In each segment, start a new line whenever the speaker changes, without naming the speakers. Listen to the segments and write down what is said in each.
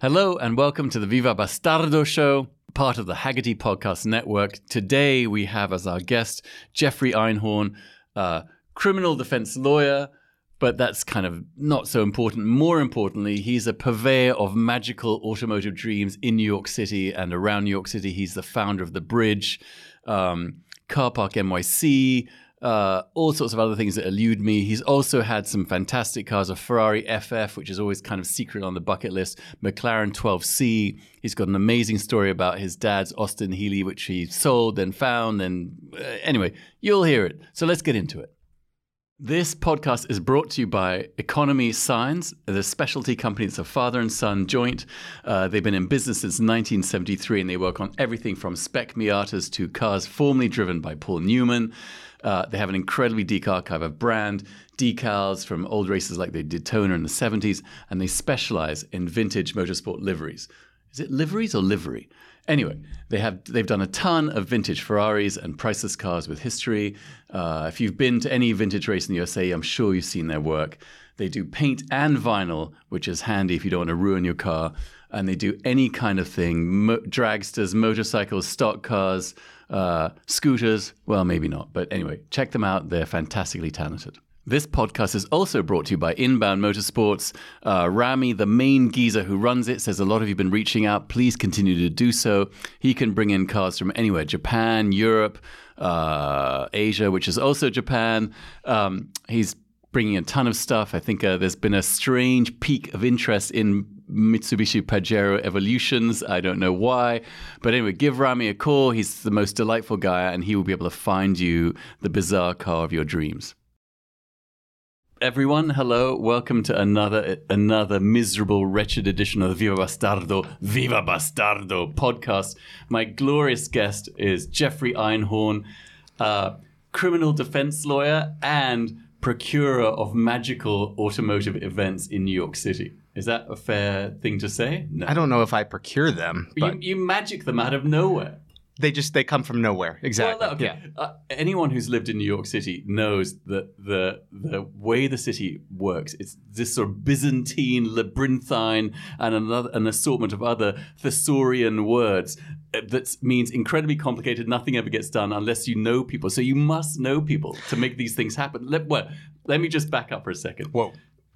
Hello and welcome to the Viva Bastardo show, part of the Haggerty Podcast Network. Today we have as our guest Jeffrey Einhorn, uh, criminal defense lawyer, but that's kind of not so important. More importantly, he's a purveyor of magical automotive dreams in New York City and around New York City. He's the founder of The Bridge, um, Car Park NYC, uh, all sorts of other things that elude me. He's also had some fantastic cars, a Ferrari FF, which is always kind of secret on the bucket list, McLaren 12C. He's got an amazing story about his dad's Austin Healey, which he sold, then found, then uh, anyway, you'll hear it. So let's get into it. This podcast is brought to you by Economy Signs, the specialty company. It's a father and son joint. Uh, they've been in business since 1973 and they work on everything from spec Miatas to cars formerly driven by Paul Newman. Uh, they have an incredibly deep archive of brand decals from old races like they did Toner in the 70s, and they specialize in vintage motorsport liveries. Is it liveries or livery? Anyway, they have they've done a ton of vintage Ferraris and priceless cars with history. Uh, if you've been to any vintage race in the USA, I'm sure you've seen their work. They do paint and vinyl, which is handy if you don't want to ruin your car. And they do any kind of thing mo- dragsters, motorcycles, stock cars, uh, scooters. Well, maybe not. But anyway, check them out. They're fantastically talented. This podcast is also brought to you by Inbound Motorsports. Uh, Rami, the main geezer who runs it, says a lot of you have been reaching out. Please continue to do so. He can bring in cars from anywhere Japan, Europe, uh, Asia, which is also Japan. Um, he's bringing a ton of stuff. I think uh, there's been a strange peak of interest in Mitsubishi Pajero Evolutions. I don't know why. But anyway, give Rami a call. He's the most delightful guy, and he will be able to find you the bizarre car of your dreams. Everyone, hello. Welcome to another another miserable, wretched edition of the Viva Bastardo, Viva Bastardo podcast. My glorious guest is Jeffrey Einhorn, uh, criminal defense lawyer and procurer of magical automotive events in New York City. Is that a fair thing to say? No.
I don't know if I procure them, but
You, you magic them out of nowhere.
they just they come from nowhere. Exactly.
Well, okay. Uh, anyone who's lived in New York City knows that the the way the city works, it's this sort of Byzantine, labyrinthine, and another an assortment of other thesaurian words uh, that means incredibly complicated. Nothing ever gets done unless you know people. So you must know people to make these things happen. Let, well, let me just back up for a second
Whoa.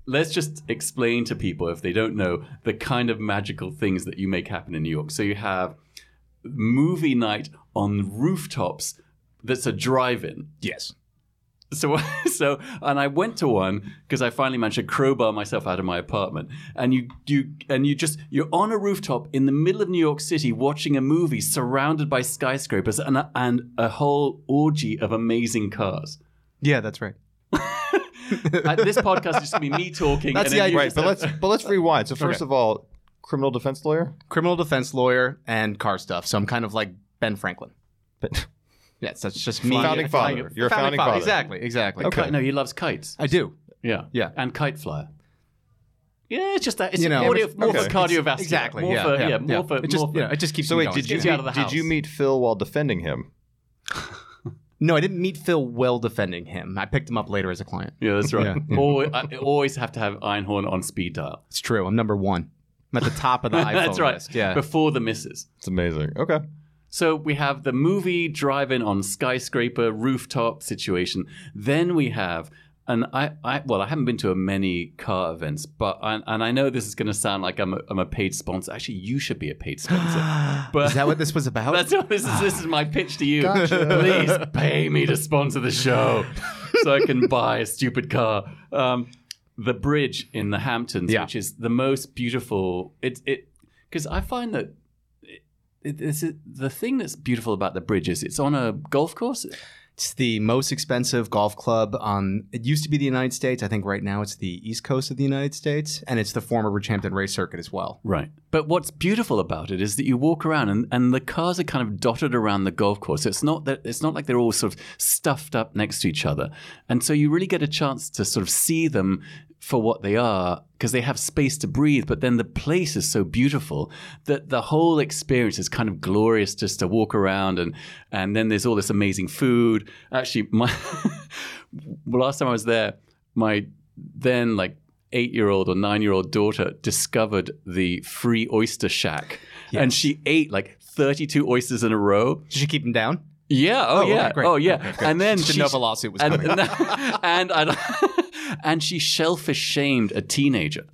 let's just explain to people if they don't know the kind of magical things that you make happen in New York. So you have movie night on rooftops that's a drive-in.
Yes.
So so and I went to one because I finally managed to crowbar myself out of my apartment. And you you and you just you're on a rooftop in the middle of New York City watching a movie surrounded by skyscrapers and a, and a whole orgy of amazing cars.
Yeah, that's right.
Uh, this podcast is just gonna be me talking.
That's
and
the
then you
idea.
right
just
but
have-
let's but let's rewind so first
Okay.
of all criminal defense lawyer
Criminal defense lawyer and car stuff. So I'm kind of like Ben Franklin. But yes, that's just me.
Founding father.
Kind of-
You're a founding father.
Exactly. Exactly.
Okay.
Kite- no, he loves kites.
I do.
Yeah.
Yeah.
And kite flyer. Yeah, it's just that. It's
You know,
more,
yeah,
more for
okay.
cardiovascular.
Exactly.
More
yeah,
for,
yeah,
yeah, more for,
it just,
more for-
you know, it just keeps
so
me
wait
going.
did
Gets
you,
you out of the
meet, did you
house.
meet phil while defending him
no, I didn't meet Phil well defending him. I picked him up later as a client.
yeah, that's right.
Yeah,
Always, I always have to have Einhorn on speed dial.
It's true. I'm number one. I'm at the top of the iPhone
that's right.
list. Yeah.
Before the misses.
it's amazing okay
So we have the movie drive-in on skyscraper rooftop situation. Then we have, and I, I well, I haven't been to a many car events, but and, and I know this is going to sound like I'm a, I'm a paid sponsor. Actually, you should be a paid sponsor. But
Is that what this was about?
That's what this is. This is my pitch to you. Please pay me to sponsor the show, so I can buy a stupid car. Um, the bridge in the Hamptons,
Yeah.
which is the most beautiful. It it because I find that. it- It, this is, the thing that's beautiful about the bridge is it's on a golf course.
It's the most expensive golf club on. It used to be the United States. I think right now it's the East Coast of the United States, and it's the former Bridgehampton Race Circuit as well.
Right. But what's beautiful about it is that you walk around and, and the cars are kind of dotted around the golf course. It's not that it's not like they're all sort of stuffed up next to each other. And so you really get a chance to sort of see them for what they are because they have space to breathe, but then the place is so beautiful that the whole experience is kind of glorious just to walk around and and then there's all this amazing food. Actually, my last time I was there, my then like eight year old or nine year old daughter discovered the free oyster shack and
Yes.
she ate like 32 oysters in a row.
Did you keep him down?
Yeah. Oh,
okay,
yeah.
great.
oh, yeah.
Okay, good.
and then
Didn't
she,
know if a lawsuit was
and,
coming.
and, and, I- and she shellfish shamed a teenager.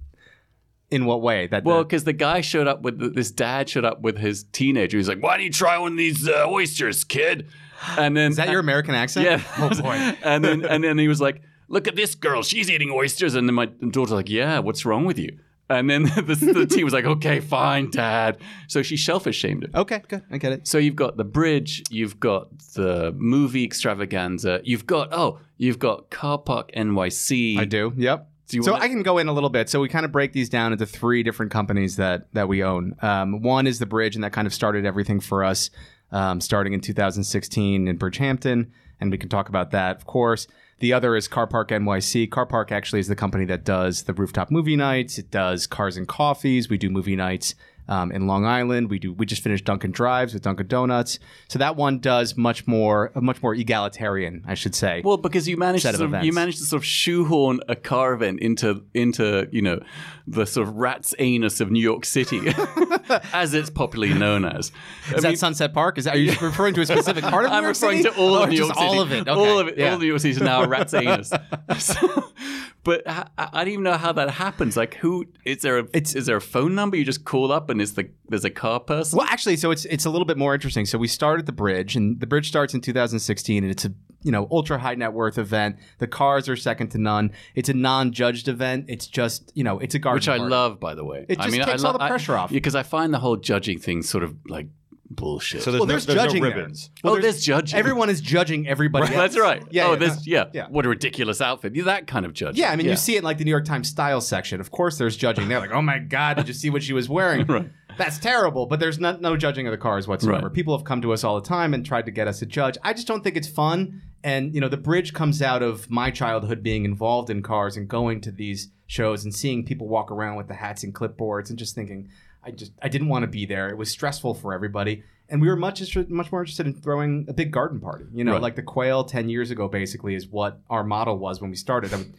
In what way? That
Well,
the,
because the guy showed up with this dad showed up with his teenager. He's like, "Why don't you try one of these uh, oysters, kid?" And then
is that your American accent?
yeah.
Oh boy.
and then and then he was like, "Look at this girl. She's eating oysters." And then my daughter's like, "Yeah, what's wrong with you?" And then the, the team was like, "Okay, fine, dad." So she shellfish shamed him.
Okay, good. I get it.
So you've got the bridge, you've got the movie extravaganza, you've got oh, you've got Car Park NYC.
I do. Yep.
Do you
so
wanna-
I can go in a little bit. So we kind of break these down into three different companies that that we own. Um, one is the bridge, and that kind of started everything for us, um, starting in 2016 in Bridgehampton, and we can talk about that, of course. The other is Car Park NYC. Car Park actually is the company that does the rooftop movie nights. It does Cars and Coffees. We do movie nights um, in Long Island. We do. We just finished Dunkin' Drives with Dunkin' Donuts. So that one does much more, much more egalitarian, I should say.
Well, because you managed
set
to
of
sort of, you
events.
managed to sort of shoehorn a car event into into you know the sort of rat's anus of New York City, as it's popularly known as. I
Is that
mean,
Sunset Park? Is that are you referring to a specific part of New
I'm
York
referring
City?
to all
Or
of New York
just
City.
all of it. Okay.
All of it.
Yeah.
All of New York City is now a rat's anus. So- but I, I don't even know how that happens. Like, who is there? A, is there a phone number you just call up and is the there's a car person?
well, actually, so it's it's a little bit more interesting. So we start at the bridge, and the bridge starts in 2016, and it's a you know ultra high net worth event. The cars are second to none. It's a non judged event. It's just you know it's a garden
which I
party.
love, by the way.
It
I
just
mean,
takes
I
all the pressure off.
because I find the whole judging thing sort of like bullshit.
So there's,
Well,
no,
there's
there's no
judging there.
ribbons.
oh, there's, judging.
Everyone is judging everybody. else.
That's right.
Yeah.
oh,
yeah.
there's yeah.
Yeah.
What a ridiculous outfit. Yeah, that kind of judge.
Yeah, I mean, you see it in, like the New York Times style section. Of course, there's judging. They're like, "Oh my God, did you see what she was wearing? That's terrible." But there's not, no judging of the cars whatsoever.
Right.
People have come to us all the time and tried to get us to judge. I just don't think it's fun. And you know, the bridge comes out of my childhood being involved in cars and going to these shows and seeing people walk around with the hats and clipboards and just thinking, I just I didn't want to be there. It was stressful for everybody. And we were much inter- much more interested in throwing a big garden party. You know,
Right.
like the quail ten years ago basically is what our model was when we started. I mean,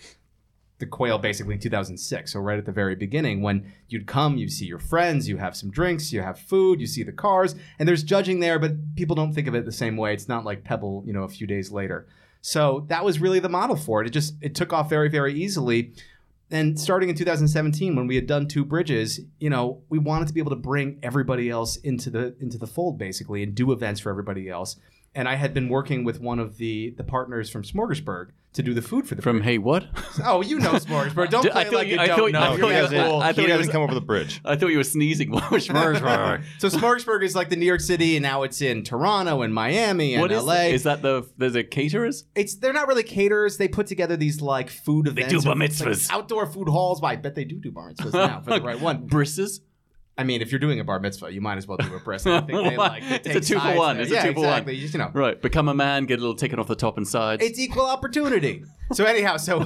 the quail basically in 2006 so right at the very beginning when you'd come you see your friends you have some drinks you have food you see the cars and there's judging there but people don't think of it the same way it's not like pebble you know a few days later so that was really the model for it it just it took off very very easily and starting in 2017 when we had done two bridges you know we wanted to be able to bring everybody else into the into the fold basically and do events for everybody else and i had been working with one of the the partners from smorgasburg to do the food for the
From hey what?
Oh, you know Smorgasburg. Don't
Did-
play
I thought
like
you-
you
I
don't
thought-
know.
I
No, he
thought
You
doesn't,
guys-
I thought
he
it
doesn't
was-
come over the bridge.
I thought you were sneezing. What was what
So Smorgasburg is like the New York City, and now it's in Toronto and Miami and
is
LA.
is that the there's a caterers?
it's they're not really caterers. They put together these like food events.
do bar
or- it's
mitzvahs.
like outdoor food halls. Why? I bet they do do bar mitzvahs now for the right one.
Brisses?
I mean, if you're doing a bar mitzvah, you might as well do a breast. I think they
Why?
like they
It's a
take
two for
sides
one.
there.
It's a
yeah,
two for one.
exactly. You just, you know,
Right. Become a man, get a little ticket off the top and sides.
It's equal opportunity. So anyhow, so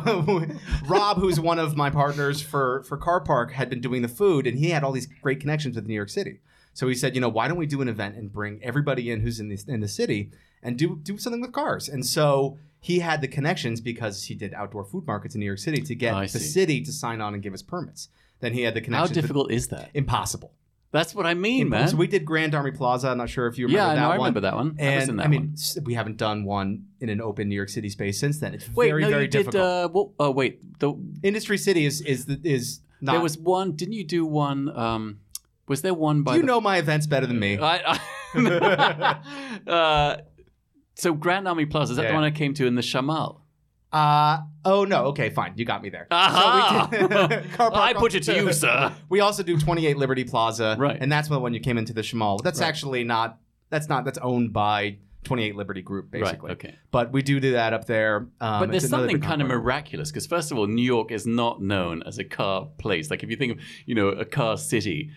Rob, who's one of my partners for for Car Park, had been doing the food, and he had all these great connections with New York City. So he said, you know, why don't we do an event and bring everybody in who's in the in the city and do do something with cars? And so he had the connections because he did outdoor food markets in New York City to get
Oh, I
the
see.
city to sign on and give us permits. Then he had the
How
connections. with-
difficult is that?
impossible.
That's what I mean,
Impossible.
man.
So we did Grand Army Plaza. I'm not sure if you remember
yeah, I
that
know. I
one.
remember that one. I was in
And
that
I, mean,
one.
s we haven't done one in an open New York City space since then. It's
Wait,
very,
no,
very
you
difficult.
did. Uh, what, oh, wait. The,
Industry City is is the, is not.
there was one. Didn't you do one? Um, was there one by
you
the
know my events better than me.
I, I, uh, so Grand Army Plaza is that the
Yeah.
one I came to in the Shamal?
Uh, oh no, okay, fine, you got me there.
Aha!
So we did- Car
Uh-huh. I
Park-
put it to you, sir.
We also do 28 Liberty Plaza,
Right.
And that's the one you came into the Shamal. That's
Right.
actually not. That's not. That's owned by 28 Liberty Group, basically.
Right. Okay.
But we do do that up there. Um,
But
it's
there's
another
something
big
kind of
complex.
miraculous because, first of all, New York is not known as a car place. Like, if you think of, you know, a car city,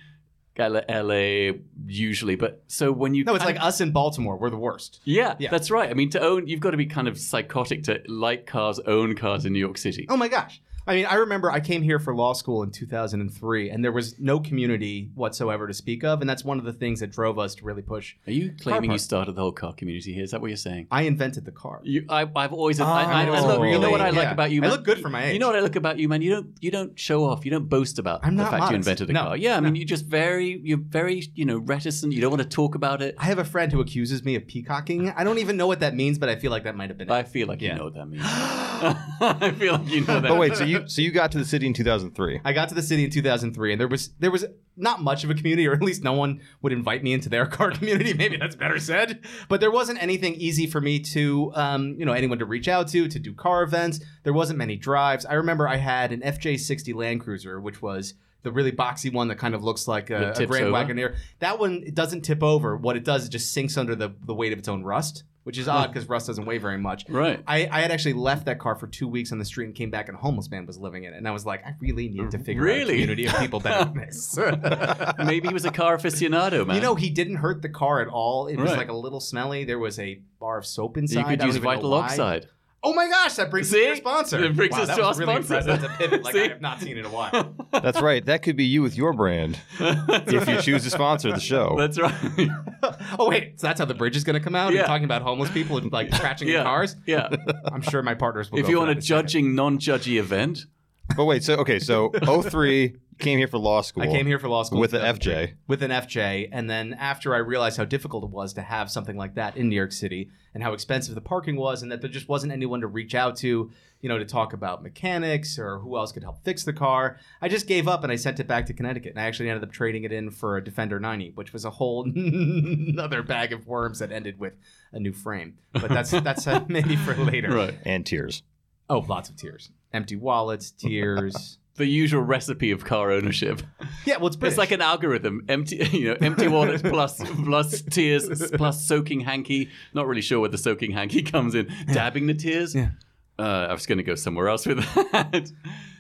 L- LA usually, but so when you.
no, it's
kind
like
of-
us in Baltimore. We're the worst.
yeah,
yeah.
that's right. I mean, to own, you've got to be kind of psychotic to like cars, own cars in New York City.
Oh my gosh. I mean, I remember I came here for law school in 2003, and there was no community whatsoever to speak of, and that's one of the things that drove us to really push.
Are you claiming you
park.
started the whole car community here? Is that what you're saying?
I invented the car.
You, I, I've always, I, I, I
Oh,
look, you know what I
really?
like
Yeah.
about you.
I
Man?
look good for my
You
age.
know what I look about you, man. You don't, you don't show off. You don't boast about
I'm
the
not
fact you
modest.
invented a
No.
car. Yeah, I mean,
No.
you just very, you're very, you know, reticent. You don't want to talk about it.
I have a friend who accuses me of peacocking. I don't even know what that means, but I feel like that might have been.
I
it.
feel like you
Yeah.
know what that means. I feel like you know that.
But wait, so you so you got to the city in 2003.
I got to the city in 2003, and there was there was not much of a community, or at least no one would invite me into their car community. Maybe that's better said. But there wasn't anything easy for me to, um, you know, anyone to reach out to to do car events. There wasn't many drives. I remember I had an FJ60 Land Cruiser, which was the really boxy one that kind of looks like a,
That
a
tips
Grand
over?
Wagoneer. That one it doesn't tip over. What it does, it just sinks under the the weight of its own rust, which is odd because rust doesn't weigh very much.
Right.
I, I had actually left that car for two weeks on the street and came back, and a homeless man was living in it. And I was like, I really need to figure out
Mm, Really?
a community of people better than this.
Maybe he was a car aficionado, man.
You know, he didn't hurt the car at all. It was
Right.
like a little smelly. There was a bar of soap inside.
you
I
could
don't
use
even know
vital
why.
oxide.
Oh my gosh, that brings us to
See?
our sponsor.
It brings
wow,
us
that
to
was
our
really
sponsor.
impressive. That's a pivot like
See?
I have not seen in a while.
That's right. That could be you with your brand if you choose to sponsor the show.
That's right.
oh wait, so that's how the bridge is going to come out?
Yeah.
You're talking about homeless people and like crashing
Yeah.
in cars.
Yeah.
I'm sure my partners will.
if
go
you
for
want a
that in second.
judging, non-judgy event,
But wait, so okay, so 03 came here for law school.
I came here for law school
with an
in 2003.
FJ.
With an FJ, and then after I realized how difficult it was to have something like that in New York City, and how expensive the parking was, and that there just wasn't anyone to reach out to, you know, to talk about mechanics or who else could help fix the car, I just gave up and I sent it back to Connecticut, and I actually ended up trading it in for a Defender 90, which was a whole another bag of worms that ended with a new frame. But that's that's uh, maybe for later.
right?
and tears.
Oh, lots of tears, empty wallets, tears.
The usual recipe of car ownership.
yeah, well, it's British.
It's like an algorithm: empty, you know, empty wallet plus plus tears plus soaking hanky. Not really sure where the soaking hanky comes in. Dabbing the tears.
Yeah.
Uh, I was going to go somewhere else with that.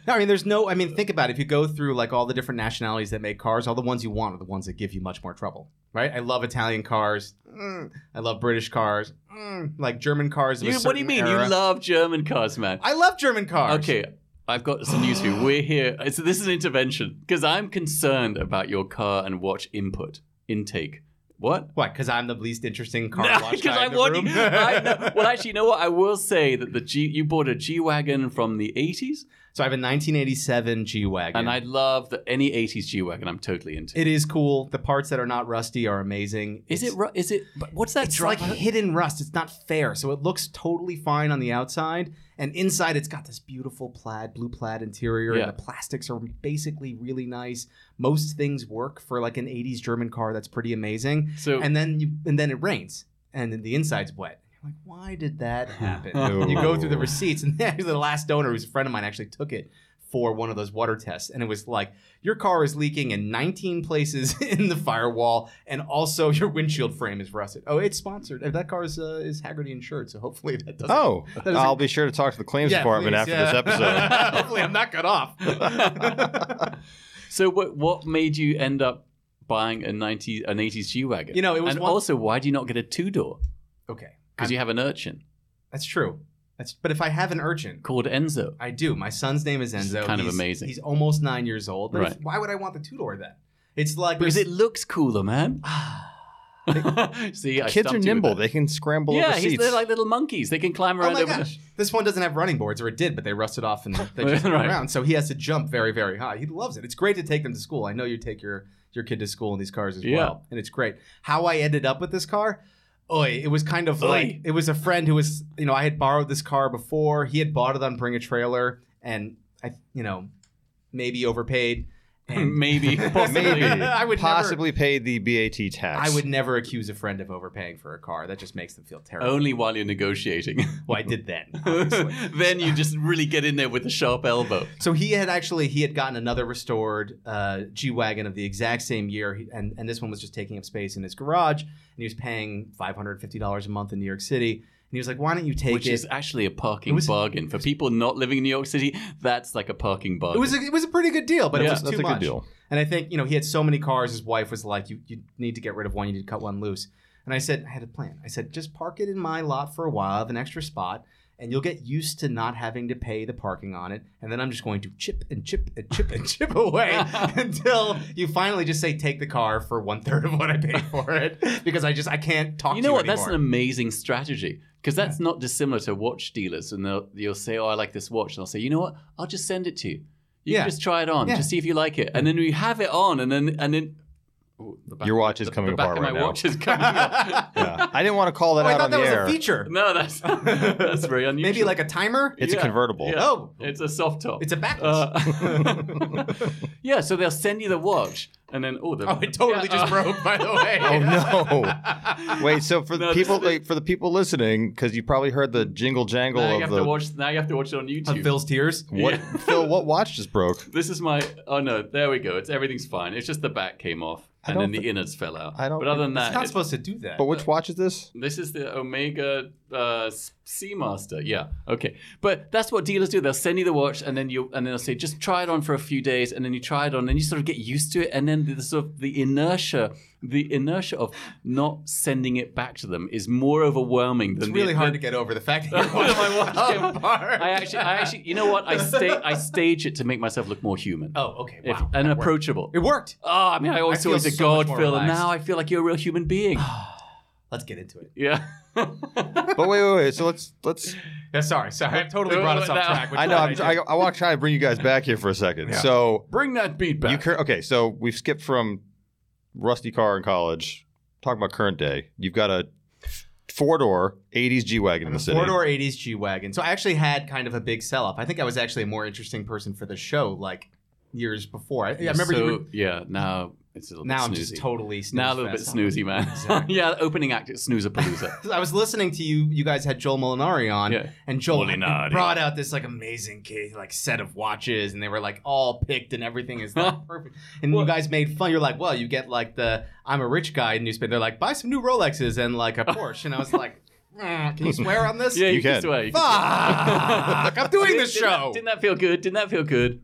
No, I mean, there's no. I mean, think about it. If you go through like all the different nationalities that make cars, all the ones you want are the ones that give you much more trouble, right? I love Italian cars. Mm. I love British cars. Mm. Like German cars. of a
You, what do you
certain
mean?
era.
You love German cars, man?
I love German cars.
Okay, I've got some news for you. We're here. uh, So this is an intervention because I'm concerned about your car and watch input intake. What?
Why? Because I'm the least interesting car
No,
wash
because
guy
I
in the
want
room.
you. I know- Well, actually, you know what? I will say that the G. You bought a G wagon from the '80s,
so I have a 1987 G wagon,
and I love that any '80s G wagon. I'm totally into.
It is cool. The parts that are not rusty are amazing.
Is
It's-
it? ru- Is it? but What's that?
It's
drive-
like hidden rust. It's not fair. So it looks totally fine on the outside, and inside it's got this beautiful plaid, blue plaid interior,
Yeah.
and the plastics are basically really nice. Most things work for like an '80s German car. That's pretty amazing.
so
And then you, and then it rains, and then the inside's wet. You're like, why did that happen?
No.
You go through the receipts, and actually the last donor, who's a friend of mine, actually took it for one of those water tests, and it was like your car is leaking in 19 places in the firewall, and also your windshield frame is rusted. Oh, it's sponsored. That car is uh, is Haggerty insured, so hopefully that doesn't.
Oh,
is-
I'll be sure to talk to the claims department
please,
after
yeah.
this episode.
hopefully, I'm not cut off.
so what? What made you end up buying a '90s an '80s G wagon?
You know, it was
And
one-
also, why do you not get a two door?
okay,
Because you have an urchin
that's true. That's but if I have an urchin.
called Enzo.
I do. My son's name is
This is
Enzo.
kind of
He's-
amazing.
He's almost nine years old. But if- why would I want the two door then? It's like
Because
there's- Oh
it looks cooler, man. See, I
Kids
stumped
are
you with
nimble;
that.
they can scramble
yeah,
over
he's,
seats.
they're like little monkeys. They can climb
Oh
around
my
over.
gosh! This one doesn't have running boards, or it did, but they rusted off and they just
Right.
went around. So he has to jump very, very high. He loves it. It's great to take them to school. I know you take your your kid to school in these cars as
Yeah.
well, and it's great. How I ended up with this car, oi! It was kind of
Oi.
like it was a friend who was, you know, I had borrowed this car before. He had bought it on Bring a Trailer, and I, you know, maybe overpaid. And
Maybe, possibly.
Maybe
I would never-
possibly pay the BAT tax.
I would never accuse a friend of overpaying for a car. That just makes them feel
Oh,
terrible.
Only while you're negotiating.
Well, I did then. obviously.
then you just really get in there with a sharp elbow.
So he had actually he had gotten another restored uh, G wagon of the exact same year, He- and and this one was just taking up space in his garage, and he was paying five hundred fifty dollars a month in New York City, and he was like, "Why don't you take
Which
it?"
is actually a parking
It was-
bargain. For people not living in New York City, that's like a parking bargain.
it was a, it was a pretty good deal, but
Yeah,
it was
That's
too
a
much.
good deal.
And I think you know he had so many cars. His wife was like, "You you need to get rid of one. You need to cut one loose." And I said, "I had a plan." I said, "Just park it in my lot for a while. I have an extra spot." and you'll get used to not having to pay the parking on it. And then I'm just going to chip and chip and chip and chip away until you finally just say, take the car for one third of what I paid for it because I just I can't talk
You
to
know
you
what? That's an
anymore.
amazing strategy because that's not dissimilar to watch dealers. And they'll, you'll say, "Oh, I like this watch," and I'll say, "You know what? I'll just send it to you. You
Yeah.
can just try it on,
Yeah.
just see if you like it." And then we have it on, and then and then Oh, the back-
Your watch is
the-
coming
the back
apart
of
right
my
now.
watch is coming apart.
Yeah. I didn't want to call that
oh, I
out
thought
on
that
the
was
air.
a feature.
no, that's that's very unusual.
Maybe like a timer.
It's
Yeah.
a convertible.
Yeah.
Oh,
it's a soft top.
it's a backwards.
Uh, yeah, so they'll send you the watch, and then oh, the,
oh, it totally
Yeah,
just
uh,
broke. By the way.
Oh no! Wait, so for
No,
the
this
people,
is-
like, for the people listening, because you probably heard the jingle jangle
Now you
of
have
the
to watch. Now you have to watch it on YouTube.
On Phil's tears.
what?
Yeah.
Phil, what watch just broke?
This is my. Oh no, there we go. It's everything's fine. It's just the back came off,
I
and then
don't
the
thi-
innards fell out.
I don't
But other
think-
than that,
It's not
it-
supposed to do that.
But which watch is this?
this is the Omega uh, S- Seamaster. Yeah. Okay. But that's what dealers do. They'll send you the watch, and then you and then they'll say, just try it on for a few days, and then you try it on, and you sort of get used to it, and then the, the sort of the inertia, the inertia of not sending it back to them is more overwhelming than
it's really
the,
hard to get over the fact that
That was my watch came
watch apart.
I actually, I actually, you know what? I sta- I stage it to make myself look more human
Oh, okay.
If-
Wow.
and
That worked.
approachable.
It worked.
Oh, I mean, I always
I
saw you as
feel
a
so
god,
much more
Phil, and
relaxed.
now I feel like you're a real human being.
Let's get into it.
yeah.
But wait, wait, wait. So let's let's.
Yeah, sorry, sorry. I totally brought us off
That-
track. which
I know. I'm,
is what
I,
do.
I want to try to bring you guys back here for a second.
Yeah.
So
Bring that beat back.
you cur- okay? So we've skipped from rusty car in college. Talking about current day, you've got a four door '80s G wagon in the city.
Four door 80s G Wagon. So I actually had kind of a big sell off. I think I was actually a more interesting person for the show like years before. I, I remember
so,
you were,
Yeah, now it's a little
Now
bit
I'm
snoozy.
just totally snooze
now a little bit
fest.
snoozy, man.
Exactly.
yeah, opening act, it's snoozer palooza.
I was listening to you. You guys had Joel Molinari on,
Yeah.
and Joel
Molinari.
brought out this like amazing case, like set of watches, and they were like all picked, and everything is like perfect. And you
Well-
guys made fun. You're like, well, you get like the I'm a rich guy newspaper. They're like, buy some new Rolexes and like a Porsche, and I was like, mm, can you swear on this?
yeah,
You
you,
can.
can swear. You can
Fuck! I'm doing
Didn't-
this
didn't that-
show.
Didn't that feel good? Didn't that feel good?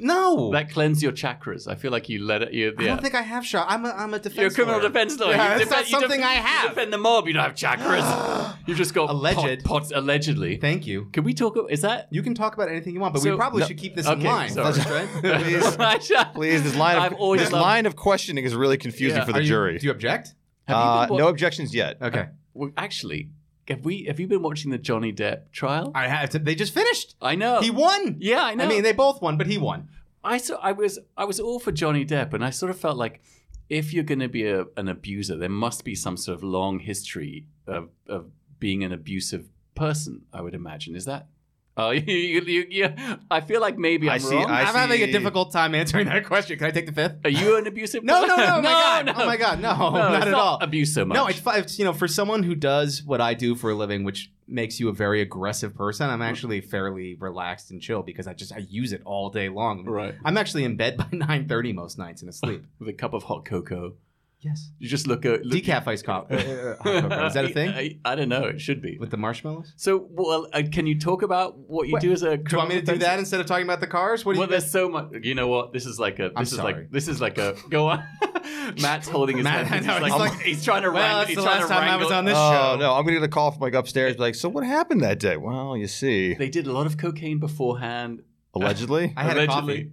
No,
That cleansed your chakras. I feel like you let it. You,
I
yeah.
don't think I have shot. I'm a I'm a defense.
You're a criminal
lawyer.
defense lawyer.
Yeah,
You
it's
defe-
not
you def-
something I
you
have.
defend the mob. You don't have chakras. you just got pot-
Alleged.
pots allegedly.
Thank you.
Can we talk? ab- Is that?
You can talk about anything you want, but we
So-
probably
No.
should keep this in
Okay,
line
sorry.
first, right?
Please. Please, this line
I've
of
always
this
loved-
line of questioning is really confusing
Yeah.
for
Are
the
you-
jury.
Do you object?
Have you
Uh,
been wa-
no objections yet.
Okay.
Well, actually, have we? Have you been watching the Johnny Depp trial?
I had to, they just finished.
I know.
He won.
Oh. yeah, I know.
I mean, they both won, but he won.
I saw, I was I was all for Johnny Depp, and I sort of felt like if you're going to be a, an abuser, there must be some sort of long history of, of being an abusive person. I would imagine. Is that? Oh, you, you, you, you- I feel like maybe
I
I'm
see-
wrong.
I
I'm having a
see.
difficult time answering that question. Can I take the fifth?
Are you an abusive?
No, no, no,
person?
oh my God.
no.
Oh my God. No,
No,
not
it's
at all.
Abuse so much.
No, it's, fi- it's you know, for someone who does what I do for a living, which makes you a very aggressive person, I'm actually fairly relaxed and chill because I just I use it all day long.
right
I'm actually in bed by 9:30 most nights and asleep.
with a cup of hot cocoa.
yes.
You just look at look,
Decaf ice coffee.
Uh,
Is that a thing?
I, I don't know. It should be.
With the marshmallows?
So, well, uh, can you talk about what you
What-
do as a?
Do you want me to do that instead of talking about the cars? What do you
well, there's so much. You know what? This is like a. This
I'm
is
sorry.
like this is like a. Go on. Matt's holding his
Matt,
hand.
I know,
he's,
he's
like,
like,
he's trying to
Well,
wrangle.
that's
He's
the
trying
last
to
time I
wrangle.
was on this
Oh
show.
no! I'm gonna get a call from like upstairs. Be like, so what happened that day? Well, you see,
They did a lot of cocaine beforehand.
allegedly.
I had
allegedly.
a coffee.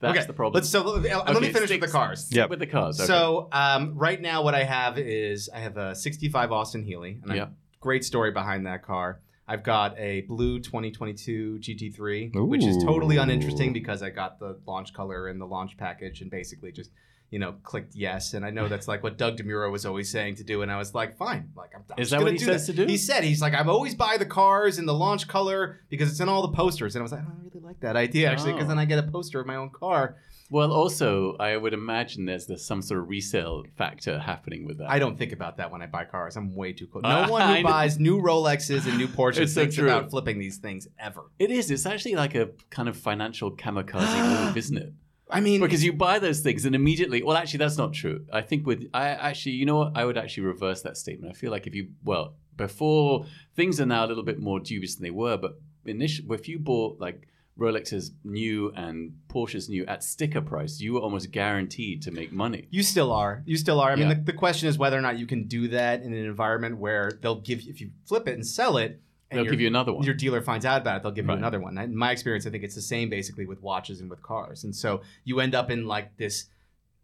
That's
okay,
the problem.
Let's so let, let me
Okay,
finish
stick-
with the cars.
Yeah. Yep.
With the cars. Okay.
So um, right now, what I have is I have a '65 Austin Healey, and I-
Yeah.
great story behind that car. I've got a blue 2022 GT3, which is
Ooh.
totally uninteresting because I got the launch color and the launch package, and basically just you know clicked yes. And I know that's like what Doug Demuro was always saying to do, and I was like, fine, like I'm, I'm
Is
just
that
gonna
what he
do
says to do?
He said he's like, I'm always buy the cars in the launch color because it's in all the posters, and I was like, I don't really like that idea actually, because
Oh.
then I get a poster of my own car.
well, also, I would imagine there's, there's some sort of resale factor happening with that.
I don't think about that when I buy cars. I'm way too close.
Uh,
No one
I
who
know.
buys new Rolexes and new Porsches
It's so
thinks
true.
about flipping these things ever.
It is. It's actually like a kind of financial kamikaze move, isn't it?
I mean,
Because you buy those things and immediately, well, actually, that's not true. I think with, I actually, you know what? I would actually reverse that statement. I feel like if you, well, before things are now a little bit more dubious than they were, but initially, if you bought like Rolexes new and Porsches new at sticker price, you were almost guaranteed to make money.
you still are. You still are. I mean,
Yeah.
the, the question is whether or not you can do that in an environment where they'll give you, if you flip it and sell it, and
They'll
your-
give you another one.
Your dealer finds out about it, they'll give
Right.
you another one. In my experience, I think it's the same basically with watches and with cars. And so you end up in like this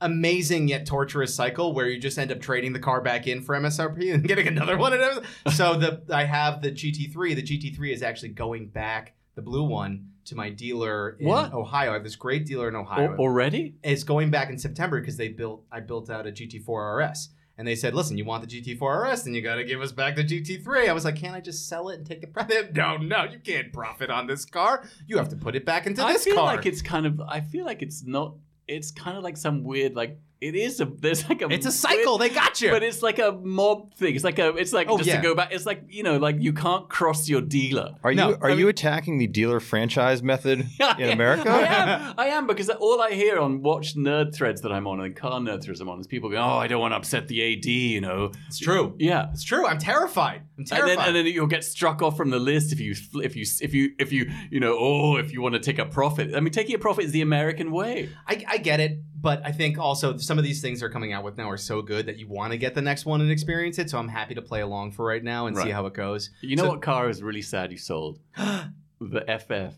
amazing yet torturous cycle where you just end up trading the car back in for MSRP and getting another one. At MSRP. so the I have the GT3. The GT3 is actually going back the blue one to my dealer in
What? Oh,
Ohio. I have this great dealer in Ohio.
Al- already?
It's going back in September because they built I built out a GT4 RS. And they said, "Listen, you want the GT4 RS, then you got to give us back the GT3." I was like, "Can't I just sell it and take the profit?" No, no, you can't profit on this car. You have to put it back into
I
this
feel
car.
like it's kind of. I feel like it's not. It's kind of like some weird like. It is a. There's like a.
It's a cycle.
weird-
They got you.
But it's like a mob thing. It's like a. It's like
Oh,
just
yeah.
to go back. It's like you know, like you can't cross your dealer.
Are
No,
you are
I
you attacking the dealer franchise method in America?
I am. I am because all I hear on watch nerd threads that I'm on and car nerd threads I'm on is people going, "Oh, I don't want to upset the AD," you know.
it's true.
Yeah.
It's true. I'm terrified. I'm
And
terrified.
then, and then you'll get struck off from the list if you fl- if you if you if you you know oh if you want to take a profit. I mean, taking a profit is the American way.
I, I get it, but I think also some of these things they're coming out with now are so good that you want to get the next one and experience it. So I'm happy to play along for right now and see
Right.
how it goes.
You know
So-
what car is really sad you sold?
oh,
The FF.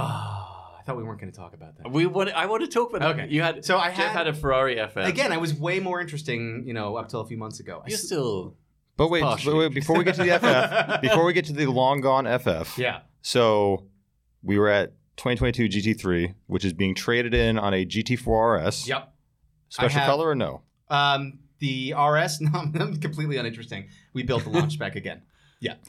I thought we weren't going to talk about that.
We want. I want to talk about. that.
Okay.
You had.
So I
Jeff had
had,
a Ferrari FF.
again. I was way more interesting, you know, up till a few months ago. I
You're
s-
still.
But wait,
Partially.
wait, wait, before we get to the FF, before we get to the long gone FF.
yeah,
So we were at 2022 GT3, which is being traded in on a GT4 RS.
yep.
Special
I have-
color or no?
Um, the RS, no, I'm completely uninteresting. We built the launch back again,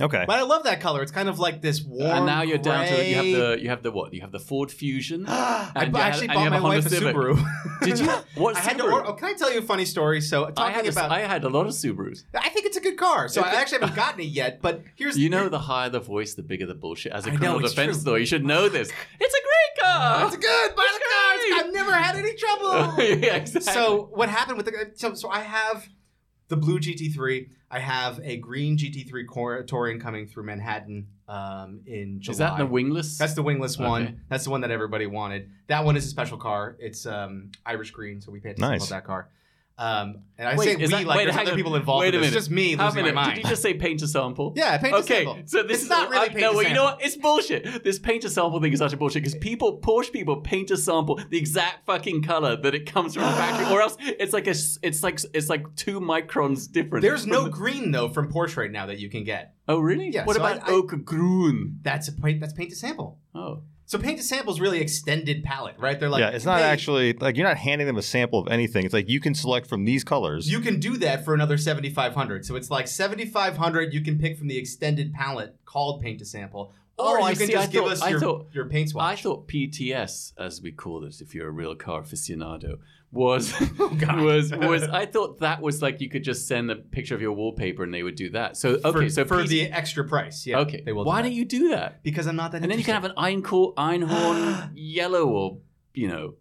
Okay.
but I love that color. It's kind of like this warm.
and Uh, now you're down to you have
gray-
the you have the what you have the Ford Fusion.
I
and
bu-
you had-
actually
and you have
bought my
a Honda
wife a
Civic.
Subaru.
Did you? What
I had to
Subaru?
order. Oh, can I tell you a funny story? So
I had
talking
a,
about,
I had a lot of Subarus.
I think it's a good car. So I actually haven't gotten it yet. But here's
You know, the higher the voice, the bigger the bullshit. As a
I know,
criminal
it's
defense
true.
lawyer, you should know this. It's a great car.
it's good. Buy the car. It's- I've never had any trouble.
yeah, exactly.
So what happened with the so, so I have the blue GT3. I have a green GT3 cor- touring coming through Manhattan um, in July.
is that the wingless?
That's the wingless
Okay.
one. That's the one that everybody wanted. That one is a special car. It's um, Irish green, so we paid to
Nice.
lang that car. Um, and I
Wait,
say
is
we
that-
like
wait,
there's
hang
other
on.
people involved.
Wait a
in this.
minute.
It's just me
How
losing
many?
my
Did
mind.
you just say paint a sample?
yeah, I paid to
Okay,
sample.
so this
It's
is
not really
I-
paint
no.
to
well, you know
sample.
what? It's bullshit. This paint a sample thing is such a bullshit because people, Porsche people, paint a sample the exact fucking color that it comes from the factory, or else it's like a, s- it's like, it's like two microns different.
There's
from
no
the-
green though from Porsche right now that you can get.
oh really?
Yeah,
What
so
about
I- I-
oak green?
That's a paint. That's paint to sample.
Oh,
So paint to sample is really extended palette, right? They're like,
yeah, it's not
"Hey,
actually like you're not handing them a sample of anything. It's like you can select from these colors.
You can do that for another 7,500. So it's like 7,500 you can pick from the extended palette called paint to sample. Or
Oh,
you
I
can
see.
just
I
give
thought-
us
I
your,
thought-
your paint
I
swatch.
thought PTS, as we call it, if you're a real car aficionado, was
Oh,
was was. I thought that was like you could just send a picture of your wallpaper and they would do that. So okay,
for,
so
for
PT
the extra price. Yeah.
okay,
They will
why
do
do
that.
you do that?
Because I'm not that
And then you can have an Einhorn, Einhorn yellow, or you know,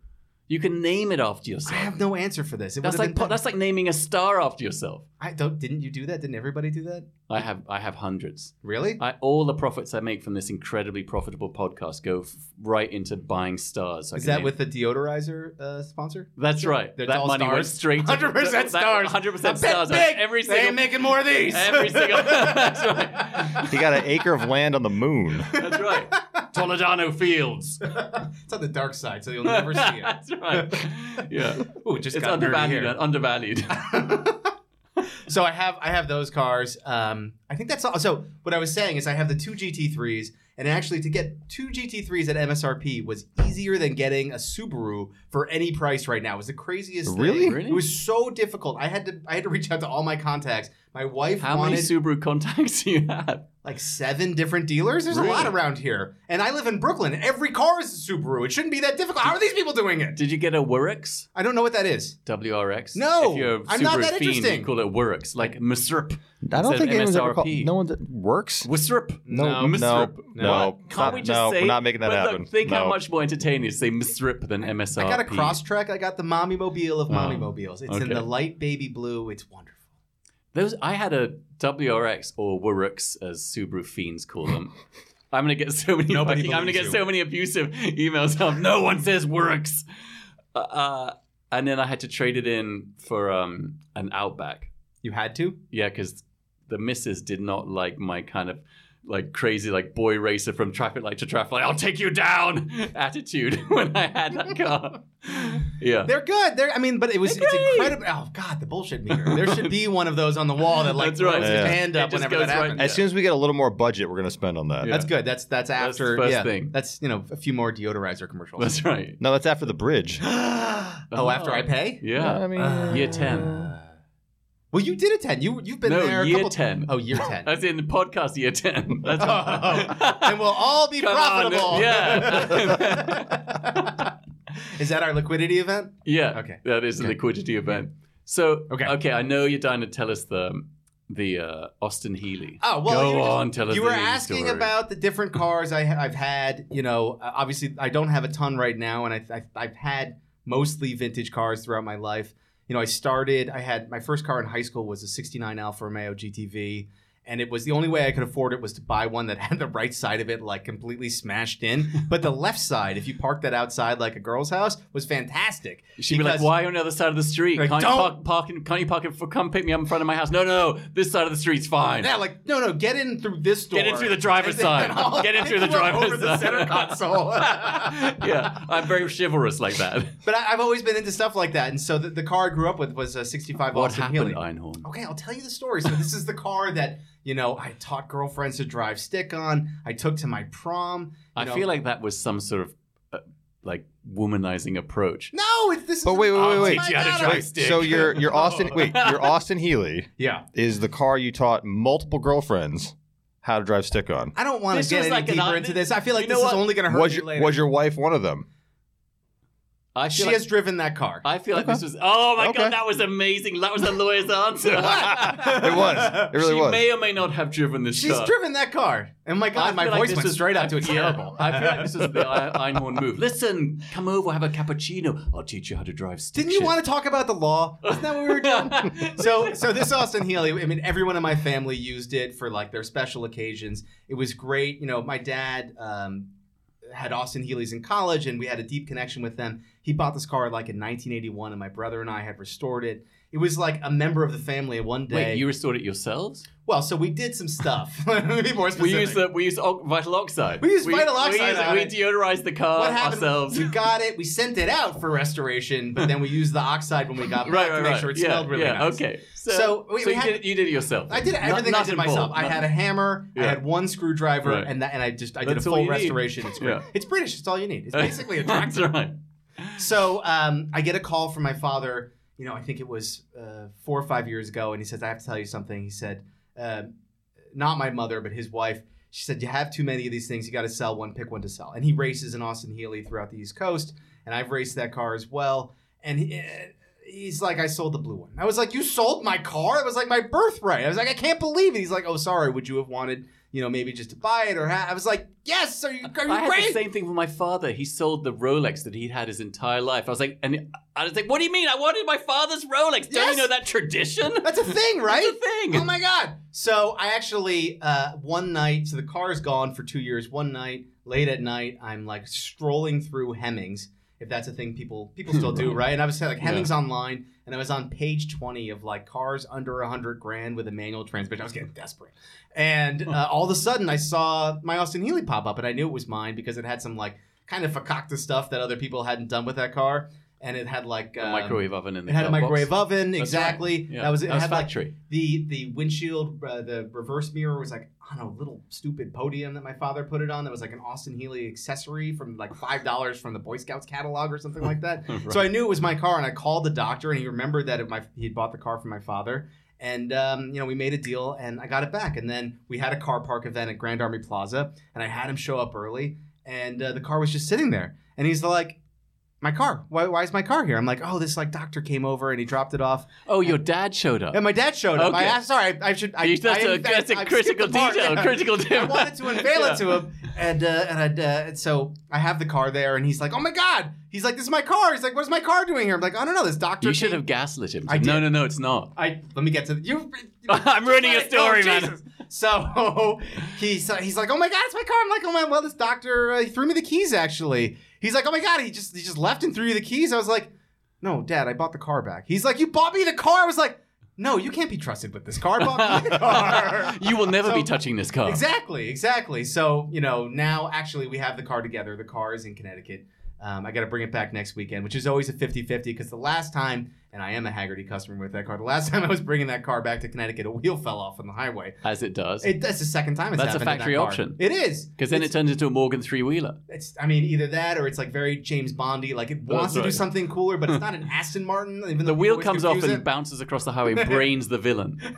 you can name it after
I
yourself.
have no answer for this. It
That's
would've
like
been
po-
done.
that's like naming a star after yourself.
I don't didn't you do that? Didn't everybody do that?
I have I have hundreds.
Really?
I, all the profits I make from this incredibly profitable podcast go f- right into buying stars. So I
Is
can
that
name-
with the deodorizer uh, sponsor?
That's right.
They're
that
all
money
stars.
went straight to
100%
that- that
stars.
100%
I bet
stars.
big
Every
They ain't
single
making more of these.
Every single- That's right.
He got an acre of land on the moon.
That's right. Toledano Fields.
it's on the dark side, so you'll never see it.
That's right. Yeah.
Ooh, it just
it's
got nerdy
undervalued.
here.
man, Undervalued.
so I have I have those cars. Um, I think that's all. So what I was saying is I have the two GT3s, and actually to get two GT3s at MSRP was easier than getting a Subaru for any price right now. It was the craziest. thing.
Really?
Really?
It was so difficult. I had to I had to reach out to all my contacts. My wife
How
wanted
many Subaru contacts do you have?
like seven different dealers. There's a lot
Really?
around here, and I live in Brooklyn. Every car is a Subaru. It shouldn't be that difficult. How are these people doing it?
Did you get a Wurix?
I don't know what that is.
WRX?
No,
If you're a
I'm
Subaru
not that
fiend,
interesting.
you call it Wurix. Like Msurp.
I don't
Says
think anyone's ever called.
MSRP.
No one works.
Wsurp.
No, no,
Msurp.
no.
Can't
Not-
we just
no,
say?
we're not making that
but look,
happen.
think how
No.
much more entertaining is to say Msurp than MSRP.
I got a cross track. I got the mommy mobile of
Oh,
mommy mobiles. It's in
okay.
the light baby blue. It's wonderful.
Those I had a WRX or Wurux as Subaru fiends call them. I'm gonna get so many.
Nobody
fucking- I'm gonna
believes
get
you.
so many abusive emails. Of, no one says Wurux. Uh, Uh, and then I had to trade it in for um, an Outback.
You had to?
Yeah, because the missus did not like my kind of like crazy like boy racer from traffic light to traffic light. I'll take you down attitude when I had that car. Yeah.
They're good. They're I mean, but it was
They're
it's
great.
incredible. Oh god, the bullshit meter. There should be one of those on the wall that like
That's right.
throws
Yeah.
his hand
It
up
just
whenever
goes
that
right-
happens.
As soon as we get a little more budget, we're going to spend on that.
Yeah.
That's good. That's that's
That's the
after
first
yeah,
thing.
That's you know a few more deodorizer commercials.
That's right.
No, that's after the bridge.
oh, after I pay?
Yeah.
I mean,
Uh,
Year 10.
Uh, well, you did a ten. You you've been
No,
there. A
year
couple,
10.
Oh, year ten.
That's in the podcast year 10. That's
Oh, and oh. we'll all be
Come on,
profitable.
yeah.
Is that our liquidity event?
Yeah.
Okay.
That is a
Okay.
liquidity event. So
Okay.
okay. okay, I know you're dying to tell us the the uh, Austin Healy.
Oh well,
Go
you were just-
on, tell us
You
the
were
Healy
asking
story.
about the different cars I, ha- I've had. You know, uh, obviously I don't have a ton right now, and I, I, I've had mostly vintage cars throughout my life. You know, I started. I had my first car in high school was a '69 Alfa Romeo GTV, and it was the only way I could afford it was to buy one that had the right side of it like completely smashed in, but the left side, if you parked that outside like a girl's house, was fantastic.
She'd be like,
Because-
"Why on the other side of the street?
Like,
can't you park,
don't-
park in, Can't you park it? For, come pick me up in front of my house. No, no, no, this side of the street's fine.
Yeah, like no, no, get in through this door.
Get in through the driver's
And then
side.
I'll
Get in
pick
through the
you up
driver's
over the
side.
center console.
yeah, I'm very chivalrous like that.
But I, I've always been into stuff like that, and so the, the car I grew up with was a '65
what
Austin
happened, Oh,
Healey.
Einhorn?
Okay, I'll tell you the story. So this is the car that you know I taught girlfriends to drive stick on. I took to my prom.
I
you know.
feel like that was some sort of uh, like womanizing approach.
no, it's this.
But
is Oh,
wait, wait,
I'll
wait, wait.
teach you how to
My God,
drive
Wait,
stick.
so your your Austin wait your Austin Healy
yeah.
is the car you taught multiple girlfriends how to drive stick on.
I don't want
This
to get
was
any
like an
deeper
odd-
into this. I feel like
You know
this is
what?
only going to hurt
Was
me
your
later.
was your wife one of them?
I
she
feel like,
has driven that car.
I feel like
Okay.
this was. Oh my
Okay.
god, that was amazing. That was the lawyer's answer.
It was. It really
she
was.
may or may not have driven this
She's
car.
driven that car. And my
I
God,
feel
my
like
voice
this
went
is-
straight out to a
Yeah.
terrible.
I feel like this is the I- Einhorn move. Listen, come over, have a cappuccino. I'll teach you how to drive stick.
Didn't you want to talk about the law? Isn't that what we were doing?
to?
so, so this Austin Healy, I mean, everyone in my family used it for like their special occasions. It was great. You know, my dad um, had Austin Healy's in college, and we had a deep connection with them. He bought this car like in 1981, and my brother and I had restored it. It was like a member of the family one day.
Wait, you restored it yourselves?
well, so we did some stuff. Let me be more
We
specific.
used the, we used o- vital oxide.
We used vital
We,
oxide
used-
on
we
it.
deodorized the car
what happened?
ourselves.
We got it. We sent it out for restoration, but then we used the oxide when we got back
right,
to
right,
make
right.
sure it
yeah,
smelled really
yeah,
nice.
Okay. So,
So, we- we
you,
had-
did, it- you did it yourself.
I did
Not-
everything I
not
did
involved,
myself. I
not-
had a hammer, I
Yeah.
had one screwdriver,
Right.
and that, and I just I did
That's
a
all
full
you need.
restoration. It's great.
Yeah.
It's British. It's all you need. It's basically a
That's
tractor.
right.
So um, I get a call from my father. You know, I think it was uh, four or five years ago, and he says, "I have to tell you something." He said, um, "Not my mother, but his wife." She said, "You have too many of these things. You got to sell one, pick one to sell." And he races in Austin Healy throughout the East Coast, and I've raced that car as well. And he, uh, he's like, "I sold the blue one." I was like, "You sold my car? It was like my birthright." I was like, "I can't believe it." He's like, "Oh, sorry. Would you have wanted, you know, maybe just to buy it or?" Ha-? I was like, "Yes. Are you, are you
I had
crazy?"
the same thing with my father. He sold the Rolex that he'd had his entire life. I was like, and I was like, what do you mean? I wanted my father's Rolex. Don't
Yes.
you know that tradition?
That's a thing, right?
That's a thing.
Oh my god! So I actually uh, one night, so the car's gone for two years. One night, late at night, I'm like strolling through Hemmings, if that's a thing people people still do, right? And I was like Hemmings online, and I was on page twenty of like cars under a hundred grand with a manual transmission. I was getting desperate, and uh, all of a sudden I saw my Austin Healy pop up, and I knew it was mine because it had some like kind of fakakta stuff that other people hadn't done with that car, and it had like
A
um,
microwave oven in the
It had a
glove box.
microwave oven,
That's
exactly.
Yeah.
That was it.
That was
had like
factory.
the the windshield uh, the reverse mirror was like on a little stupid podium that my father put it on that was like an austin healy accessory from like five dollars from the boy scouts catalog or something like that so i knew it was my car and i called the doctor and he remembered that it, my, he had bought the car from my father and um, you know we made a deal and i got it back and then we had a car park event at grand army plaza and i had him show up early and uh, the car was just sitting there and he's like my car why, why is my car here i'm like oh this like doctor came over and he dropped it off
Oh, your dad showed up.
and my dad showed up. I
Okay.
asked, sorry, I, I should. I,
You- that's,
I-
a
I-
that's a
I skipped
critical
the part.
detail.
Yeah.
Critical detail.
I wanted to unveil
Yeah.
it to him, and uh, and, I'd, uh, and so I have the car there, and he's like, "Oh my god!" He's like, "This is my car." He's like, "What's my car doing here?" I'm like, "I don't know." This doctor.
You should
came-
have gaslit him.
I
no,
did.
no, no, it's not.
I let me get to the, you.
I'm ruining your story,
Oh,
man.
Jesus. So he so he's like, "Oh my god, it's my car!" I'm like, "Oh my well, this doctor uh, he threw me the keys actually." He's like, "Oh my god, he just he just left and threw you the keys." I was like, "No, Dad, I bought the car back." He's like, "You bought me the car." I was like, no, you can't be trusted with this car. Bought me the car.
You will never
So-
be touching this car.
Exactly, exactly. So, you know, now actually we have the car together. The car is in Connecticut. Um, I got to bring it back next weekend, which is always a 50 50 because the last time, and I am a Haggerty customer with that car, the last time I was bringing that car back to Connecticut, a wheel fell off on the highway.
As it does.
It, that's the second time it's
That's a
happened in that
factory
car.
option.
It is.
Because then it
it's,
turns into a Morgan three wheeler.
it's, I mean, either that or it's like very James Bondy. Like it wants
That's
to do
right.
something cooler, but it's not an Aston Martin. Even though
The wheel
people always
comes off
confuse
and bounces across the highway, brains the villain.
it.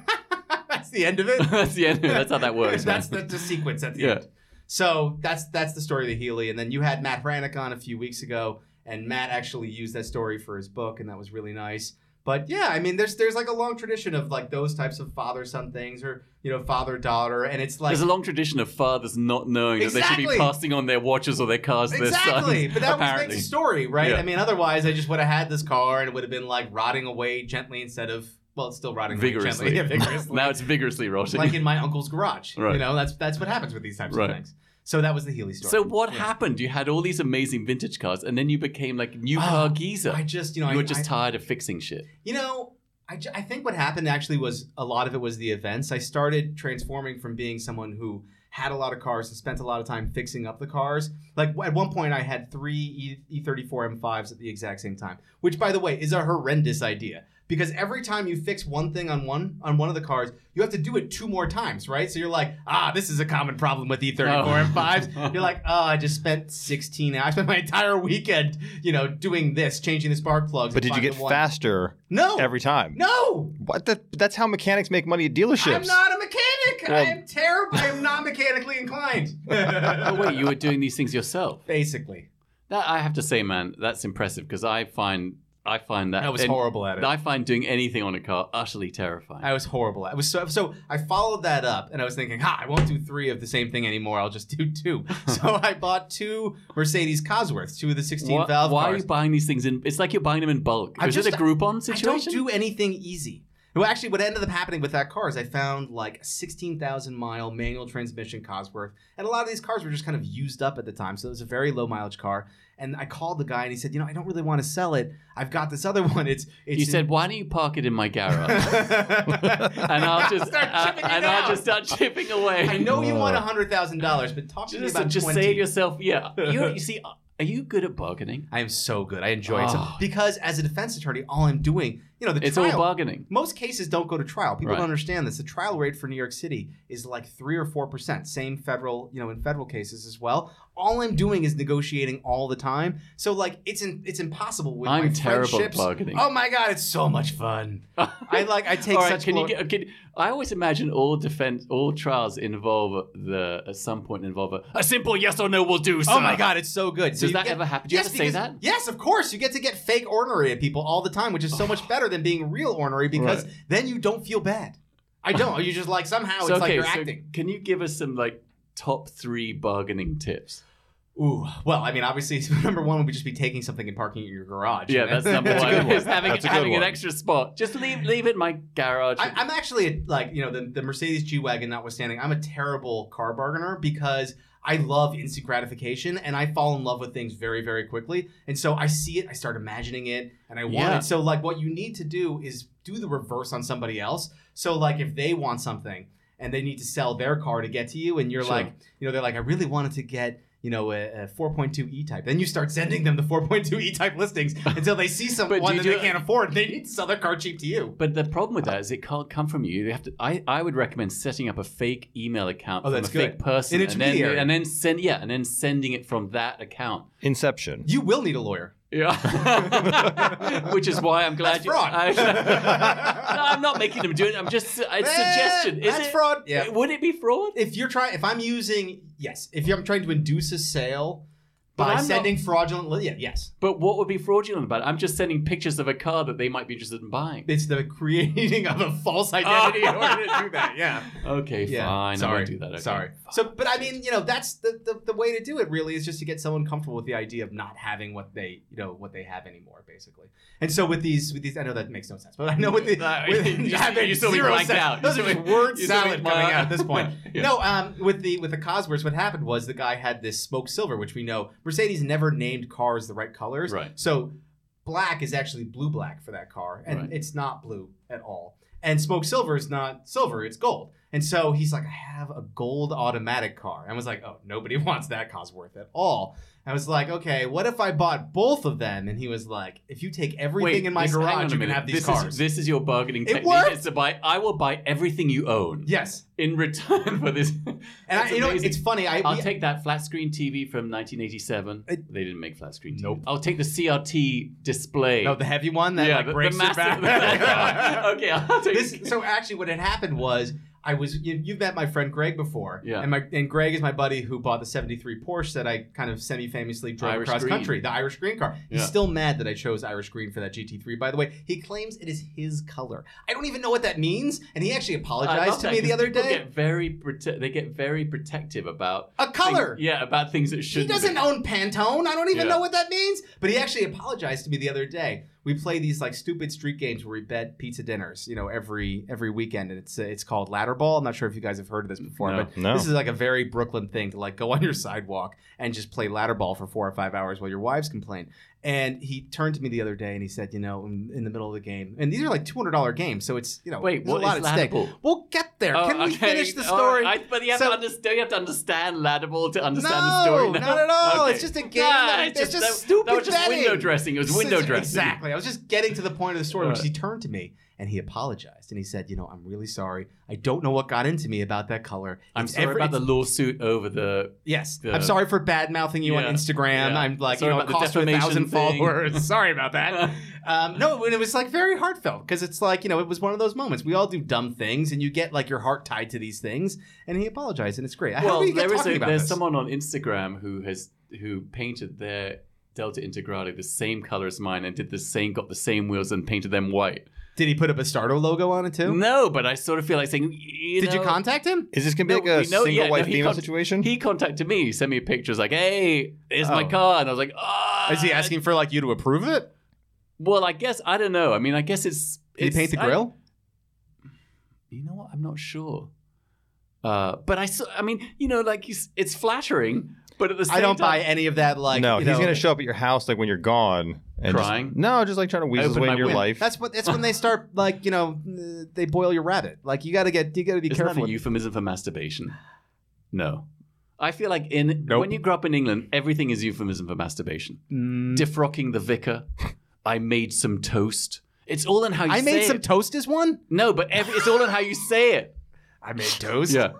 that's the end of it.
that's the end. That's how that works. man.
that's the, the sequence at the
Yeah.
end. So that's that's the story of the Healy. And then you had Matt Brannick on a few weeks ago, and Matt actually used that story for his book, and that was really nice. But yeah, I mean, there's there's like a long tradition of like those types of father son things, or you know, father daughter, and it's like
There's a long tradition of fathers not knowing that they should
Exactly.
be passing on their watches or their cars to their
exactly.
sons.
but that
apparently.
was makes a story, right?
Yeah.
I mean, otherwise, I just would have had this car, and it would have been like rotting away gently instead of well, it's still rotting
vigorously.
away gently, yeah, vigorously.
now it's vigorously rotting.
like in my uncle's garage. You
Right.
know, that's that's what happens with these types
Right.
of things. So that was the Healy story.
so what
Yeah.
happened? You had all these amazing vintage cars, and then you became like new car geezer.
Oh, I just, you know,
you were
I,
just
I,
tired of fixing shit.
you know, I, ju- I think what happened actually was a lot of it was the events. I started transforming from being someone who had a lot of cars and spent a lot of time fixing up the cars. Like at one point, I had three e- E34 M5s at the exact same time, which, by the way, is a horrendous idea. Because every time you fix one thing on one on one of the cars, you have to do it two more times, right? So you're like, ah, this is a common problem with E E34
Oh.
M5s. You're like, oh, I just spent 16 hours. I spent my entire weekend, you know, doing this, changing the spark plugs.
But
and
did you get
finding one.
faster
No,
every time?
no,
What? The, that's how mechanics make money at dealerships.
I'm not a mechanic.
Well-
I am terrible. I am not mechanically inclined.
Oh wait, you were doing these things yourself.
Basically,
That I have to say, man, that's impressive because I find I find that
I was
and
horrible at it.
I find doing anything on a car utterly terrifying.
I was horrible. I was so so. I followed that up, and I was thinking, "Ha! I won't do three of the same thing anymore. I'll just do two. so I bought two Mercedes Cosworths, two of the sixteen
Wha-
valve
why are
cars.
you buying these things in? It's like you're buying them in bulk.
I
Is it
just-
a Groupon
I don't
situation?
do anything easy. Well, actually, what ended up happening with that car is I found like a 16,000 mile manual transmission Cosworth. And a lot of these cars were just kind of used up at the time. So it was a very low mileage car. And I called the guy and he said, You know, I don't really want to sell it. I've got this other one. It's. it's
you said, why don't you park it in my garage? and
and
I'll just
start
uh,
chipping you
and
down.
I'll just start chipping away.
I know you want
Ugh.
$100,000, but talk to me
Just,
about
just
20.
save yourself. Yeah, you, you see, are you good at bargaining?
I am so good. I enjoy it. So-
Oh.
because as a defense attorney, all I'm doing, you know, the
It's all
trial,
bargaining.
Most cases don't go to trial. People
Right.
don't understand this. The trial rate for New York City is like three or four percent. Same federal, you know, in federal cases as well. All I'm doing is negotiating all the time. So like, it's in, it's impossible with my
I'm terrible at
friendships.
bargaining.
Oh my god, it's so much fun. I like. I take
all right,
such.
can you
glory-
get? Can, I always imagine all defense, all trials involve the at some point involve a, a simple yes or no will do.
Oh
sir."
my god, it's so good. So
Does
you
that
get-
ever happen? Do you
yes,
have to say
because-
that?
Yes, of course. You get to get fake ornery at people all the time, which is so much better than being real ornery because then you don't feel bad. I don't. You just like somehow
So,
it's like
okay,
you're
so
acting.
can you give us some like top three bargaining tips?
Ooh, well, I mean, obviously, number one would just be taking something and parking it in your garage.
Yeah,
And
that's number
That's a
one.
good one.
Is having,
That's a good
having
one.
an extra spot. Just leave leave it in my garage.
I, I'm actually like you know the, the Mercedes G wagon notwithstanding, I'm a terrible car bargainer because I love instant gratification and I fall in love with things very very quickly. And so I see it, I start imagining it, and I want
Yeah.
it. So like what you need to do is do the reverse on somebody else. So like if they want something and they need to sell their car to get to you, and you're
Sure.
like you know they're like I really wanted to get. You know, a, a 4.2 E type. Then you start sending them the 4.2 E type listings until they see someone
do you
that
do
they
it-
can't afford. They need to sell their car cheap to you.
but the problem
Uh,
with that is it can't come from you. You have to. I, I would recommend setting up a fake email account
Oh,
from
that's
a
good.
fake person,
An
and then
intermediary.
and then send yeah, and then sending it from that account.
Inception.
You will need a lawyer.
Yeah, which is why I'm glad
That's
you.
fraud.
I, no, I'm not making them do it. I'm just it's suggestion. Is
Eh, That's
it?
fraud. Yeah.
Would it be fraud?
If you're trying, if I'm using, yes, if I'm trying to induce a sale
But
by
I'm not-
sending fraudulent, li- yeah, yes,
But what would be fraudulent about it? I'm just sending pictures of a car that they might be interested in buying.
it's the creating of a
Oh.
false identity in order to do that. Yeah.
Okay,
Yeah.
fine. I
Sorry.
won't do that. Okay.
Sorry. So, but I mean, you know, that's the, the the way to do it. Really, is just to get someone comfortable with the idea of not having what they, you know, what they have anymore, basically. And so with these, with these, I know that makes no sense, but I know with the,
Uh,
with,
you- you-
having
you still be
zero
blanked
sense.
out. You
Those are
still
just
be-
word
you still be
salad coming out at this point.
blanked- Yeah.
No, um, with the with the Cosworths, what happened was the guy had this smoked silver, which we know Mercedes never named cars the right colors,
Right.
So black is actually blue black for that car, and
Right.
it's not blue at all. And smoked silver is not silver, it's gold. And so he's like, I have a gold automatic car. And I was like, oh, nobody wants that Cosworth at all. I was like, okay, what if I bought both of them? And he was like, if you take everything in my
this- hang on
garage,
a
you can
minute.
have these
this
cars.
Is, this is your bargaining
It
technique.
worked!
It's to buy. I will buy everything you own
yes.
in return for this. And
And I, you know, it's funny. I,
I'll
we-
take that flat screen TV from 1987.
It-
they didn't make flat screen TV.
Nope.
I'll take the CRT display.
no, the heavy one that like
the- the
breaks your
massive- Oh,
back.
okay, I'll take
this so actually what had happened was I was you, you've met my friend Greg before,
Yeah.
And my and Greg is my buddy who bought the '73 Porsche that I kind of semi-famously drove
Irish
across
green.
country, the Irish green car.
Yeah.
He's still mad that I chose Irish green for that GT3. By the way, he claims it is his color. I don't even know what that means, and he actually
I love
apologized to
that
me
'cause
the other
people
day.
Get very prote- they get very protective about
A color.
Things, yeah, about things that
He
shouldn't.
doesn't
be.
own Pantone. I don't even
Yeah.
know what that means. But he actually apologized to me the other day. We play these like stupid street games where we bet pizza dinners, you know, every every weekend, and it's uh, it's called ladder ball. I'm not sure if you guys have heard of this before,
No.
but
No.
this is like a very Brooklyn thing to like go on your sidewalk and just play ladder ball for four or five hours while your wives complain. And he turned to me the other day and he said, you know, in, in the middle of the game, and these are like two hundred dollar games, so it's you know,
Wait,
there's
what
a lot
is
at stake.
Ladderball?
We'll get there.
Oh,
Can we
okay,
finish the
all
story?
right, but you have,
So-
to understand, you have to understand Ladable to understand
No,
the story.
not at all.
Okay.
It's just a game that- it's just
that-
stupid
That was just
betting.
window dressing. It was window
This is-
dressing.
Exactly. I was just getting to the point of the story, which
Right.
he turned to me and he apologized and he said, "You know, I'm really sorry. I don't know what got into me about that color.
I'm
It's
sorry
every-
about the
it's-
lawsuit over the.
yes.
the-
I'm sorry for bad mouthing you
Yeah,
on Instagram.
yeah.
I'm like,
Sorry
you know,
about
it
the
cost you a
defamation
thousand
thing.
followers. sorry about that. Um, no, and it was like very heartfelt because it's like you know, it was one of those moments. We all do dumb things, and you get like your heart tied to these things. And he apologized, and it's great. How
well,
do we get
there is
talking
a,
about
there's
this?
someone on Instagram who has who painted their Delta Integrale the same color as mine and did the same, got the same wheels and painted them white.
Did he put a Bastardo logo on it too?
No, but I sort of feel like saying, y- you
Did you
know-
contact him?
Is this gonna be
No,
like a
we know-
single
yeah, no,
white
he
female
cont-
situation?
He contacted me, he sent me pictures like, "Hey, here's my
Oh.
car," and I was like, "Ah."
Is he asking for like you to approve it?
Well, I guess I don't know. I mean, I guess it's.
Did
it's-
he paint the
I-
grill?
you know what? I'm not sure. Uh, but I, so, I mean, you know, like you, s- it's flattering, but at the same
I, don't buy
time,
any of that. Like,
no,
you
he's
know-
gonna show up at your house like when you're gone and just-
Crying?
no, just like trying to weasel his
Open
way
my
into your
window.
life.
That's what. That's when they start like you know uh, they boil your rabbit. Like you got to get you got to be
isn't that
careful.
a euphemism for masturbation? No, I feel like in
Nope.
when you grow up in England, everything is euphemism for masturbation.
Mm.
Defrocking the vicar, I made some toast. It's all in how you
I
say
made some
it.
toast as one.
no, but every, it's all in how you say it.
I made toast.
Yeah.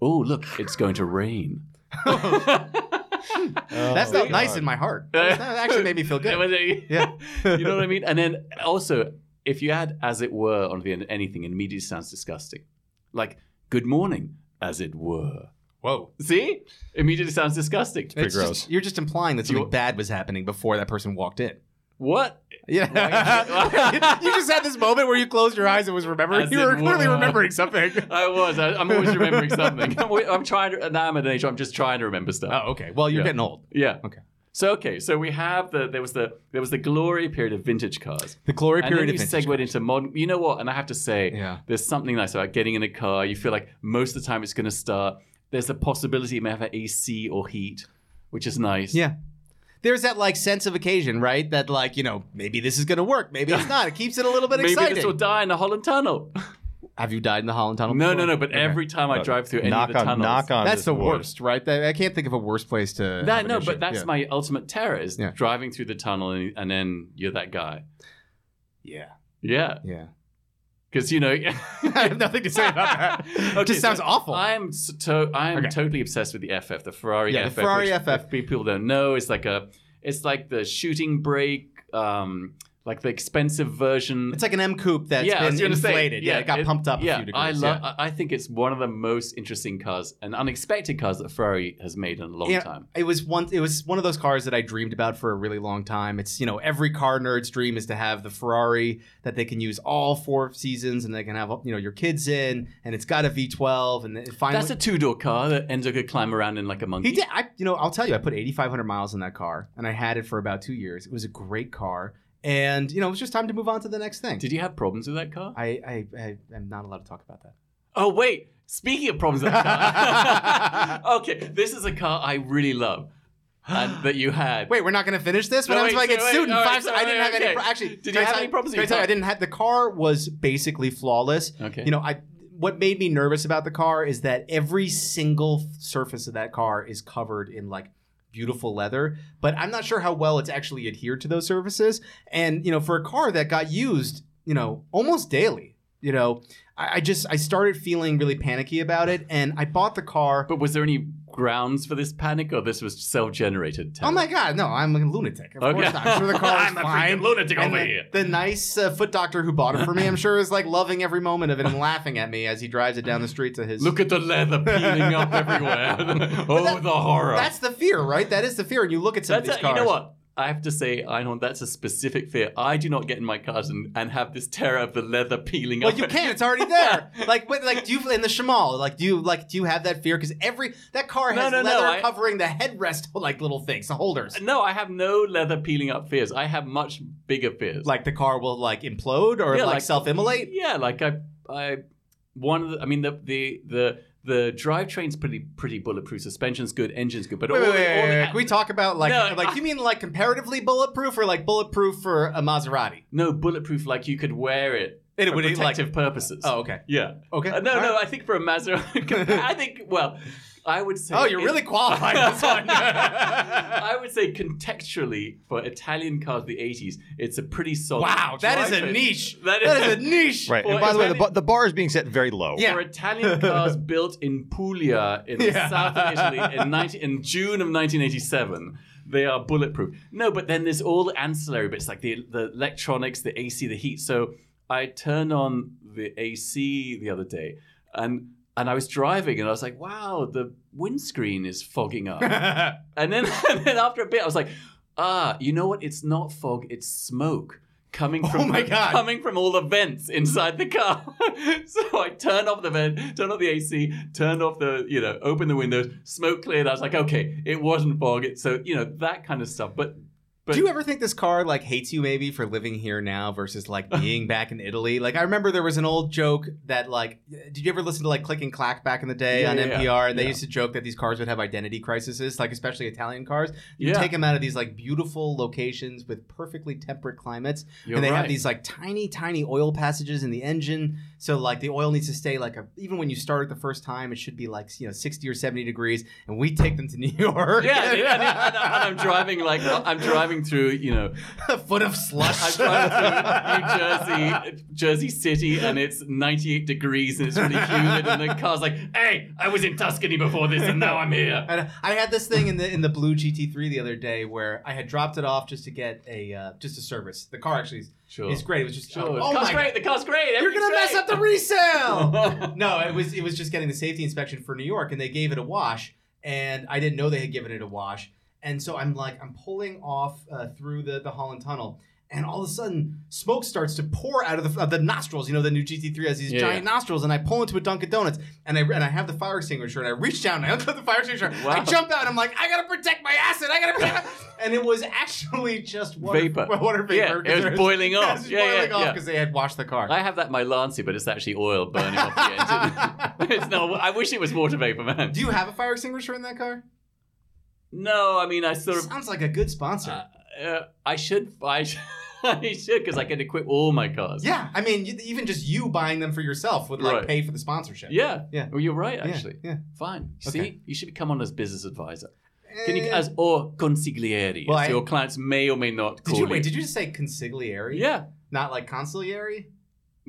Oh, look, it's going to rain.
Oh.
that's not nice in my heart. That actually made me feel
Yeah,
good.
but, uh, you know what I mean? And then also, if you add as it were on the end of anything, it immediately sounds disgusting. Like, good morning, as it were.
Whoa.
See? Immediately sounds disgusting.
Pretty gross.
you're just implying that
You-
something bad was happening before that person walked in.
What?
Yeah, you just had this moment where you closed your eyes and was remembering.
As
You were
it
clearly
were.
remembering something.
I was. I, I'm always remembering something. I'm, always- I'm trying to, now I'm at an age where I'm just trying to remember stuff.
Oh, okay. Well, you're
Yeah.
getting old.
Yeah.
Okay.
So okay, so we have the there was the there was the glory period of vintage cars.
The glory
And
period
then you
of vintage.
segued into modern. You know what? And I have to say,
Yeah.
there's something nice about getting in a car. You feel like most of the time it's going to start. There's a possibility it may have an AC or heat, which is nice.
Yeah. There's that like sense of occasion, right? That like, you know, maybe this is gonna work, maybe it's not. It keeps it a little bit
Maybe
exciting.
this will die in the Holland Tunnel.
Have you died in the Holland Tunnel?
No,
before?
no, no. But
Okay.
every time I
But
drive through any
knock
of the
on,
tunnels,
knock on.
that's
this
the
wood.
worst, right? That- I can't think of a worse place to. have
that
an
no,
issue.
but that's
yeah.
my ultimate terror is
Yeah.
driving through the tunnel and, and then you're that guy.
Yeah,
Yeah,
yeah.
because you know.
I have nothing to say about that.
Okay,
it just
so
sounds awful.
I am s- to- I am
Okay.
totally obsessed with the FF, the Ferrari
Yeah, the
FF.
Ferrari
which
FF.
if people don't know, it's like a it's like the shooting brake, um, like the expensive version.
it's like an M coupe that's
yeah, I was
been
gonna say,
inflated. yeah, it got pumped up
yeah,
a few
I
degrees.
love. I I think it's one of the most interesting cars and unexpected cars that Ferrari has made in a long
Yeah.
time.
It was one. It was one of those cars that I dreamed about for a really long time. It's you know every car nerd's dream is to have the Ferrari that they can use all four seasons, and they can have you know your kids in, and it's got a V12, and it finally.
That's a two door car that Enzo could climb around in like a monkey.
he did. I, you know, I'll tell you, I put 8,500 miles in that car, and I had it for about two years. It was a great car, and you know, it was just time to move on to the next thing.
Did you have problems with that car?
I, I, I am not allowed to talk about that.
Oh wait, speaking of problems with that car. okay, this is a car I really love. and that you had.
Wait, we're not going to finish this. What
No,
happens if
wait,
I get
so wait,
sued in
all right,
five?
so
I didn't
wait,
have any.
okay.
Pro- actually,
Did you
can I
have
tell
any problems
Can I
with
tell
your
you, I didn't have the car was basically flawless.
Okay.
You know, I what made me nervous about the car is that every single f- surface of that car is covered in like beautiful leather, but I'm not sure how well it's actually adhered to those surfaces. And you know, for a car that got used, you know, almost daily, you know, I, I just I started feeling really panicky about it, and I bought the car.
But was there any grounds for this panic, or this was self-generated?
Oh my god, no, I'm a lunatic. Of
Okay.
course not. I'm sure the car is
I'm a freaking
fine.
lunatic
And
over
the,
here.
the nice uh, foot doctor who bought it for me, I'm sure, is like loving every moment of it and laughing at me as he drives it down the street to his.
Look at the leather peeling up everywhere. oh,
that-
the horror!
that's the fear, right? That is the fear. And you look at some
That's
of
a-
these cars.
You know what? I have to say, Einhorn, that's a specific fear. I do not get in my cars and, and have this terror of the leather peeling
Well,
up.
you can't. It's already there. like, what, like, do you in the Shamal? Like, do you like do you have that fear? Because every that car
No,
has
no, no,
leather
I-
covering the headrest, like little things, the holders.
No, I have no leather peeling up fears. I have much bigger fears.
Like the car will like implode or
Yeah,
like,
like-
self-immolate.
yeah, like I, I, one of the, I mean, the the the the drivetrain's pretty pretty bulletproof. Suspension's good, engine's good, but
Wait,
all
wait,
the-
wait,
all
wait,
the-
wait. Can we talk about like
No,
like
I-
you mean like comparatively bulletproof or like bulletproof for a Maserati?
no bulletproof. Like you could wear it
It
for
would, like-
protective purposes.
Oh, okay,
yeah.
okay.
Uh, no,
All right.
no. I think for a Maserati, I think well, I would say.
Oh, you're
it-
really qualified this one.
I would say contextually for Italian cars of the 80s, it's a pretty solid.
wow, that is a
drivetrain.
niche.
That is,
That is a niche.
Right.
Or
and by the way,
if
the,
any-
bu- the bar is being set very low.
Yeah.
For Italian cars built in Puglia in the
Yeah.
south of Italy in, 19, in June of 1987, they are bulletproof. No, but then there's all the ancillary bits like the, the electronics, the AC, the heat. So I turned on the AC the other day and and I was driving and I was like, wow, the windscreen is fogging up. And then, and then after a bit, I was like, ah, you know what? It's not fog, it's smoke coming from
Oh my
the-
God.
coming from all the vents inside the car. so I turned off the vent, turned off the AC, turned off the, you know, opened the windows, smoke cleared. I was like, okay, it wasn't fog. It, so, you know, that kind of stuff. But
Do you ever think this car like hates you maybe for living here now versus like being back in Italy? Like I remember there was an old joke that like did you ever listen to like Click and Clack back in the day
Yeah,
on
yeah,
NPR and they
yeah.
used to joke that these cars would have identity crises, like especially Italian cars. You
Yeah.
take them out of these like beautiful locations with perfectly temperate climates
you're
and they have
right.
these like tiny, tiny oil passages in the engine. So like the oil needs to stay like a, even when you start it the first time, it should be like you know sixty or seventy degrees. And we take them to New York.
Yeah, and, and- and- and I'm driving like I'm driving through, you know,
a foot of slush.
I'm driving through New Jersey, Jersey City, and it's 98 degrees and it's really humid, and the car's like, "Hey, I was in Tuscany before this, and now I'm here."
And I had this thing in the in the blue GT3 the other day where I had dropped it off just to get a uh, just a service. The car actually is,
Sure,
is great. It was just
sure.
oh,
the
oh
car's
my
great. The car's great.
God, you're gonna mess up the resale.
the.
no, it was it was just getting the safety inspection for New York, and they gave it a wash, and I didn't know they had given it a wash, and so I'm like I'm pulling off uh, through the the Holland Tunnel, and all of a sudden smoke starts to pour out of the, of the nostrils. You know the new GT3 has these
Yeah,
giant nostrils, and I pull into a Dunkin' Donuts, and I and I have the fire extinguisher, and I reach down, and I look at the fire extinguisher, I
Wow.
jump out, and I'm like I gotta protect my acid, I gotta protect. My... And it was actually just water,
Vapor.
Water vapor.
Yeah, it
'cause
was
there
boiling
it
off.
was
Yeah, yeah,
boiling off
yeah.
because they had washed the car.
I have that in my Lancia, but it's actually oil burning off the engine. it's not. I wish it was water vapor, man.
Do you have a fire extinguisher in that car?
No, I mean, I sort of.
Sounds like a good sponsor.
Uh, I should. I should. I should because I can equip all my cars.
yeah, I mean, you- even just you buying them for yourself would like
Right.
pay for the sponsorship.
Yeah.
Yeah.
Well, you're right,
Yeah,
actually.
yeah.
Fine.
Okay.
See, you should come on as business advisor. Can you,
Eh,
as or consigliere,
Well,
as
I-
your clients may or may not call
did you wait? Did you just say consigliere?
yeah.
not like consigliere.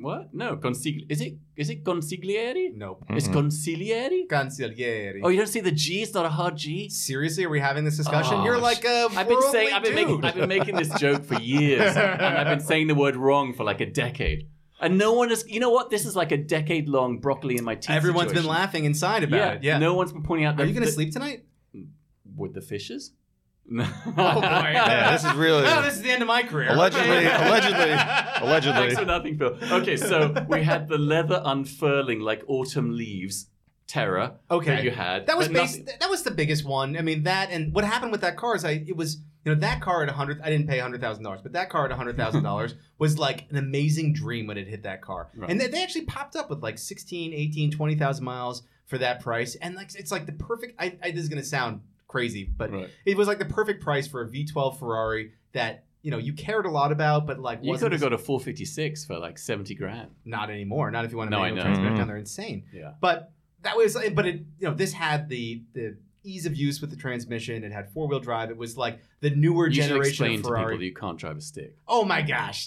What? No, consigli. Is it is it consigliere?
Nope,
It's
Mhm.
consigliere.
consigliere.
Oh, you don't see the G. It's not a hard G.
seriously? Are we having this discussion?
Oh,
You're like a
I've been saying.
worldly
I've been making.
dude.
I've been making this joke for years, and I've been saying the word wrong for like a decade, and no one is. You know what? This is like a decade long broccoli in my teeth.
Everyone's been
situation.
laughing inside about
yeah,
it. Yeah.
No one's been pointing out.
Are you
that-
gonna
that-
sleep tonight?
with the fishes? No.
Oh boy.
Yeah, this is really-
Oh, this is the end of my career.
Allegedly- allegedly- Allegedly.
Thanks for nothing, Phil. Okay, so we had the leather unfurling like autumn leaves terror that
Okay.
you had.
That was
but
bas-
nothing-
that was the biggest one. I mean that and what happened with that car is I it was you know that car at hundred I didn't pay hundred thousand dollars but that car at hundred thousand dollars was like an amazing dream when it hit that car
Right.
and they, they actually popped up with like 16, 18, 20,000 miles for that price and like it's like the perfect I, I this is gonna sound crazy, but
Right.
it was like the perfect price for a V12 Ferrari that you know you cared a lot about, but like
You
wasn't
could have got a 456 for like 70 grand.
not anymore. Not if you want to
No,
no,
I
manual
know.
transmission
Mhm.
down. They're insane.
Yeah.
But that was, but it, you know, this had the the ease of use with the transmission. It had four wheel drive. It was like the newer
You should
generation
explain
of
to people
Ferrari.
that you can't drive a stick.
oh my gosh!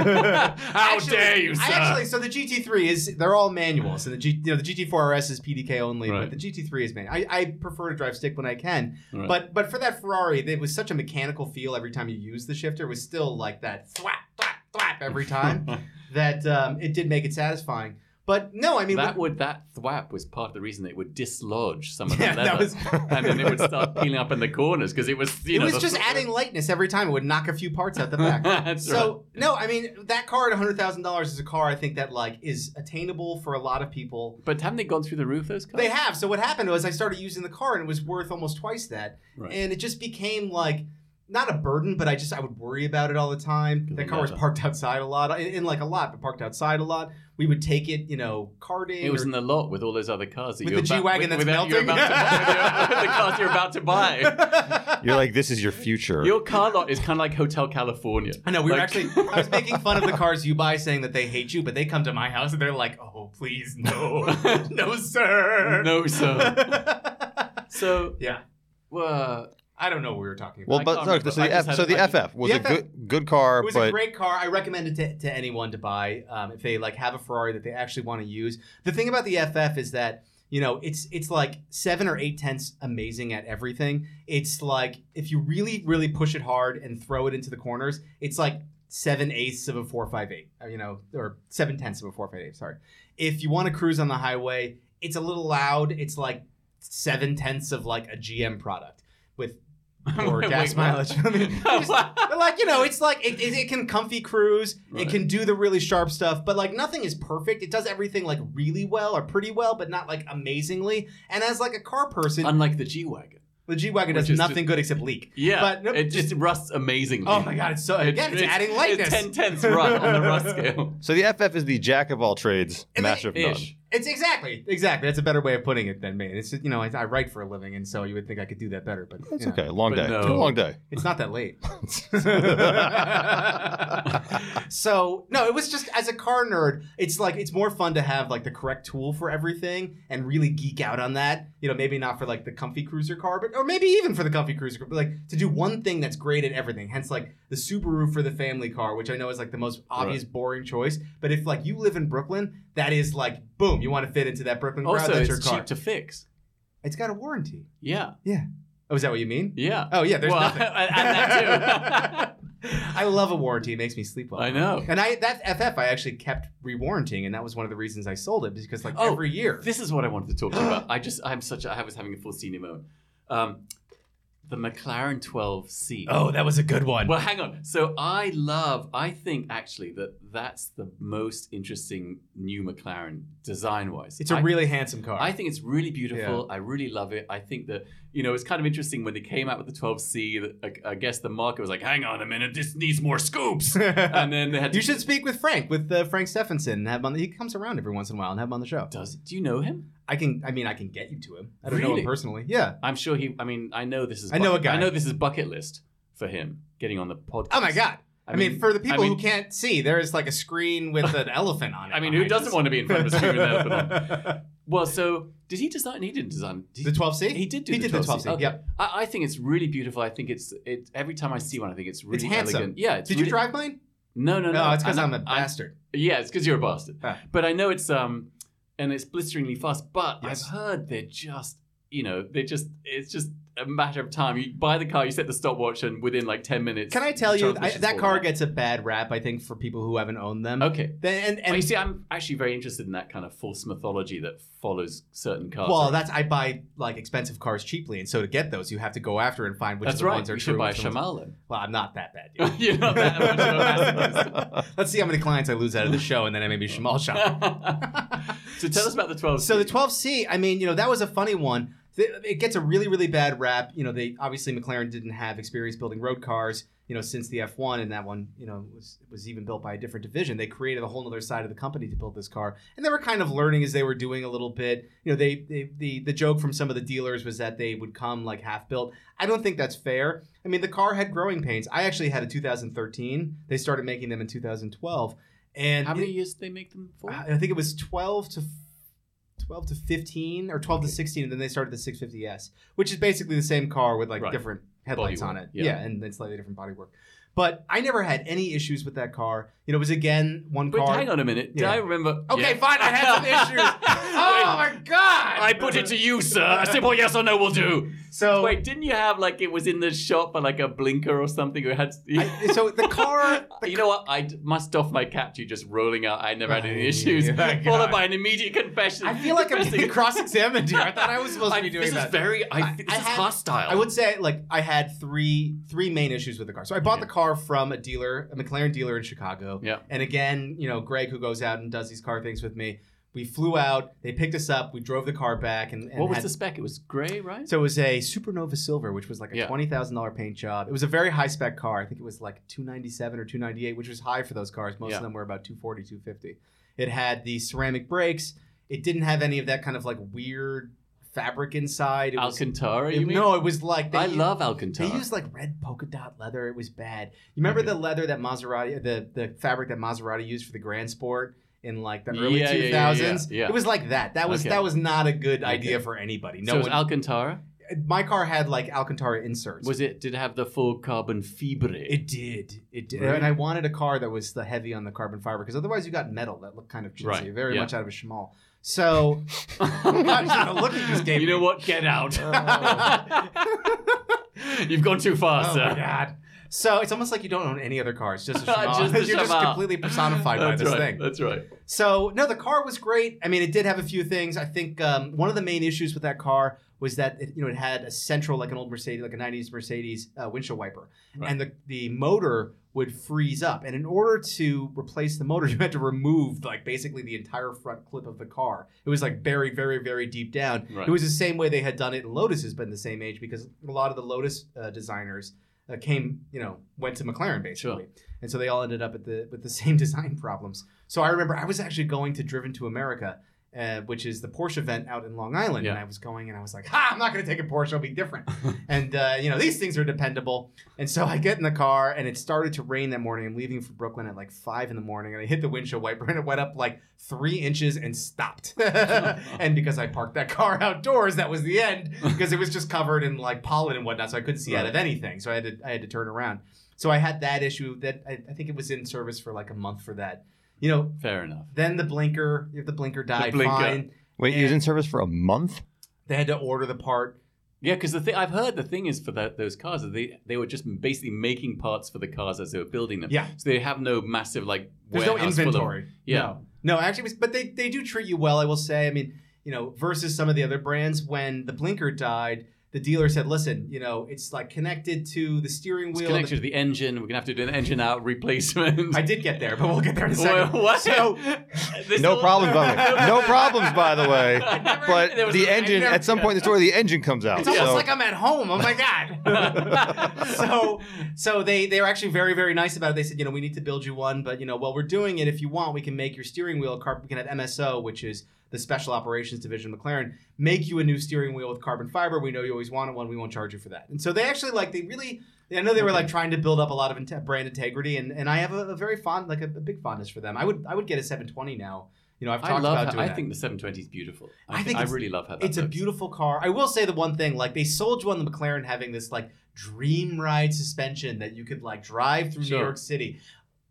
How
Actually,
dare you, sir?
I actually, so the GT3 is they're all manuals, and the G, you know the GT4 RS is PDK only,
Right.
but the GT3 is manual. I, I prefer to drive stick when I can,
Right.
but but for that Ferrari, it was such a mechanical feel every time you used the shifter. It was still like that thwap thwap thwap every time that um, it did make it satisfying. But no, I mean
that would that thwap was part of the reason it would dislodge some of
Yeah,
the leather,
that was.
and then it would start peeling up in the corners because it was you
It
know
was
the
just
thw-
adding lightness every time. It would knock a few parts out the back.
That's right.
so no, I mean that car at hundred thousand dollars is a car I think that like is attainable for a lot of people.
but haven't they gone through the roof? Those cars?
They have. So what happened was I started using the car and it was worth almost twice that,
Right.
and it just became like not a burden, but I just I would worry about it all the time.
Good
That car was
leather.
parked outside a lot, in, in like a lot, but parked outside a lot. We would take it, you know, karting.
It was
or-
in the lot with all those other cars that
With
you're
the
about-
G-Wagon that's
with, with that you're
melting?
about to buy, the cars you're about to buy.
You're like, this is your future.
Your car lot is kind of like Hotel California.
I know we were
Like-
actually. I was making fun of the cars you buy, saying that they hate you, but they come to my house and they're like, "Oh, please, no, no, sir,
No, sir. So,
yeah,
uh,
I don't know what we were talking about.
well,
I
but
can't
look,
remember.
so
I
the,
just
F,
had
so
it-
the
I-
FF was
The
a
FF
good good car,
it was
but
a great car. I recommend it to, to anyone to buy um, if they like have a Ferrari that they actually want to use. The thing about the FF is that you know it's it's like seven or eight tenths amazing at everything. It's like if you really really push it hard and throw it into the corners, it's like seven eighths of a four five eight. uh, You know, or seven tenths of a four five eight. Sorry. If you want to cruise on the highway, it's a little loud. It's like seven tenths of like a GM product with or
Wait,
gas
what?
mileage. I mean, just- but like you know, it's like it, it, it can comfy cruise.
Right.
It can do the really sharp stuff, but like nothing is perfect. It does everything like really well or pretty well, but not like amazingly. And as like a car person,
Unlike the G wagon.
the G wagon
which
does
is
nothing good except leak.
Yeah,
But no-
it just rusts amazingly.
Oh my god, it's so again, it's, adding lightness.
It's ten tenths run on the rust scale.
so the FF is the jack of all trades,
And
master of none.
Ish.
It's exactly, exactly. That's a better way of putting it than me. It's just, you know, I, I write for a living, and so you would think I could do that better, but
It's
you know,
okay. Long
But
day.
no.
It's a long day.
It's not that late. so no, it was just as a car nerd, it's like it's more fun to have like the correct tool for everything and really geek out on that. You know, maybe not for like the comfy cruiser car, but or maybe even for the comfy cruiser car, but like to do one thing that's great at everything. Hence, like the Subaru for the family car, which I know is like the most obvious boring choice. But if like you live in Brooklyn, that is like boom, you want to fit into that Brooklyn crowd.
Also,
that's
it's
your car.
cheap to fix.
it's got a warranty.
Yeah,
Oh, is that what you mean?
yeah.
Oh yeah, there's
well,
nothing.
and that
I love a warranty. It makes me sleep
too.
well.
I know.
And I that FF I actually kept re-warranting, and that was one of the reasons I sold it because like
Oh,
every year.
This is what I wanted to talk to you about. I just, I'm such, a, I was having a full senior moment. Um, the McLaren 12C.
that was a good one.
Well, hang on. So I love, I think actually that that's the most interesting new McLaren design wise.
it's a really handsome car.
I think it's really beautiful. I really love it. I think that you know it's kind of interesting when they came out with the 12C. that- I, I guess the market was like, "Hang on a minute, this needs more scoops." and then they had.
you
to,
should speak with Frank, with uh, Frank Stephenson, and have him on. The, he comes around every once in a while and have him on the show.
Does do you know him?
I can, I mean, I can get you to him. I don't know
Really?
him personally. Yeah.
I'm sure he. I mean, I know this is.
I know a
bucket-
guy.
I know this is bucket list for him getting on the podcast.
Oh my god. I, mean, for the people
I mean,
who can't see, there is like a screen with an elephant on it.
I mean, who doesn't want to be in front of a screen with an elephant on?
on?
Well, so did he design? He didn't design. Did he,
The 12C.
he did do
He
the
did the
12C.
12C.
Okay.
Yep.
I, I think it's really beautiful. I think it's it. Every time I see one, I think it's really
handsome.
elegant. Yeah. It's
Did
really,
you drive mine?
No, no, no.
No, it's because
And
I'm a
I-
bastard.
Yeah, it's because you're a bastard.
Ah.
But I know it's um, and it's blisteringly fast. But
Yes.
I've heard they're just, you know, they're just. It's just a matter of time. You buy the car, you set the stopwatch, and within like ten minutes.
Can I tell you I,
transmission's
that car
falling
gets a bad rap? I think for people who haven't owned them.
out. Okay.
Then and,
And
and
you see, I'm actually very interested in that kind of false mythology that follows certain cars.
Well, that's I buy like expensive cars cheaply, and so to get those, you have to go after and find which
That's
of the
right.
ones are
you
true.
should buy a
which ones-
Shamal then.
Well, I'm not that bad. Dude.
You're not that much of a masochist.
Let's see how many clients I lose out of the show, and then I maybe Shamal shop.
so tell us about the 12.
so the 12C, I mean, you know, that was a funny one. Th- It gets a really, really bad rap. You know, they obviously McLaren didn't have experience building road cars. You you know, since the F1 and that one, you know, was was even built by a different division. They created a whole other side of the company to build this car, and they were kind of learning as they were doing a little bit. You know, they, they the the joke from some of the dealers was that they would come like half built. I don't think that's fair. I mean, the car had growing pains. I actually had a 2013. They started making them in 2012, and
How
it- Uh,
many years did they make them for?
I I think it was 12 to 12 to 15 or 12 to 16 and then they started the 650S, which is basically the same car with like
Right.
different headlights
Bodywork,
on it.
yeah.
Yeah. and then slightly different bodywork. But I never had any issues with that car. You know, it was again one
Wait,
car.
hang on a minute. Did
Yeah.
I remember?
Okay,
Yeah.
fine, I had some issues. oh
Wait,
my god.
I put it to you, sir. A simple yes or no will do.
So
Wait, didn't you have like it was in the shop for like a blinker or something? You had.
I- so the car the
you know what? I d- must doff my cap to you just rolling out. I never had any issues.
Oh, my God.
Followed by an immediate confession.
I feel like I'm
Confessing-
being cross-examined here. I thought I was supposed
I-
to be doing
this is
that.
very. I,
I-
this
I
is
had-
hostile.
I would say like I had three three main issues with the car. So I bought the car from a dealer, a McLaren dealer in Chicago.
Yeah.
And again, you know, Greg who goes out and does these car things with me. We flew out, they picked us up, we drove the car back and, and
what was
had-
the spec? It was grey, right?
so it was a Supernova Silver, which was like a
Yeah.
twenty thousand dollar paint job. It was a very high spec car. I think it was like two ninety seven or two ninety eight, which was high for those cars. Most
Yeah.
of them were about 240, 250. It had the ceramic brakes. It didn't have any of that kind of like weird fabric inside. It was,
Alcantara, you mean?
no, it was like
I
they-
love
they
Alcantara.
used like red polka dot leather. It was bad. You remember the leather that Maserati, the the fabric that Maserati used for the Grand Sport in like the early
Yeah, yeah, yeah,
two
yeah,
thousands?
yeah.
It was like that. That was
Okay.
that was not a good
Okay.
idea for anybody.
so
No
it was
one.
Alcantara.
my car had like Alcantara inserts.
Was it? Did it have the full carbon fibre?
it did. It did.
Really?
And I wanted a car that was the heavy on the carbon fiber because otherwise you got metal that looked kind of chintzy,
Right,
very
yeah.
much out of a schmal. So Gosh, you know, look at this game. Oh,
You know what? Get out. You've gone too far,
Oh
sir.
my god. So it's almost like you don't own any other cars, just a Shimano.
Just the
You're just
Shimano.
completely personified by
That's
this
right,
thing.
That's right.
So no, the car was great. I mean, it did have a few things. I think um, one of the main issues with that car was that it, you know it had a central, like an old Mercedes, like a '90s Mercedes uh, windshield wiper,
Right.
and the the motor would freeze up. And in order to replace the motor, you had to remove like basically the entire front clip of the car. It was like buried very, very deep down.
Right.
It was the same way they had done it in Lotuses, but in the same age because a lot of the Lotus uh, designers uh, came, you know, went to McLaren basically, and so they all ended up at the with the same design problems. So I remember I was actually going to Driven to America, uh, which is the Porsche event out in Long Island,
Yeah.
and I was going and I was like, "Ha! I'm not going to take a Porsche. I'll be different." and uh, you know these things are dependable. And so I get in the car, and it started to rain that morning. I'm leaving for Brooklyn at like five in the morning, and I hit the windshield wiper, and it went up like three inches and stopped. and because I parked that car outdoors, that was the end because it was just covered in like pollen and whatnot, so I couldn't see out
Right.
of anything. So I had to I had to turn around. So I had that issue. That I, I think it was in service for like a month for that. You know,
Fair enough.
then the blinker, if the blinker died,
blinker.
fine.
Wait, he was in service for a month?
They had to order the part.
Yeah, because the thing I've heard the thing is for that those cars is they they were just basically making parts for the cars as they were building them.
Yeah.
So they have no massive like
There's no
warehouse full of-
inventory.
Yeah.
No, no actually, it was- but they, they do treat you well, I will say. I mean, you know, versus some of the other brands, when the blinker died, the dealer said, listen, you know, it's like connected to the steering
It's
wheel.
connected to the engine. We're gonna have to do an engine out replacement.
I did get there, but we'll get there in a second.
What?
So,
This
no
all-
problems, by the way. No problems, by the way.
never- there
But
was
the
a- I
engine,
never-
at some point in the story, the engine comes out.
It's almost
so-
like I'm at home. Oh my god. so so they they were actually very very nice about it. They said, you know, we need to build you one, but you know, while we're doing it, if you want, we can make your steering wheel carbon. We can have MSO, which is the Special Operations Division of McLaren, make you a new steering wheel with carbon fiber. We know you always wanted one. We won't charge you for that. And so they actually like they really. I know they were like trying to build up a lot of inte- brand integrity, and, and I have a, a very fond like a, a big fondness for them. I would I would get a 720 now. You know, I've talked
I love.
about
How,
doing
I
that.
think the 720 is beautiful. I,
I
think,
think
I
it's-
really love how that
It's a
looks.
beautiful car. I will say the one thing, like they sold you on the McLaren having this like dream ride suspension that you could like drive through
Sure.
New York City.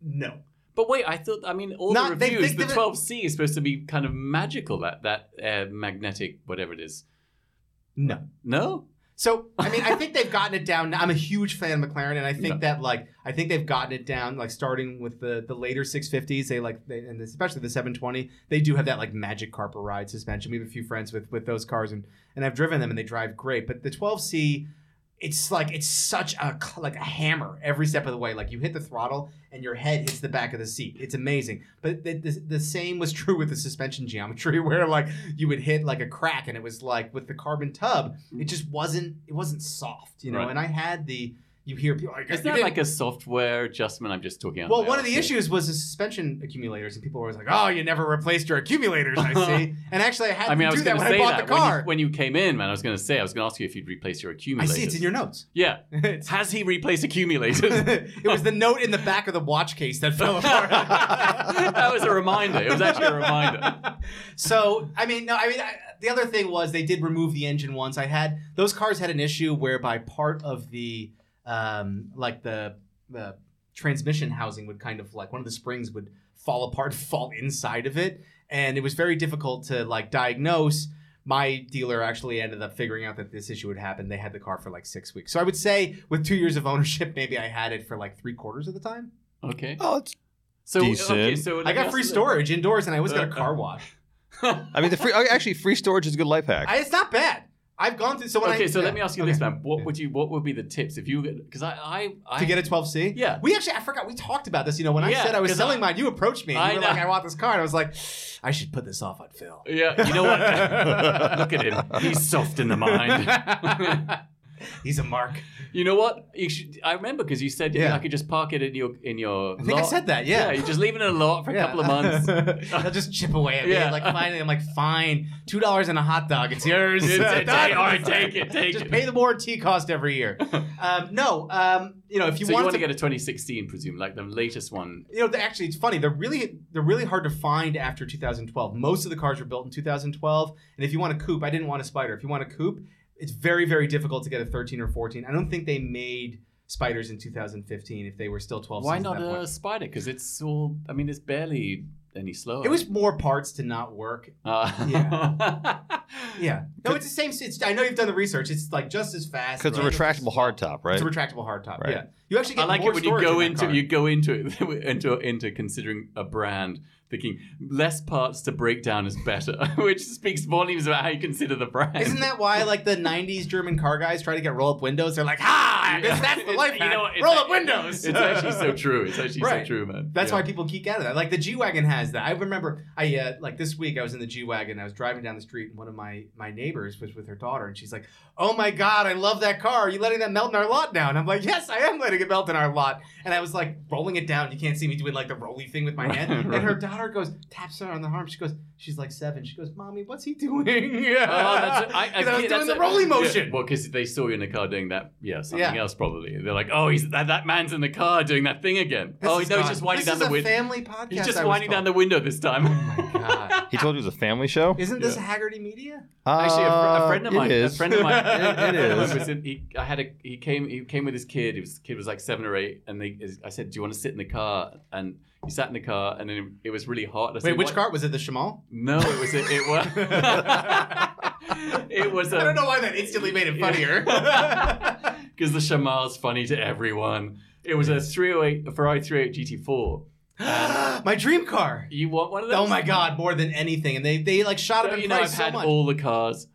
No,
But wait, I thought. I mean, all
Not-
the
they
reviews,
think
the
of it-
12C is supposed to be kind of magical. That that uh, magnetic, whatever it is.
no.
No.
So I mean, I think they've gotten it down. I'm a huge fan of McLaren, and I think
No.
that like I think they've gotten it down. Like starting with the the later 650s, they like they, and especially the 720, they do have that like magic carpet ride suspension. We have a few friends with with those cars, and and I've driven them, and they drive great. But the 12C. it's like it's such a cl- like a hammer every step of the way. Like you hit the throttle and your head hits the back of the seat. It's amazing. But the, the, the same was true with the suspension geometry, where like you would hit like a crack, and it was like with the carbon tub, it just wasn't it wasn't soft, you know.
Right.
And I had the you hear people. Like,
Is that like a software adjustment? I'm just talking out.
well,
my
one of
ass
the
here.
issues was the suspension accumulators, and people were always like, "Oh, you never replaced your accumulators." I see. And actually, I had
I mean,
to
I
do
was going
that
to
when
say
I bought
that
the car.
When, you, when you came in, man. I was going to say I was going to ask you if you'd replace your
I
accumulators.
see it's in your notes.
yeah.
It's-
Has he replaced accumulators?
it was the note in the back of the watch case that fell apart.
that was a reminder. It was actually a reminder.
so I mean, no, I mean I, the other thing was they did remove the engine once. I had those cars had an issue whereby part of the um, like the the transmission housing would kind of like one of the springs would fall apart, fall inside of it, and it was very difficult to like diagnose. My dealer actually ended up figuring out that this issue had happened. They had the car for like six weeks. So I would say, with two years of ownership, maybe I had it for like three quarters of the time.
Okay.
Oh, it's.
So okay.
Decent.
So let
I
me
got
ask
free
you-
storage indoors, and I always got a
Uh,
car wash.
I mean, the free oh, actually free storage is a good life hack.
I, it's not bad. I've gone through. So when
Okay,
I,
so
yeah.
let me ask you
Okay.
this, man. What
Yeah.
would you? What would be the tips if you? Because I, I, I
to get a 12C.
Yeah.
we actually I forgot we talked about this. You know, when I
Yeah,
said I was
'cause
selling
I-
mine, you approached me. And
I
you were
know.
like, I want this car, and I was like, I should put this off on Phil.
Yeah, you know what? Look at him. He's soft in the mind.
He's a mark.
You know what? You should, I remember because you said
Yeah.
I could just park it in your in your.
I think I
lot.
said that. Yeah.
you just leave it in a lot for a
Yeah.
couple of months.
They'll just chip away at me.
Yeah.
Like finally, I'm like, fine, two dollars and a hot dog. It's yours.
It's- it's-
Done.
all right, take it, take
Just
it.
pay the warranty cost every year. Um, no, um, you know, if you
so you
want
want
to
to get a 2016, presume, like the latest one.
you know, they're- actually, it's funny. They're really they're really hard to find after 2012. Most of the cars were built in 2012, and if you want a coupe, I didn't want a Spider. If you want a coupe, it's very very difficult to get a 13 or 14. I don't think they made Spiders in 2015 if they were still 12.
Why
seats
not
At that
a
point.
spider? Because it's all. I mean, it's barely any slower.
It was more parts to not work.
Uh,
Yeah. No, it's the same. It's, I know you've done the research. It's like just as fast.
Because
right?
it's a retractable hardtop,
It's
right?
a retractable hardtop.
Right.
Yeah. You actually
I
get
like
more
it when you
storage
go
in that
into
car.
you go into it into into considering a brand thinking less parts to break down is better, which speaks volumes about how you consider the brand.
Isn't that why like the '90s German car guys try to get roll up windows? They're like, ah, I guess that's the
It's-
life.
you know what,
hack.
it's
roll
like-
up windows.
It's actually so true. It's actually
Right.
so true, man.
That's why people geek out of that. Like the G wagon has that. I remember I uh, like this week I was in the G wagon. I was driving down the street, and one of my my neighbors was with her daughter, and she's like, "Oh my god, I love that car. Are you letting that melt in our lot now?" And I'm like, "Yes, I am letting it melt in our lot." And I was like rolling it down. You can't see me doing like the rolly thing with my hand. And her daughter goes taps her on the arm. She goes, "She's like seven. She goes, "Mommy, what's he doing?" yeah,
Oh, that's a, I, I,
'Cause I was
yeah,
doing
that's
the
a-
rolly
yeah.
motion.
Well, because they saw you in the car doing that, yeah, something
Yeah.
else probably. They're like, oh, he's that, that man's in the car doing that thing again.
This
oh, no,
is
he's
not-
just winding down
this is
the
a
window.
family podcast.
He's
I
just
was
winding down
told.
the window this time.
Oh my god!
he told you it was a family show.
Isn't this
Yeah.
Haggerty Media?
Actually, a, fr- a friend of
Uh,
mine,
It
a
is.
friend of mine,
It- it
a friend of mine
is.
was in- he, I had a, he came, he came with his kid. His kid was like seven or eight, and they, I said, "Do you want to sit in the car?" And he sat in the car, and then it was really hot. I said,
Wait, which
"What?"
car was it? The Shamal?
No, it was, a, it was, it was. um, A,
I don't know why that instantly made it funnier.
Because the Shamal's funny to everyone. It was a 308, a Ferrari 308 GT4.
my dream car.
You want one of those?
Oh my god, more than anything, and they they like shot up
Don't
in
you know,
price
I've
so
had
much.
all the cars.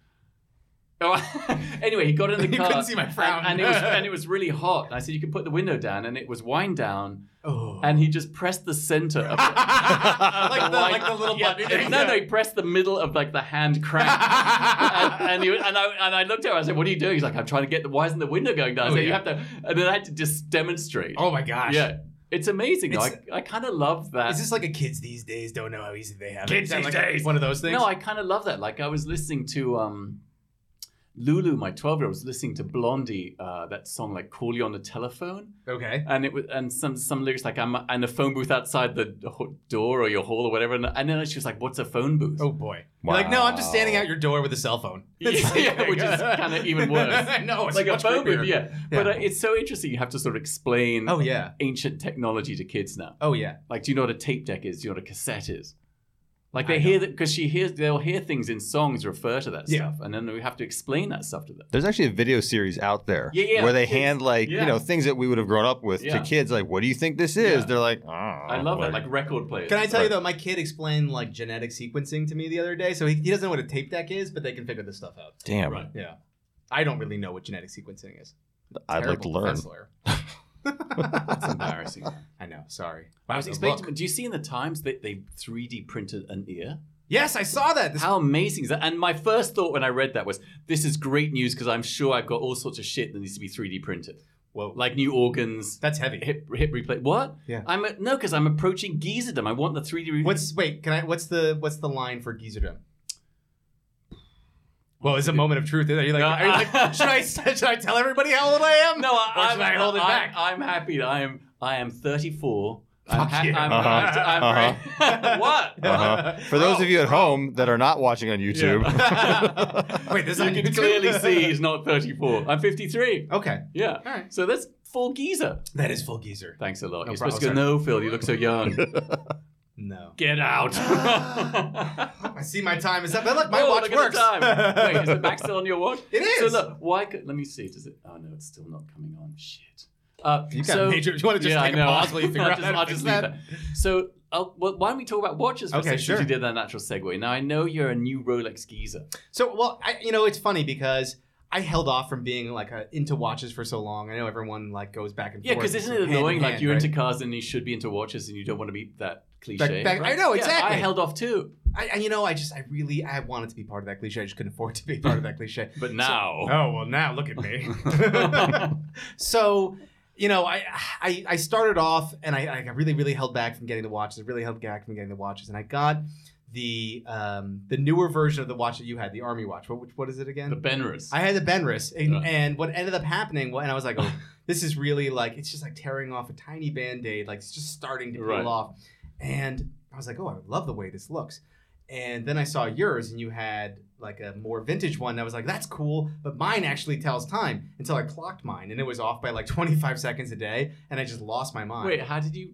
Oh, anyway, he got in the
You
car.
couldn't see my frown.
And, and it was, and it was really hot. I said, you can put the window down. And it was wind down.
oh.
And he just pressed the center of the,
like, the, like the little
Yeah,
button. thing.
No, no, he pressed the middle of like the hand crank. and, and, he, and, I, and I looked at him. I said, "What are you doing?" He's like, "I'm trying to get the. Why isn't the window going down?" I
Oh,
said, "You
yeah.
have to." And then I had to just demonstrate.
oh my gosh.
yeah, it's amazing. though.
It's-
I, I kind of love that.
Is this like a kids these days don't know how easy they have
Kids
it? Is that
these
like
days.
One of those things.
no, I kind of love that. Like I was listening to um, Lulu, my twelve-year-old, was listening to Blondie, uh, that song like "Call You on the Telephone,"
okay.
and it was and some some lyrics like "I'm in a phone booth outside the ho- door or your hall or whatever," and, and then she was like, "What's a phone booth?"
Oh boy. You're like, no, I'm just standing out your door with a cell phone. That's
Yeah,
the
yeah,
thing.
which is kinda even worse.
I know. It's
It's like a
much
phone booth,
creepier.
yeah. But uh, it's so interesting. You have to sort of explain
Oh yeah.
ancient technology to kids now.
Oh yeah.
Like, do you know what a tape deck is? Do you know what a cassette is? Like
I
they hear that because she hears they'll hear things in songs refer to that
Yeah.
stuff, and then we have to explain that stuff to them.
There's actually a video series out there
Yeah, yeah,
where they
it's-
hand like
yeah.
you know things that we would have grown up with
Yeah.
to kids. Like, what do you think this is?
Yeah.
They're like, oh, I
I love that, like record players.
Can I tell you
Right.
though, my kid explained like genetic sequencing to me the other day, so he, he doesn't know what a tape deck is, but they can figure this stuff out.
Damn,
Right.
Yeah, I don't really know what genetic sequencing is.
I'd like to
Terrible
learn.
defense lawyer.
That's embarrassing.
I know. Sorry.
I was
The
expecting.
book.
Do you see in the Times that they 3D printed an ear?
Yes, I saw that. This
How amazing is that? And my first thought when I read that was, this is great news because I'm sure I've got all sorts of shit that needs to be 3D printed.
Whoa.
like new organs,
That's heavy.
hip, hip replay. What?
Yeah.
I'm a, no, because I'm approaching Gizidom. I want the 3D. Re-
What's wait? Can I? What's the what's the line for Geezerdom? Well, it's a moment of truth. Are you like?
No,
are you
I-
like should I should I tell everybody how old I am?
No, I,
Or
I'm,
should I hold it back?
I, am happy. that I am. I am 34. I'm
Fuck yeah.
I'm,
Uh-huh.
I'm, I'm
Uh-huh.
what?
Uh-huh. For those of you
Oh,
at home that are not watching on YouTube,
Wait, this is
you
on
can
YouTube?
clearly see he's not 34. I'm 53.
Okay,
Yeah.
all right.
So that's full geezer.
That is full geezer.
Thanks a lot.
No
You're supposed to go,
problem,
no, Phil, you look so young.
No.
Get out.
I see my time is up. But look, my
Oh,
watch
look at
works.
the time. Wait, is the back still on your watch?
It is.
So look, why could, let me see. Does it, oh no, it's still not coming on. Shit. Uh,
you got
so,
major. You want to just
yeah,
take
I
a
know.
pause while you figure
I'll
out
just,
how to
I'll
fix
just
that?
leave that. So, I'll, well, why don't we talk about watches for a
Okay,
second? since
sure.
You did that natural segue. Now I know you're a new Rolex geezer.
So, well, I, you know, it's funny because I held off from being like uh into watches for so long. I know everyone like goes back and
Yeah,
forth.
because isn't
hand
it
in
annoying? like
hand,
you're
right?
into cars and you should be into watches, and you don't want to be that cliche.
Back- back- I know,
Yeah, I
exactly.
held off too,
I, I- you know, I just, I really, I wanted to be part of that cliche. I just couldn't afford to be part of that cliche.
but now
Oh well, now look at me. so, you know, I, I I started off and I I really really held back from getting the watches. I really held back from getting the watches, and I got the um the newer version of the watch that you had, the army watch. What which, what is it again?
the Benrus.
I had the Benris, and,
Yeah.
and what ended up happening, wa- and I was like, oh, this is really like, it's just like tearing off a tiny band aid, like it's just starting to peel
Right.
off. And I was like, oh, I love the way this looks. And then I saw yours, and you had like a more vintage one. And I was like, that's cool, but mine actually tells time until I clocked mine, and it was off by like 25 seconds a day, and I just lost my mind.
Wait, how did you?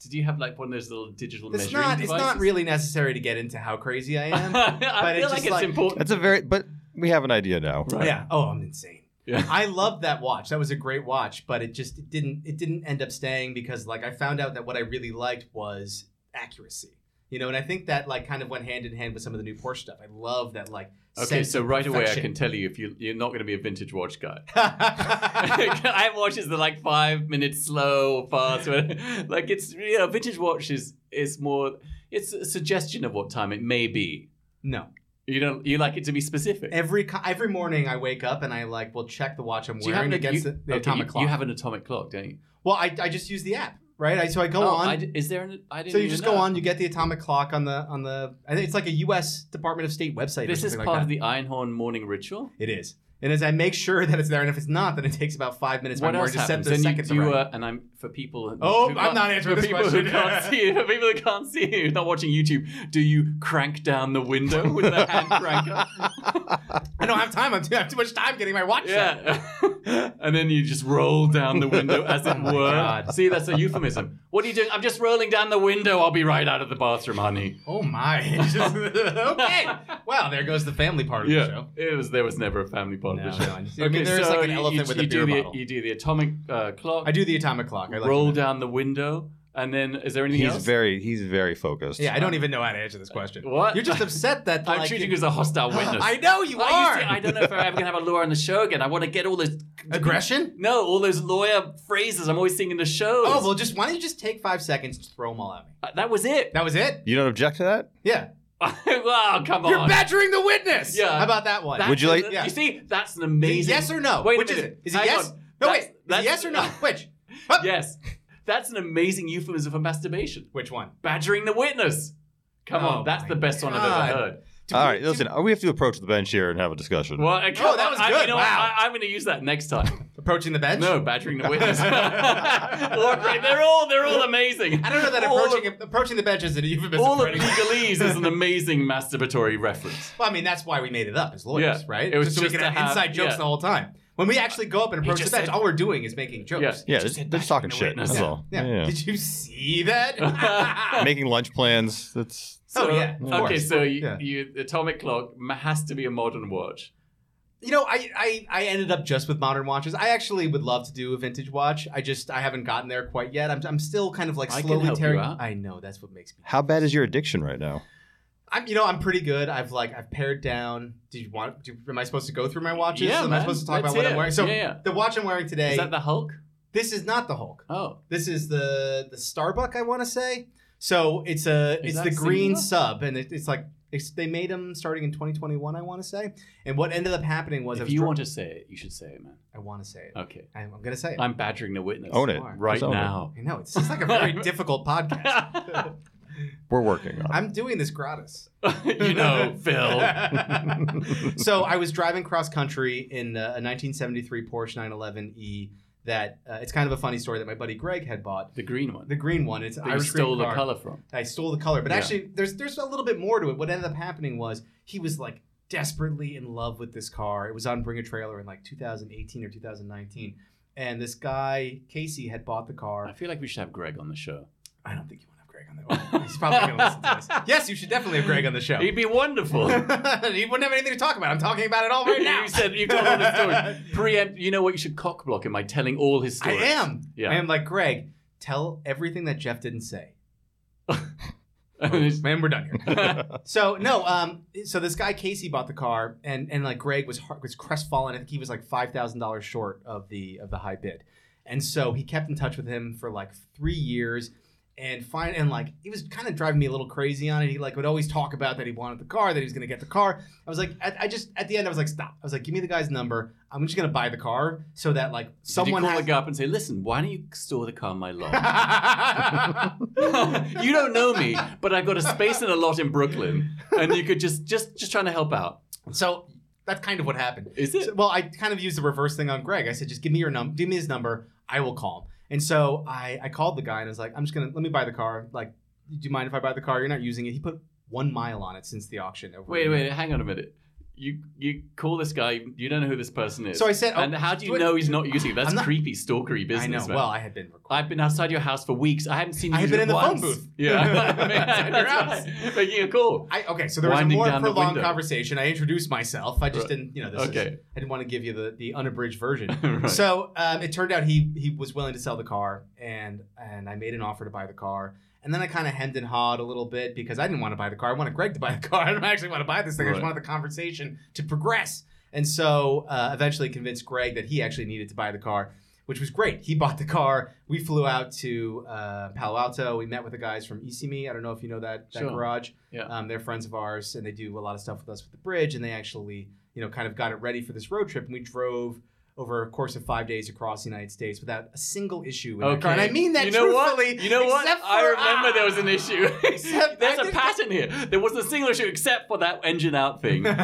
Did you have like one of those little digital
it's
measuring
not, it's
devices?
not really necessary to get into how crazy I am.
I
it's
feel like
just
it's
like-
important.
that's a very. But we have an idea now.
Right.
Yeah. Oh, I'm insane.
Yeah.
I loved that watch. That was a great watch, but it just it didn't it didn't end up staying because like I found out that what I really liked was accuracy. You know, and I think that like kind of went hand in hand with some of the new Porsche stuff. I love that like
Okay,
sense
so
of
right away I can
perfection.
tell you if you you're not going to be a vintage watch guy. I have watches that are like five minutes slow or fast. Or like it's yeah, vintage watch is is more. It's a suggestion of what time it may be.
no.
You don't you like it to be specific.
Every co- every morning I wake up and I like will check the watch I'm
Do you have
wearing
an-
against
you-
the, the
okay,
atomic
you,
clock.
You have an atomic clock, don't you?
well, I, I just use the app, right? I, so I go
Oh,
on.
I d- is there an? I didn't
so you
even
just
know.
go on, you get the atomic clock on the on the. I think it's like a U.S. Department of State website.
This
or
is
something
part
like that.
of the Einhorn morning ritual.
It is. And as I make sure that it's there, and if it's not, then it takes about five minutes.
what
more
else
to set
happens?
the
Then you
seconds
do,
around.
uh, and I'm for people. who-
Oh,
who can't-
I'm not answering
for
this
people
question.
who can't see you. For people who can't see you, not watching YouTube, do you crank down the window with a hand cranker?
I don't have time. I'm too, I have too much time getting my watch. set.
Yeah. and then you just roll down the window, as
Oh
it
my
were.
God.
See, that's a euphemism. What are you doing? I'm just rolling down the window. I'll be right out of the bathroom, honey.
Oh my. It's just- okay. Wow. There goes the family part of the
Yeah.
show.
It was there was never a family part of the
No,
show.
no, I see. I mean, there's
so
like an
you-
elephant
you,
with
you
a beer
do
bottle.
The, you do the atomic uh, clock.
I do the atomic clock. I like
roll
that.
down the window, and then is there anything
He's
else?
very. He's very focused.
Yeah, I don't even know how to answer this question.
What?
You're just upset that
I'm
like,
treating you
you-
as a hostile witness.
I know you
I,
are.
used to- I don't know if I'm ever gonna have a lawyer on the show again. I want to get all those
Aggression.
No, all those lawyer phrases I'm always seeing in the shows.
Oh well, just why don't you just take five seconds to throw them all at me?
Uh, that was it.
That was it.
You don't object to that?
Yeah.
wow, come
You're
on.
badgering the witness.
Yeah.
How about that one?
That's
Would you like-
an-
Yeah.
You see, that's an
Is it
amazing.
yes or no?
Wait a
Which is
minute.
it? Is it
Hang
yes?
on.
No,
That's-
wait. Is
that's-
it yes or no? Which?
yes, that's an amazing euphemism for masturbation.
Which one?
Badgering the witness. Come
Oh
on, that's
my
the best one I've
God.
ever heard.
Do
All
we-
right,
do-
listen. uh, We have to approach the bench here and have a discussion.
Well, uh, come
Oh, that
on,
was
I-
good.
you know what?
Wow.
I, I'm going to use that next time.
Approaching the bench?
No, badgering the witness. Or great. They're all they're all amazing.
I don't know that
all
approaching
of,
approaching the bench is an euphemism.
all
for
of
anything.
legalese is an amazing masturbatory reference.
Well, I mean, that's why we made it up as lawyers,
Yeah.
right?
It was
so we
just
can
to
have,
have-
inside jokes
yeah.
the whole time. When we actually go up and
He
approach the
just
bench,
said-
all we're doing is making jokes.
Yeah.
yeah,
Just
just,
sit
they're
back
just talking
and
shit.
witness.
That's
Yeah.
all.
Yeah.
Yeah.
Did you see that?
Making lunch plans. That's
Oh, yeah, of
Okay,
course.
so you,
Yeah.
you atomic clock ma- has to be a modern watch.
you know, I, I I ended up just with modern watches. I actually would love to do a vintage watch. I just I haven't gotten there quite yet. I'm, I'm still kind of like
I can
slowly
help you
tearing.
out.
I know that's what makes me.
How bad is your addiction right now?
I'm you know I'm pretty good. I've like I've pared down. Do you want? Do, am I supposed to go through my watches?
yeah,
am
man,
I supposed to talk
let's
about what
hear
I'm
it.
wearing? So
yeah, yeah.
the watch I'm wearing today.
Is that the Hulk?
this is not the Hulk.
Oh,
This is the the Starbuck I want to say. So it's a
Is
it's
that
the green
singular?
sub, and it, it's like It's, they made them starting in 2021, I want to say. And what ended up happening was I
If
was
you
dr-
want to say it, you should say it, man.
I want to say it.
Okay.
I'm, I'm gonna say it.
I'm badgering the witness
Own it
Smart.
right
Just own it.
now.
I know it's just like a very difficult podcast.
We're working on it.
I'm doing this gratis.
you know, Phil.
so I was driving cross country in uh, a 1973 Porsche 911e. That uh, it's kind of a funny story that my buddy Greg had bought
The green one.
the green one. It's
that you
Irish green
stole the
car.
color from.
I stole the color, but
Yeah.
actually, there's there's a little bit more to it. What ended up happening was he was like desperately in love with this car. It was on Bring a Trailer in like 2018 or 2019, and this guy Casey had bought the car.
I feel like we should have Greg on the show.
I don't think you want to have Greg on the He's probably going to listen to this. Yes, you should definitely have Greg on the show.
He'd be wonderful.
he wouldn't have anything to talk about. I'm talking about it all right now.
you said you told all the stories. Preempt. You know what? You should cock block him by telling all his
I
stories.
am.
Yeah.
I am like, Greg, tell everything that Jeff didn't say.
am.
Man, we're done here. so, no, um, so this guy Casey bought the car and and like Greg was heart, was crestfallen. I think he was like $5,000 short of the of the high bid. And so he kept in touch with him for like 3 years. and find and like he was kind of driving me a little crazy on it. He like would always talk about that he wanted the car, that he was gonna get the car. I was like, I, I just at the end I was like, stop. I was like, give me the guy's number. I'm just gonna buy the car so that like someone
Did you call
has.
the guy up and say, "Listen, why don't you store the car on my lawn?
guy.
you don't know me, but I've got a space and a lot in Brooklyn, and you could just just just trying to help out.
so that's kind of what happened.
Is it?
So- well, I kind of used the reverse thing on Greg. I said, just give me your num, give me his number. I will call him. And so I I called the guy and I was like, I'm just gonna let me buy the car. Like, do you mind if I buy the car? You're not using it. He put one mile on it since the auction. Over
Wait, wait, hang on a minute. You you call this guy? You don't know who this person is.
So I said, oh,
and how do you
do it-
know he's not using it? That's
I'm not-
creepy, stalkery business.
I know.
man.
Well, I had been recording.
I've been outside your house for weeks. I haven't seen you.
I have been in the phone
once.
booth.
Yeah, I mean,
At your
that's right. making a call.
I, okay, so there was a
Winding
more
down the
prolonged
window.
conversation. I introduced myself. I just
Right.
didn't, you know, this is,
Okay.
I didn't want to give you the, the unabridged version.
Right.
So um, it turned out he he was willing to sell the car, and and I made an offer to buy the car. And then I kind of hemmed and hawed a little bit because I didn't want to buy the car. I wanted Greg to buy the car. I don't actually want to buy this thing. I just
Right.
wanted the conversation to progress. And so uh, eventually convinced Greg that he actually needed to buy the car, which was great. He bought the car. We flew out to uh, Palo Alto. We met with the guys from ECME. I don't know if you know that, that
Sure.
garage.
Yeah.
Um, they're friends of ours, and they do a lot of stuff with us with the bridge. And they actually, you know, kind of got it ready for this road trip. And we drove over a course of five days across the United States without a single issue. In our car. And I mean that
you know
truthfully.
What? You know what?
except
I
for- ah,
remember there was an issue.
Except-
There's
I
a
did-
pattern here. There wasn't a single issue except for that engine out thing. but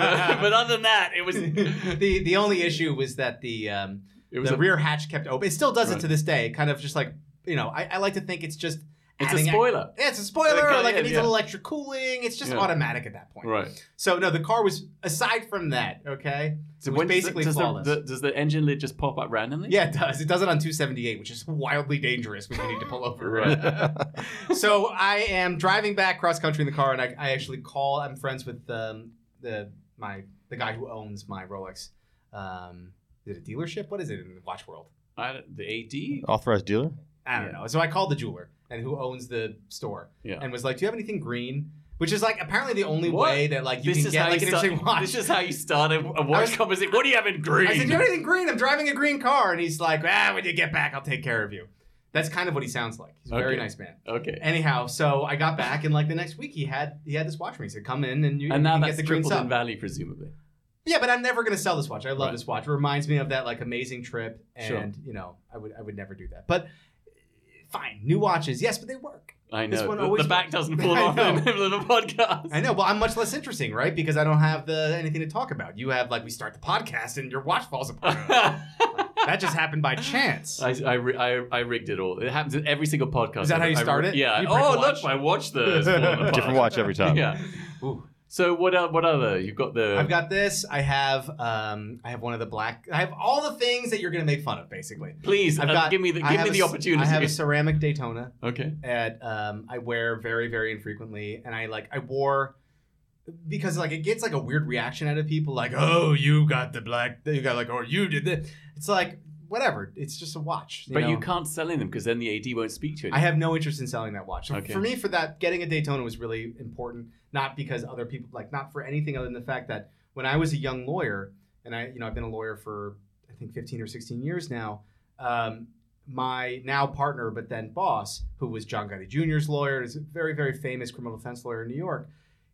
other than that, it was it
the the only issue was that the um,
was
the
a,
rear hatch kept open. It still does it
Right.
to this day. Kind of just like you know, I, I like to think it's just
it's a
adding-
spoiler.
Yeah, it's a spoiler.
Yeah,
like it needs
yeah.
a little extra cooling. It's just
Yeah.
automatic at that point.
Right.
So no, the car was aside from that. Okay.
So
was basically
does, the,
flawless.
the, does the engine lid just pop up randomly?
Yeah, it does. It does it on 278, which is wildly dangerous when you need to pull over. so I am driving back cross country in the car, and I, I actually call. I'm friends with um, the my the guy who owns my Rolex. Um, is it a dealership? What is it in the watch world?
I don't- the AD.
Authorized dealer?
I don't
Yeah.
know. So I called the jeweler and who owns the store,
Yeah.
and was like, "Do you have anything green?" Which is like apparently the only
What?
way that like you
this
can
is
get
how
like an
you start,
interesting watch.
This is how you start a, a
I
watch
was-
conversation. What do you have in green?
I said, "Do you have anything green? I'm driving a green car," and he's like, "Ah, when you get back, I'll take care of you." That's kind of what he sounds like. He's a very
Okay.
nice man.
okay.
Anyhow, so I got back, and like the next week, he had he had this watch for me. He said, "Come in, and you,
And
you
now
can
that's
get the green
tripled in
sub."
value, presumably.
Yeah, but I'm never gonna sell this watch. I love
Right.
this watch. It reminds me of that like amazing trip, and
Sure.
you know, I would I would never do that. But fine, new watches, yes, but they work.
I know.
This one
the,
always
the back
works.
doesn't fall
I
off in
know.
the middle of the podcast.
I know. Well, I'm much less interesting, right? Because I don't have the anything to talk about. You have like we start the podcast, and your watch falls apart. that just happened by chance.
I, I, ri- I, I rigged it all. It happens in every single podcast.
Is that how you
I- I-
start it?
Yeah.
You break
oh,
a watch?
look, my watch there is falling apart.
Different watch every time.
Yeah.
Ooh.
So what? Uh, what other? You've got the.
I've got this. I have um I have one of the black. I have all the things that you're gonna make fun of, basically.
please,
I've
uh,
got-
give me the
I
give
have
me
a
the
c-
opportunity.
I have a ceramic Daytona.
okay.
that um, I wear very, very infrequently, and I like I wore because like it gets like a weird reaction out of people, like oh you got the black, you got like or you did this. It's like whatever. It's just a watch.
but you
know?
can't sell in them because then the AD won't speak to you.
I have no interest in selling that watch. So
Okay.
For me, for that, getting a Daytona was really important, not because other people like, not for anything other than the fact that when I was a young lawyer, and I, you know, I've been a lawyer for I think 15 or 16 years now. Um, my now partner, but then boss, who was John Gotti Jr.'s lawyer, is a very, very famous criminal defense lawyer in New York.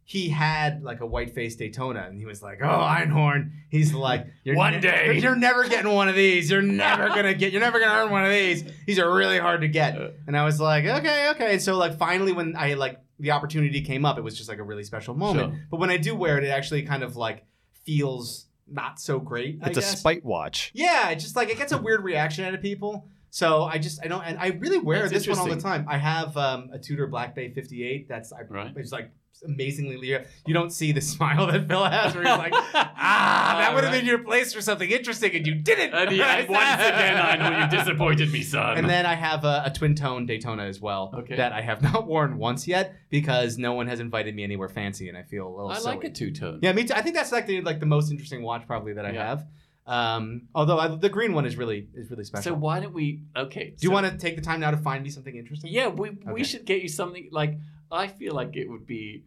he had like a white face Daytona, and he was like, "Oh, Einhorn." He's like, you're
One
ne-
day.
you're never getting one of these. You're never gonna get. You're never gonna earn one of these. These are really hard to get." And I was like, "Okay, okay." And so like finally, when I like the opportunity came up, it was just like a really special moment. But when I do wear it, it actually kind of like feels not so great. I
It's a
guess.
spite watch.
Yeah, it's just like it gets a weird reaction out of people. So I just I don't and I really wear
That's
this one all the
interesting.
time. I have um, a Tudor Black Bay 58. That's I,
Right.
it's like amazingly Leah. You don't see the smile that Phil has where he's like, ah, that
Ah,
would have
right.
been your place for something interesting and you didn't.
And yeah, once again, I know you disappointed me, son.
And then I have a, a twin tone Daytona as well
Okay.
that I have not worn once yet because no one has invited me anywhere fancy and I feel a little
I like
silly.
a two tone.
Yeah, me too. I think that's like the like the most interesting watch probably that I
Yeah.
have. Um, although I, the green one is really is really special.
So why don't we? Okay.
Do you want to take the time now to find me something interesting?
Yeah, we
Okay.
we should get you something like. I feel like it would be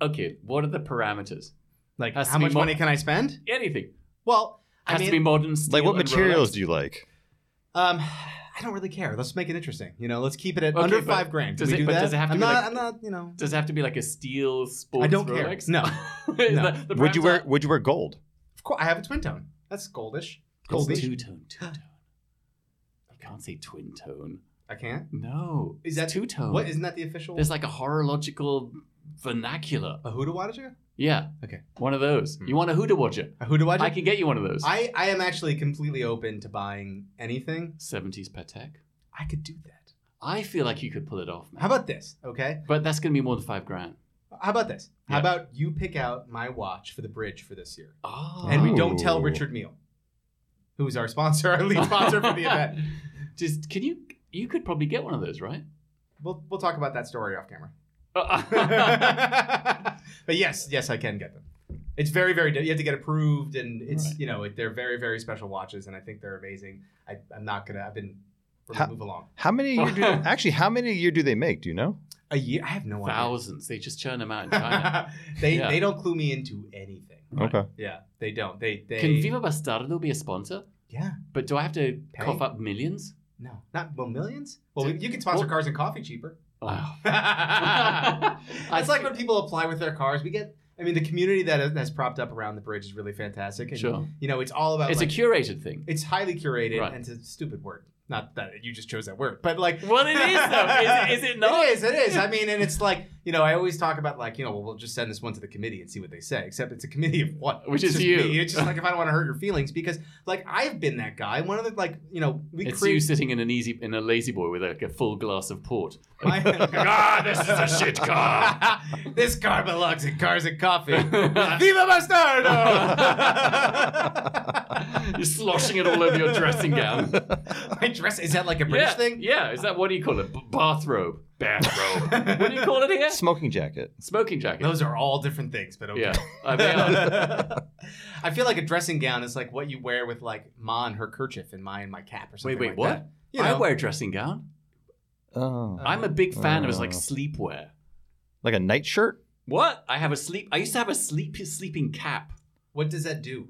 okay. What are the parameters?
Like
Has to
how
be
much
mo-
money can I spend?
Anything
Well,
has
I mean,
to be modern.
Like, what materials do you like?
um, I don't really care. Let's make it interesting. You know, let's keep it at
Okay,
under
but
five grand. Can
does
we
it-
do
but
that?
does it have to
I'm
be
not.
like-
I'm not. You know.
Does it have to be like a steel sports?
I don't care.
Rolex?
No.
Is
No.
that- the
Would you
parameter-
wear Would you wear gold?
Of course, I have a twin tone. That's goldish.
It's
Goldish.
two tone? Two tone. I can't say twin tone.
I can't.
No.
Is that-
two tone?
What isn't that the official?
Oh. There's like a horological vernacular.
a Huda Watcher?
Yeah.
Okay.
One of those.
Hmm.
You want a Huda Watcher?
A Huda Watcher?
I can get you one of those.
I I am actually completely open to buying anything.
70s Patek.
I could do that.
I feel like you could pull it off, man.
How about this? Okay.
but that's going to be more than five grand.
How about this? How
Yeah.
about you pick out my watch for the bridge for this year,
Oh.
and we don't tell
Ooh.
Richard Meel, who's our sponsor, our lead sponsor for the event.
Oh. Just can you? You could probably get one of those, right?
We'll we'll talk about that story off camera.
Uh,
but yes, yes, I can get them. It's very very. di- You have to get approved, and it's
Right.
you know they're very very special watches, and I think they're amazing. I, I'm not gonna. I've been we're
How-
gonna move along.
How many a year do they, actually? How many a year do they make? Do you know?
A year? I have no
Thousands. They just churn them out in China.
idea. they
Yeah.
they don't clue me into anything.
Right.
Okay.
Yeah, they don't. They they.
Can Viva Bastardo be a sponsor?
yeah.
But do I have to
Pay?
cough up millions?
No, not well millions. Well,
So-
you can sponsor
well-
cars and coffee cheaper.
Wow.
it's like when people apply with their cars. We get. I mean, the community that has propped up around the bridge is really fantastic. And,
Sure.
You know, it's all about.
It's
like,
a curated thing.
It's highly curated,
Right.
and it's a stupid word. Not that you just chose that word, but like.
Well, it is though. Is it, is it not?
It is. It is. I mean, and it's like you know. I always talk about like you know. Well, we'll just send this one to the committee and see what they say. Except it's a committee of one,
Which
It's
is
just
you.
me. It's just like if I don't want to hurt your feelings because like I've been that guy. One of the like you know we
It's
create
you sitting in an easy in a lazy boy with like a full glass of port.
ah,
Ah, this is a shit car.
this car belongs in cars and coffee. Viva Bastardo!
You're sloshing it all over your dressing gown.
My dress is that like a British
yeah.
thing?
Yeah. Is that what do you call it? B- bathrobe. Bathrobe. what do you call it here?
Smoking jacket.
Smoking jacket.
Those are all different things, but okay.
Yeah. I mean, uh,
I feel like a dressing gown is like what you wear with like Ma and her kerchief and my and my cap or something.
wait,
like
what?
that. You
I
know.
wear a dressing gown.
Oh,
I'm a big fan of
Uh.
like
Oh.
sleepwear.
like a nightshirt.
What? I have a sleep. I used to have a sleep sleeping cap.
What does that do?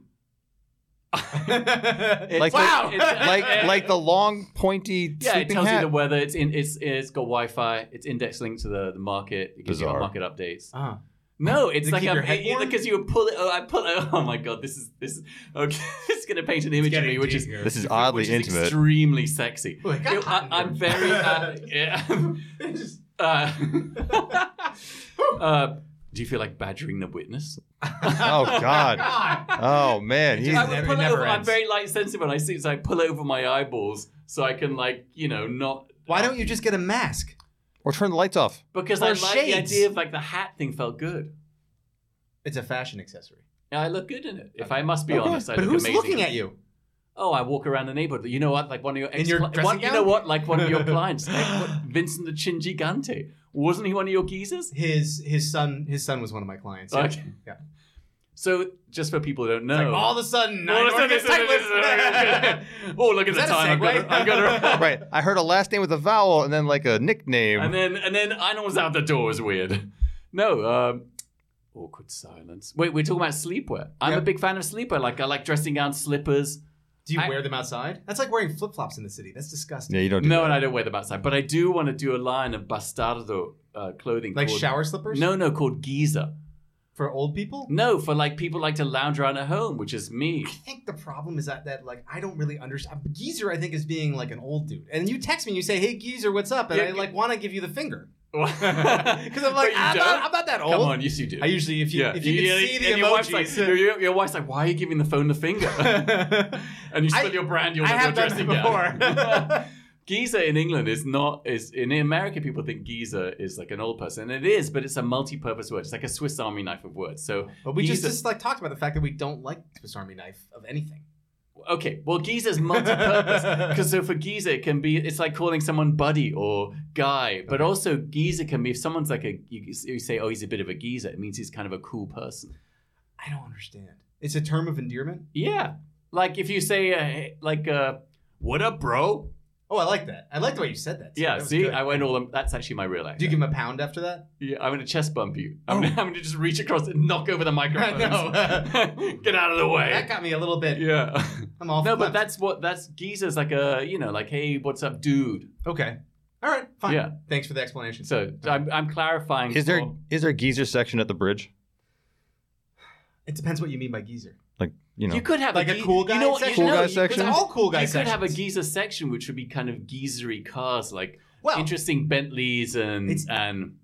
Like
wow!
the- it's-
Like like the long pointy
Yeah, it
sleeping
tells
hat.
you the weather. It's in. It's it's got Wi-Fi. It's index linked to the, the market. It gives
Bizarre.
you market updates.
Ah.
No, it's
To
like
keep your
a
head warm?
because you would pull it. Oh, I pull it. Oh my god, this is this. Is, okay, it's gonna paint an image of me, which is
This is oddly
which is
intimate.
extremely sexy.
Oh, it got
You-
hot
I,
in
I'm
here.
very. Uh, yeah.
Just-
uh, uh, do you feel like badgering the witness?
oh God. Oh man. He's,
I
It
would
never-
pull
it
it
never
over. I'm
ends.
very light sensitive when I see, so I pull over my eyeballs so I can like you know not.
Why don't you just get a mask?
or turn the lights off.
Because
Or
I like the
shades.
idea of like the hat thing felt good.
It's a fashion accessory.
Yeah, I look good in it. If I must be
Okay.
honest, I
but
look
who's
amazing.
looking at you?
Oh, I walk around the neighborhood. You know what? Like one of your ex-
In your dressing
one, you
gown?
know what? Like one of your clients, like, what- Vincent the Chin Gigante. Wasn't he one of your geezers?
His his son his son was one of my clients. yeah.
Okay.
Yeah.
So just for people who don't know, Oh,
Like, all of a sudden,
All
I
of a
don't
sudden it's-
get
it's-
ticklish.
it's- oh look at
Is
the
that a
time! I've
segue?
got, I've got
Right. I heard a last name with a vowel and then like a nickname.
and then and then I know was out the door is weird. No, um, awkward silence. Wait, we're talking about sleepwear. I'm
Yeah.
a big fan of sleepwear. Like I like dressing gown slippers.
Do you
I-
wear them outside? That's like wearing flip flops in the city. That's disgusting.
yeah, you don't. Do
No,
that.
and I don't wear them outside, but I do want to do a line of bastardo uh, clothing
Like
called,
shower slippers?
No, no, called Giza,
for old people.
No, for like people like to lounge around at home, which is me.
I think the problem is that that like I don't really understand. Geezer, I think, is being like an old dude, and you text me and you say, "Hey, Geezer, what's up?" And
Yeah,
I
g-
like want to give you the finger
Because
because I'm like, I'm not, I'm not that old.
Come on, yes, you do.
I usually, if you
yeah.
if you,
yeah,
can see the
and your wife's like,
emojis,
your, your- your wife's like, why are you giving the phone the finger? and you spill
I-
your brand, you're
I
like,
have
your
done it
dressing gown.
before.
Giza in England is not is in America. People think Giza is like an old person, and it is, but it's a multi-purpose word. It's like a Swiss Army knife of words. So
But we just,
Geezer-
just like talked about the fact that we don't like Swiss Army knife of anything.
okay, well, Giza's multi-purpose because so for Giza it can be it's like calling someone buddy or guy, but also Giza can be if someone's like a you, you say oh he's a bit of a Giza, it means he's kind of a cool person.
I don't understand. It's a term of endearment.
Yeah, like if you say uh, hey- like uh, what up, bro?
Oh, I like that. I like the way you said that. too.
Yeah,
That was
see,
good.
I went all. That's actually my real accent.
Do you give him a pound after that?
Yeah, I'm gonna chest bump you.
Oh.
I'm, gonna, I'm gonna just reach across and knock over the microphone.
know.
Get out of the way.
That got me a little bit.
yeah.
I'm off.
No, but
clip.
that's what that's Giza's like a you know like hey what's up dude.
okay. All right, fine.
Yeah.
Thanks for the explanation.
So I'm, I'm clarifying.
Is there
for-
is there a geezer section at the bridge?
it depends what you mean by geezer.
Like you know,
you could have
Like
a,
a
Gi-
cool guy
You know what? You
section?
Cool
know,
guy
you could
section?
have-
It's all cool guy
you could have a
sections.
Giza section which would be kind of geezery cars like
Well,
interesting Bentleys and
Oh. It's-
and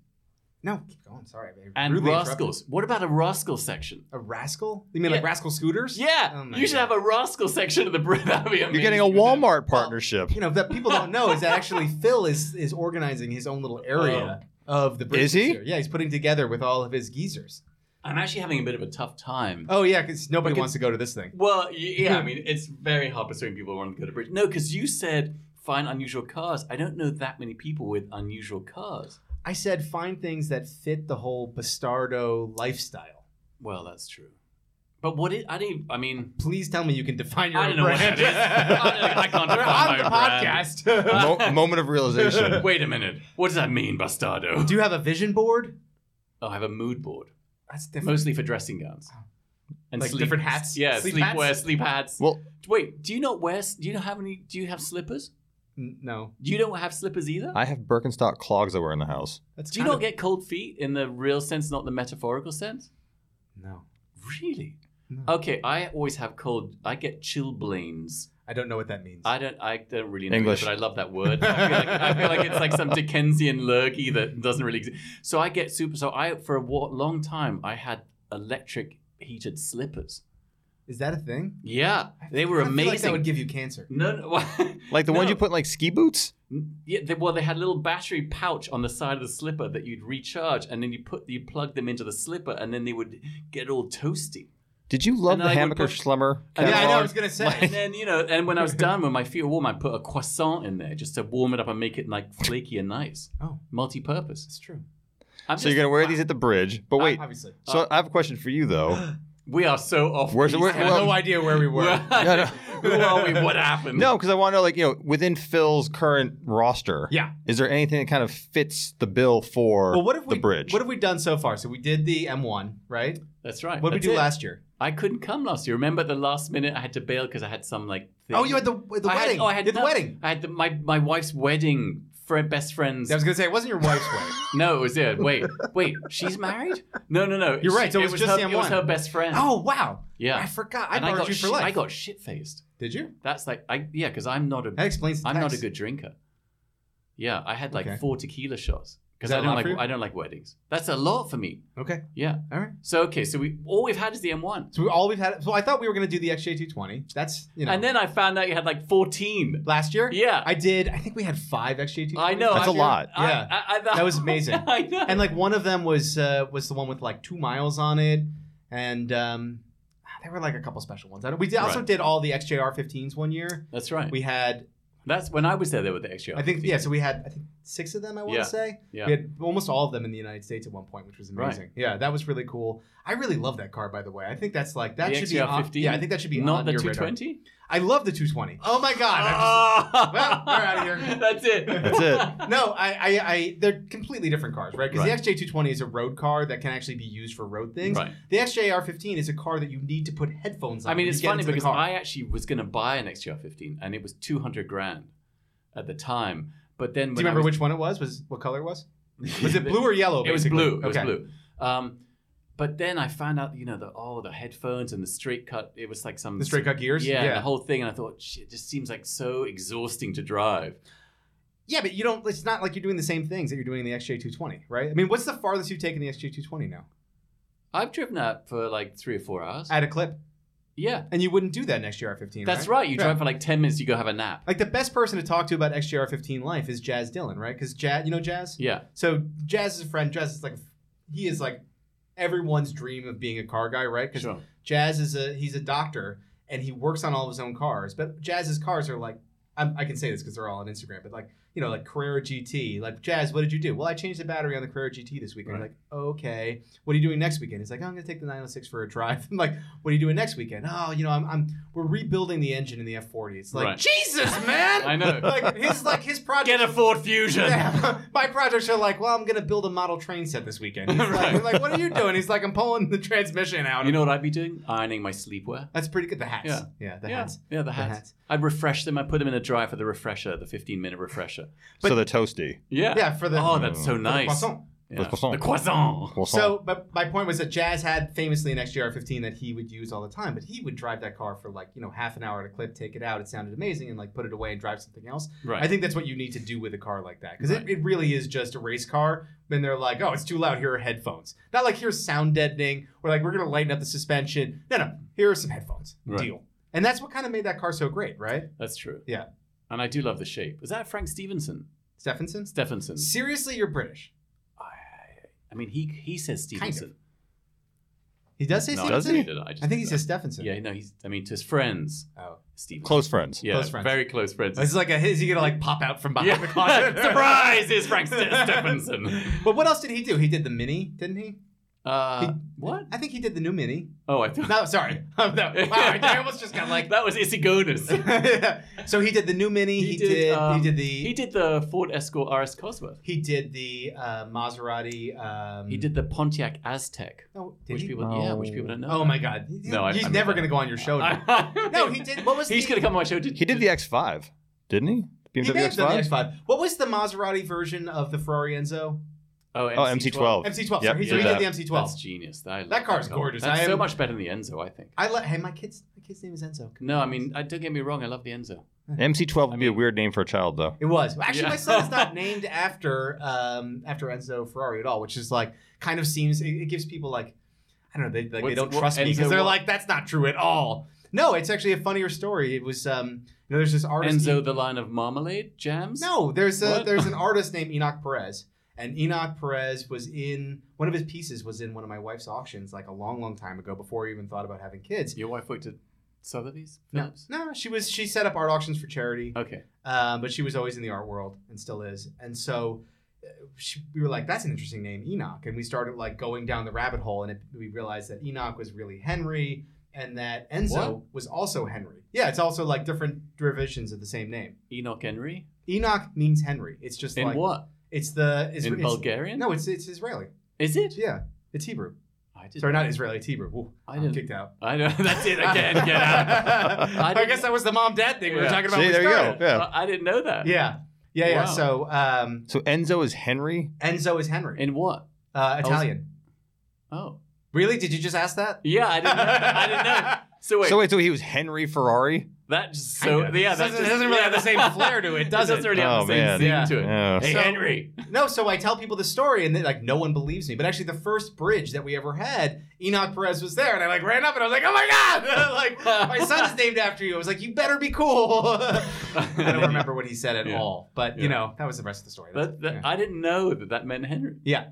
no, keep going. Sorry. I
and
rudely interrupted.
rascals. What about a rascal section?
A rascal? You mean like
Yeah.
rascal scooters?
Yeah,
Oh my
you should
God.
have a rascal section of the Brit. That'd be amazing.
you're getting a
wouldn't it?
Walmart partnership.
You know that people don't know is that actually Phil is is organizing his own little area
Oh.
of the. Bridge
Is he?
this year. Yeah, he's putting together with all of his geezers.
I'm actually having a bit of a tough time.
Oh yeah, because nobody
Because-
wants to go to this thing.
Well, y- yeah, I mean, it's very hard pursuing people who want to go to Bridge. No, because you said find unusual cars. I don't know that many people with unusual cars.
I said find things that fit the whole bastardo lifestyle.
Well, that's true. But what it, I didn't, I mean,
Please tell me you can define your
I
own
don't know what
brand.
that is. I don't- I can't
We're
define my
on the
brand.
podcast.
Mo- moment of realization.
Oh. wait a minute. What does that mean, bastardo?
Do you have a vision board?
Oh, I have a mood board,
That's different.
mostly for dressing gowns. And
Oh. Like different hats?
Yeah,
Sleep
sleepwear,
hats?
sleep hats.
Well-
wait, do you not wear, s- do you not have any, do you have slippers?
N- no,
You don't have slippers either?
I have Birkenstock clogs that were in the house.
that's
do you
kind
not
of-
get cold feet in the real sense, not the metaphorical sense?
No,
Really?
No.
Okay, I always have cold. I get chilblains.
I don't know what that means.
I don't. I don't really know,
English.
but I love that word. I feel, like, I feel like it's like some Dickensian lurgy that doesn't really exist. So I get super. So I for a wa- long time I had electric heated slippers.
is that a thing?
Yeah, they were
I feel like that
amazing.
would give you cancer.
no, no.
Like the ones
No.
you put in like ski boots.
Yeah, they, well, they had a little battery pouch on the side of the slipper that you'd recharge, and then you put you plug them into the slipper, and then they would get all toasty.
Did you love
And
the
I would
Hammaker
put-
Schlemmer?
And
yeah, I know.
catalog.
I was gonna say.
and then you know, and when I was done, when my feet were warm, I put a croissant in there just to warm it up and make it like flaky and nice.
oh,
Multi-purpose.
it's true.
I'm
So
just-
you're gonna wear these at the bridge, but wait.
Uh, obviously.
so I have a question for you though.
We are so off.
Where's-
piece.
where-
I have
well-
no idea where we were.
Yeah,
Who are we? What happened?
No, because I want to know, like you know, within Phil's current roster,
yeah.
is there anything that kind of fits the bill for
Well, what have
the
we?
bridge?
What have we done so far? So we did the M1, right?
that's right.
What did we
That's
do
it.
last year?
I couldn't come last year. Remember at the last minute I had to bail because I had some like. Thing.
Oh, you had the the
I had-
wedding.
oh, I had
You had the
no,
wedding.
I had the, my my wife's wedding. Friend, best friends.
I was gonna say it wasn't your wife's wedding.
no, it was it. Wait, wait. She's married? No, no, no.
You're right, so it was just
her,
the
It was
M1.
her best friend.
Oh wow!
yeah.
I forgot. I
and
borrowed
I got
you for
shi-
life.
I got shit faced.
Did you?
That's like I yeah, because I'm not a
That explains. The
I'm not a
text.
good drinker. Yeah, I had like
Okay.
four tequila shots because
that
I
enough
don't like
for you?
I don't like weddings. That's a lot for me.
Okay.
Yeah.
All right.
So okay, so we all we've had is the M1,
So we, all we've had. So I thought we were gonna do the XJ220. That's you know.
and then I found out you had like 14.
last year,
Yeah,
I did. I think we had five XJ220s.
I know.
That's a
I-
lot.
I-
Yeah.
I- I-
That was amazing.
I know.
And like one of them was uh, was the one with like two miles on it, and um, there were like a couple special ones. I don't, we did, also
Right.
did all the XJR15s one year.
that's right.
We had
That's when I was there. There were the extra.
I think yeah, so we had I think six of them. I want to
Yeah.
say
Yeah.
we had almost all of them in the United States at one point, which was
Right.
amazing. Yeah, that was really cool. I really love that car, by the way. I think that's like that
The
should be on,
XJR15?
yeah. I think that should be
not
on
the
your radar.
220.
I love the 220. Oh my god! I'm just- well, we're outta here.
That's it.
That's it.
no, I, I, I, they're completely different cars, right? Because
Right.
the XJ220 is a road car that can actually be used for road things.
Right.
The XJR15 is a car that you need to put headphones on.
I mean,
when
it's
you get
funny
into the
because
car.
I actually was going to buy an XGR15, and it was 200 grand at the time. But then,
Do
when
you
I
remember
was,
which one it was? Was what color it was? Was it blue or yellow?
It was
basically?
blue. It was blue. Um, But then I found out, you know, the oh, the headphones and the straight cut. It was like some
The straight cut gears.
yeah, And the whole thing. And I thought, shit, it just seems like so exhausting to drive.
Yeah, but you don't. It's not like you're doing the same things that you're doing in the XJ220, right? I mean, what's the farthest you've taken the XJ220 now?
I've driven that for like three or four hours.
At a clip,
yeah,
and you wouldn't do that in XJR15.
that's
right.
right. You
Yeah.
drive for like ten minutes, you go have a nap.
Like the best person to talk to about XJR15 life is Jazz Dillon, right? Because Jazz, you know Jazz.
Yeah,
So Jazz is a friend. Jazz is like, he is like everyone's dream of being a car guy, right? Because
sure.
Jazz is a he's a doctor and he works on all of his own cars. But Jazz's cars are like I'm, I can say this because they're all on Instagram. But like you know, like Carrera GT. Like Jazz, what did you do? Well, I changed the battery on the Carrera GT this weekend.
Right.
Like okay, what are you doing next weekend? He's like, I'm gonna take the 906 for a drive. I'm like, what are you doing next weekend? Oh, you know, I'm, I'm we're rebuilding the engine in the F40. It's like
Right.
Jesus, man.
I know.
Like his like his project.
Get a Ford Fusion.
Yeah. My projects are like, well, I'm gonna build a model train set this weekend. He's
Right.
like, like, what are you doing? He's like, I'm pulling the transmission out.
You know what I'd be doing? Ironing my sleepwear.
That's pretty good. The hats.
Yeah.
the
yeah.
hats.
Yeah, the
The
hats.
hats.
I'd refresh them. I put them in a dryer for the refresher, the 15 minute refresher.
so the toasty.
Yeah.
Yeah, for the
Oh, that's so
for the
nice.
croissant.
Yeah.
The croissant.
The croissant.
Croissant.
So, but my point was that Jazz had famously an XJR15 that he would use all the time, but he would drive that car for like you know half an hour at a clip, take it out, it sounded amazing, and like put it away and drive something else.
Right.
I think that's what you need to do with a car like that because
Right.
it, it really is just a race car. Then they're like, oh, it's too loud. Here are headphones. Not like here's sound deadening or like we're gonna lighten up the suspension. No, no, here are some headphones.
Right.
Deal. And that's what kind of made that car so great, right?
that's true.
Yeah.
And I do love the shape. Is that Frank Stevenson?
Stephenson.
Stephenson.
Seriously, you're British.
I, I mean, he he says
Kind of.
Stevenson.
He does say
No, I
Stephenson.
just needed it. just
I think
did
he
that.
says Stephenson.
Yeah, no, he's. I mean, to his friends,
Oh.
Stevenson.
Close friends.
Yeah,
close friends.
very close friends.
This is like a is he gonna like pop out from behind
Yeah.
the closet?
Surprise! It's Frank Ste- Stephenson.
But what else did he do? He did the mini, didn't he?
Uh,
He-
what?
I think he did the new mini.
Oh, I thought
No, sorry. Oh, no. Wow, I I almost just got like.
that was Issy Gonas.
so he did the new mini. He,
He
did.
did, um,
he did the.
he did the Ford Escort RS Cosworth.
he did the uh, Maserati. Um,
He did the Pontiac Aztec,
No, did
which
he?
people, yeah, which people don't know.
Oh my God!
No, I-
he's
I mean
never
that.
gonna go on your show. dude.
I-
no, he did. What was
He's
the-
gonna come on my show. Did
He did the X5, didn't he? BMW
He may have done the
X5.
X5. What was the Maserati version of the Ferrari Enzo?
Oh,
Oh, MC12.
MC12.
Yep,
sorry. He-
he
so he
did
did the MC12.
That's genius. I love
That car's
car.
gorgeous.
That's
I
so
am-
much better than the Enzo, I think.
I let. Hey, my kid's my kid's name is Enzo.
No, I mean, I, don't get me wrong. I love the Enzo.
MC12 would be a
mean-
weird name for a child, though.
It was actually
Yeah.
my son is not named after um after Enzo Ferrari at all, which is like kind of seems it, it gives people like I don't know they like, they
What's-
don't
what-
trust me
Enzo
because they're
what?
like that's not true at all. No, it's actually a funnier story. It was um you know there's this artist
Enzo, the line of marmalade jams.
no, there's a,
What?
there's an artist named Enoch Perez, and Enoch Perez was in one of his pieces was in one of my wife's auctions like a long, long time ago before we even thought about having kids.
Your wife worked at Sotheby's.
No,
Phillips?
no, she was she set up art auctions for charity.
Okay.
um, but she was always in the art world and still is. And so uh, she, we were like, that's an interesting name, Enoch. And we started like going down the rabbit hole, and it, we realized that Enoch was really Henry, and that Enzo
What?
was also Henry. Yeah, it's also like different derivations of the same name.
Enoch Henry.
Enoch means Henry. It's just
In
like
what?
it's the it's,
In
it's-
Bulgarian?
No, it's it's Israeli.
Is it?
Yeah, it's Hebrew.
I did.
Sorry, not Israeli. It's Hebrew. Ooh,
I
I am
didn't-
kicked out.
I know. That's it again. Get out.
I,
didn't-
guess that was the mom dad thing we were
Yeah.
talking about.
See,
when we
there you go.
started.
Yeah.
I, I didn't know that.
Yeah, yeah, yeah.
Wow.
So um,
So Enzo is Henry.
Enzo is Henry.
In what?
Uh,
Also-
Italian.
Oh.
really? Did you just ask that?
Yeah, I didn't. Know. I didn't know. So wait.
So wait, so he was Henry Ferrari.
that just so
Kinda.
yeah.
It
That
doesn't- it
just-
doesn't really
yeah,
have the same flair to it, does it?
doesn't really have
Oh,
the same
man.
zing
Yeah.
to it.
Yeah.
Hey
So-
Henry.
No, so I tell people the story, and they, like no one believes me. But actually, the first bridge that we ever had, Enoch Perez was there, and I like ran up and I was like, "Oh my god!" like my son is named after you. I was like, "You better be cool." I don't remember what he said at
Yeah.
all, but you
Yeah.
know that was the rest of the story. That's
That,
it.
that,
yeah.
I didn't know that that meant Henry.
Yeah.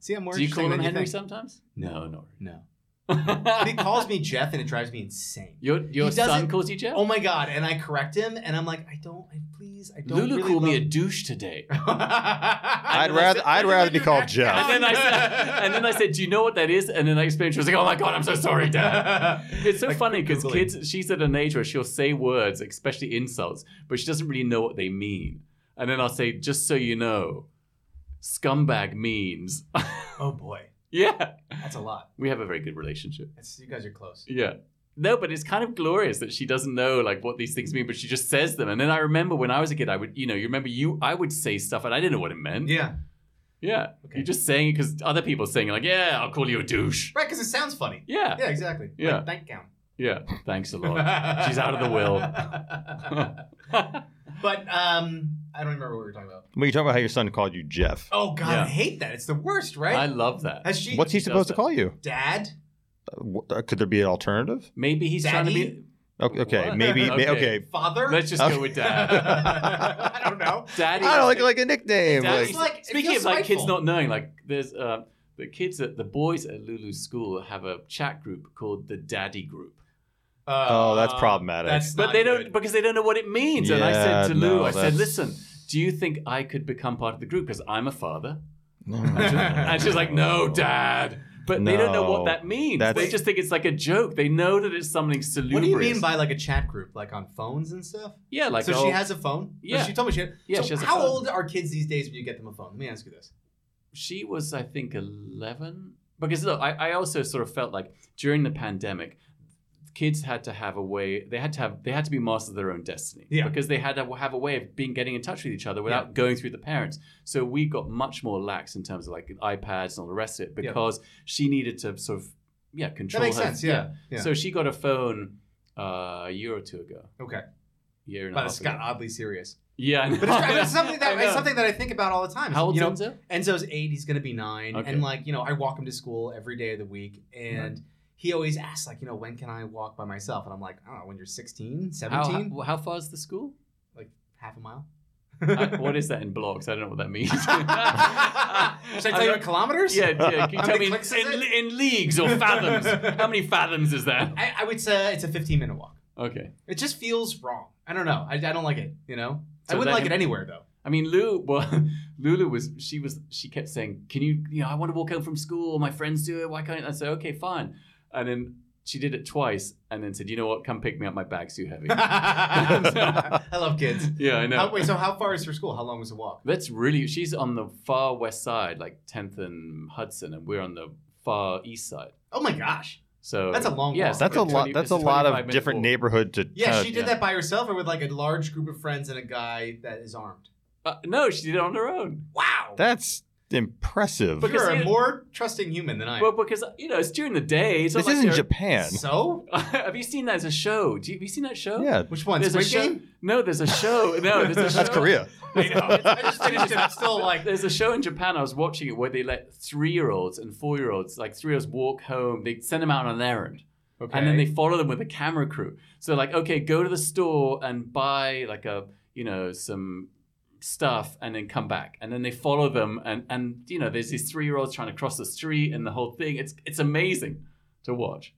See, I'm more
Do you
interesting
call him
than
Henry
think.
sometimes? No, not
No,
really.
he calls me Jeff, and it drives me insane.
your your
He doesn't-
son calls you Jeff.
Oh my god! And I correct him, and I'm like, "I don't, I, please, I don't."
Lulu
really
called me a
love-
douche today.
I'd
rather- I'd rather be called Jeff.
And then I said, and then I said, "Do you know what that is?" And then I explained. She was like, "Oh my god, I'm so sorry, Dad." It's so
Like,
funny because
Googling.
kids, she's at an age where she'll say words, especially insults, but she doesn't really know what they mean. And then I'll say, "Just so you know, scumbag means."
oh boy,
yeah,
that's a lot.
we have a very good relationship.
That's, you guys are close.
Yeah. No, but it's kind of glorious that she doesn't know like what these things mean, but she just says them. And then I remember when I was a kid, I would, you know, you remember you, I would say stuff and I didn't know what it meant.
Yeah.
Yeah. You're just saying it because other people are saying it, like, yeah, I'll call you a douche.
Right, because it sounds funny.
Yeah.
Yeah, exactly.
Yeah.
Like, thank gown.
Yeah. Thanks a lot. She's out of the will.
but um, I don't remember what we were talking about.
Well, you talk about how your son called you Jeff.
Oh God,
Yeah.
I hate that. It's the worst,
I
right?
love that.
Has she?
What's he
does
supposed to
that.
call you?
dad?
Uh, wh- uh, Could there be an alternative?
Maybe he's trying to
Daddy?
be.
O- Okay,
What?
maybe. may-
Okay.
Okay.
Father?
Let's just go with dad.
I don't know.
Daddy.
I don't like like a nickname.
Daddy's
Like,
Daddy's-
like, it
Speaking
feels
of like kids
spiteful.
not knowing, like there's uh, the kids at the boys at Lulu's school have a chat group called the Daddy Group.
oh, that's problematic.
Uh, That's
but
not
they
good.
don't because they don't know what it means. and I said
Yeah,
to Lou,
no,
I said,
that's-
listen, do you think I could become part of the group because I'm a father?
No.
And she's like, no, dad. But they don't know what
No,
that means.
that's-
They just think it's like a joke. They know that it's something salubrious.
What do you mean by like a chat group, like on phones and stuff?
yeah? Like
so
oh,
she has a phone. Or
Yeah.
she told me she had.
Yeah,
so
she has a
how
phone.
old are kids these days when you get them a phone? Let me ask you this.
she was I think eleven. Because look, I, I also sort of felt like during the pandemic, kids had to have a way. They had to have they had to be masters of their own destiny.
Yeah.
Because they had to have a way of being getting in touch with each other without going through the parents. So we got much more lax in terms of like iPads and all the rest of it because she needed to sort of yeah
That
control.
makes
her-
sense. Yeah. yeah.
So she got a phone uh, a year or two ago.
okay.
Year and a
But
half
it's
ago.
got oddly serious.
Yeah, I know.
But it's, I mean, it's something
I
that
know.
it's something that I think about all the time.
How old
you
is
know,
Enzo?
Enzo's eight. He's gonna be nine.
Okay.
And like you know, I walk him to school every day of the week, and he always asks like, you know, when can I walk by myself? And I'm like, I don't know, when you're 16,
How,
17,
how, how far is the school?
like half a mile.
I- what is that in blocks? I don't know what that means.
Should I tell you in kilometers?
Yeah, yeah. Can you
How
tell
many
me in,
clicks is
in,
it?
in leagues or fathoms? how many fathoms is that?
I, I would say it's a 15 minute walk.
Okay.
It just feels wrong. I don't know. I, I don't like it. You know,
So
I
that
wouldn't like
can-
it anywhere though.
I mean, Lou. Well, Lulu was. She was. She kept saying, "Can you? You know, I want to walk home from school. My friends do it. Why can't I?" I said, "Okay, fine." And then she did it twice, and then said, "You know what? Come pick me up. My bag's too heavy."
I love kids.
yeah, I know.
How, wait, so how far is her school? How long was the walk?
That's really she's on the far west side, like Tenth and Hudson, and we're on the far east side.
Oh my gosh.
So
That's a long
Yeah,
walk.
it's
that's a
like
lot.
20
That's
it's
a lot
25
of
minute
different
walk.
neighborhood to.
Yeah,
kinda-
she did
Uh, yeah.
that by herself or with like a large group of friends and a guy that is armed.
Uh, no, she did it on her own.
Wow.
That's impressive.
But-
You're
because
a
it-
more trusting human than I am.
Well, because you know it's during the day. It's not
this
like
isn't
they're-
Japan.
so?
have you seen that as a show? Do you, have you seen that show?
Yeah,
Which one?
There's a
Squid
show.
Game?
No, there's a show. Oh, No, there's a show.
that's Korea.
I know. I just finished it. I'm still like,
There's a show in Japan I was watching it where they let three-year-olds and four-year-olds, like three-year-olds, walk home. They send them out on an errand.
okay.
and then they follow them with a camera crew. So like, okay, go to the store and buy like a you know some stuff, and then come back. And then they follow them, and and you know there's these three year olds trying to cross the street, and the whole thing. It's it's amazing to watch.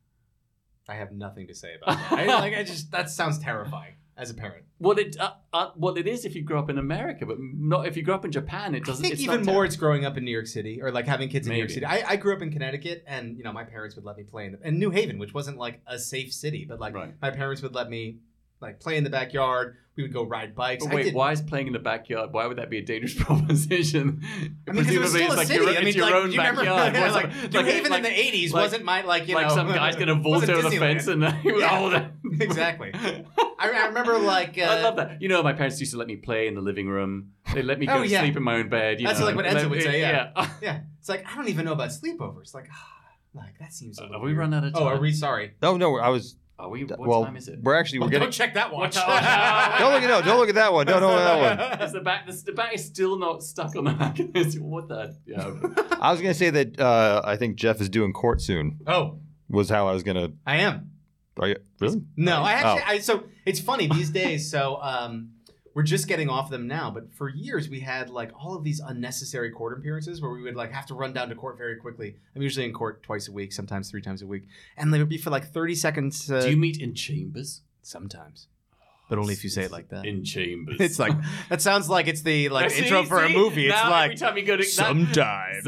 I have nothing to say about that. I, like, I just that sounds terrifying as a parent.
What it uh, uh, what it is if you grow up in America, but not if you grow up in Japan. It
I
doesn't.
think
it's
even
not
more, it's growing up in New York City or like having kids in New York
Maybe.
City. I, I grew up in Connecticut, and you know my parents would let me play in, the, in New Haven, which wasn't like a safe city, but like
Right.
my parents would let me like play in the backyard. We would go ride bikes.
But
I
wait,
did-
why is playing in the backyard? Why would that be a dangerous proposition?
I mean, because it was still a
like
city.
your,
I mean,
it's your
like,
own
do you remember,
backyard.
yeah,
What's
like,
up-
New
like,
Haven in
like-
the '80s
like-
wasn't my like you
like
know
some guy's gonna vault
wasn't
over the
Disneyland.
fence and then he would
Yeah.
hold it.
Exactly. I, I remember like uh,
I love that. You know, my parents used to let me play in the living room. They let me go
Oh, yeah.
sleep in my own bed. You
That's
know,
like what
and
Enzo
let
would
me-
say, yeah.
yeah.
uh, yeah. It's like I don't even know about sleepovers. Like, like that seems. A
Uh,
little
Have we
weird.
run out of time?
Oh, are we sorry?
No, no. I was.
Are we? What
well,
time is it?
we're actually we're
Oh,
getting.
don't check that watch.
Watch out.
Don't look at no. Don't look at that one. No, don't look at that one.
Is the back? The, the back is still not stuck on the back. of this. what the? Yeah. okay.
I was gonna say that uh, I think Jeff is doing court soon.
Oh,
Was how I was gonna.
I am.
Are you really?
No, I actually.
Oh.
I, so it's funny these days. So um, we're just getting off them now. But for years, we had like all of these unnecessary court appearances where we would like have to run down to court very quickly. I'm usually in court twice a week, sometimes three times a week, and they would be for like 30 seconds. Uh,
Do you meet in chambers?
sometimes, but only if you say it like that.
In chambers.
It's like that sounds like it's the like
See,
intro for
see?
a movie. It's
Now every
like
time you go to that-
Sometimes.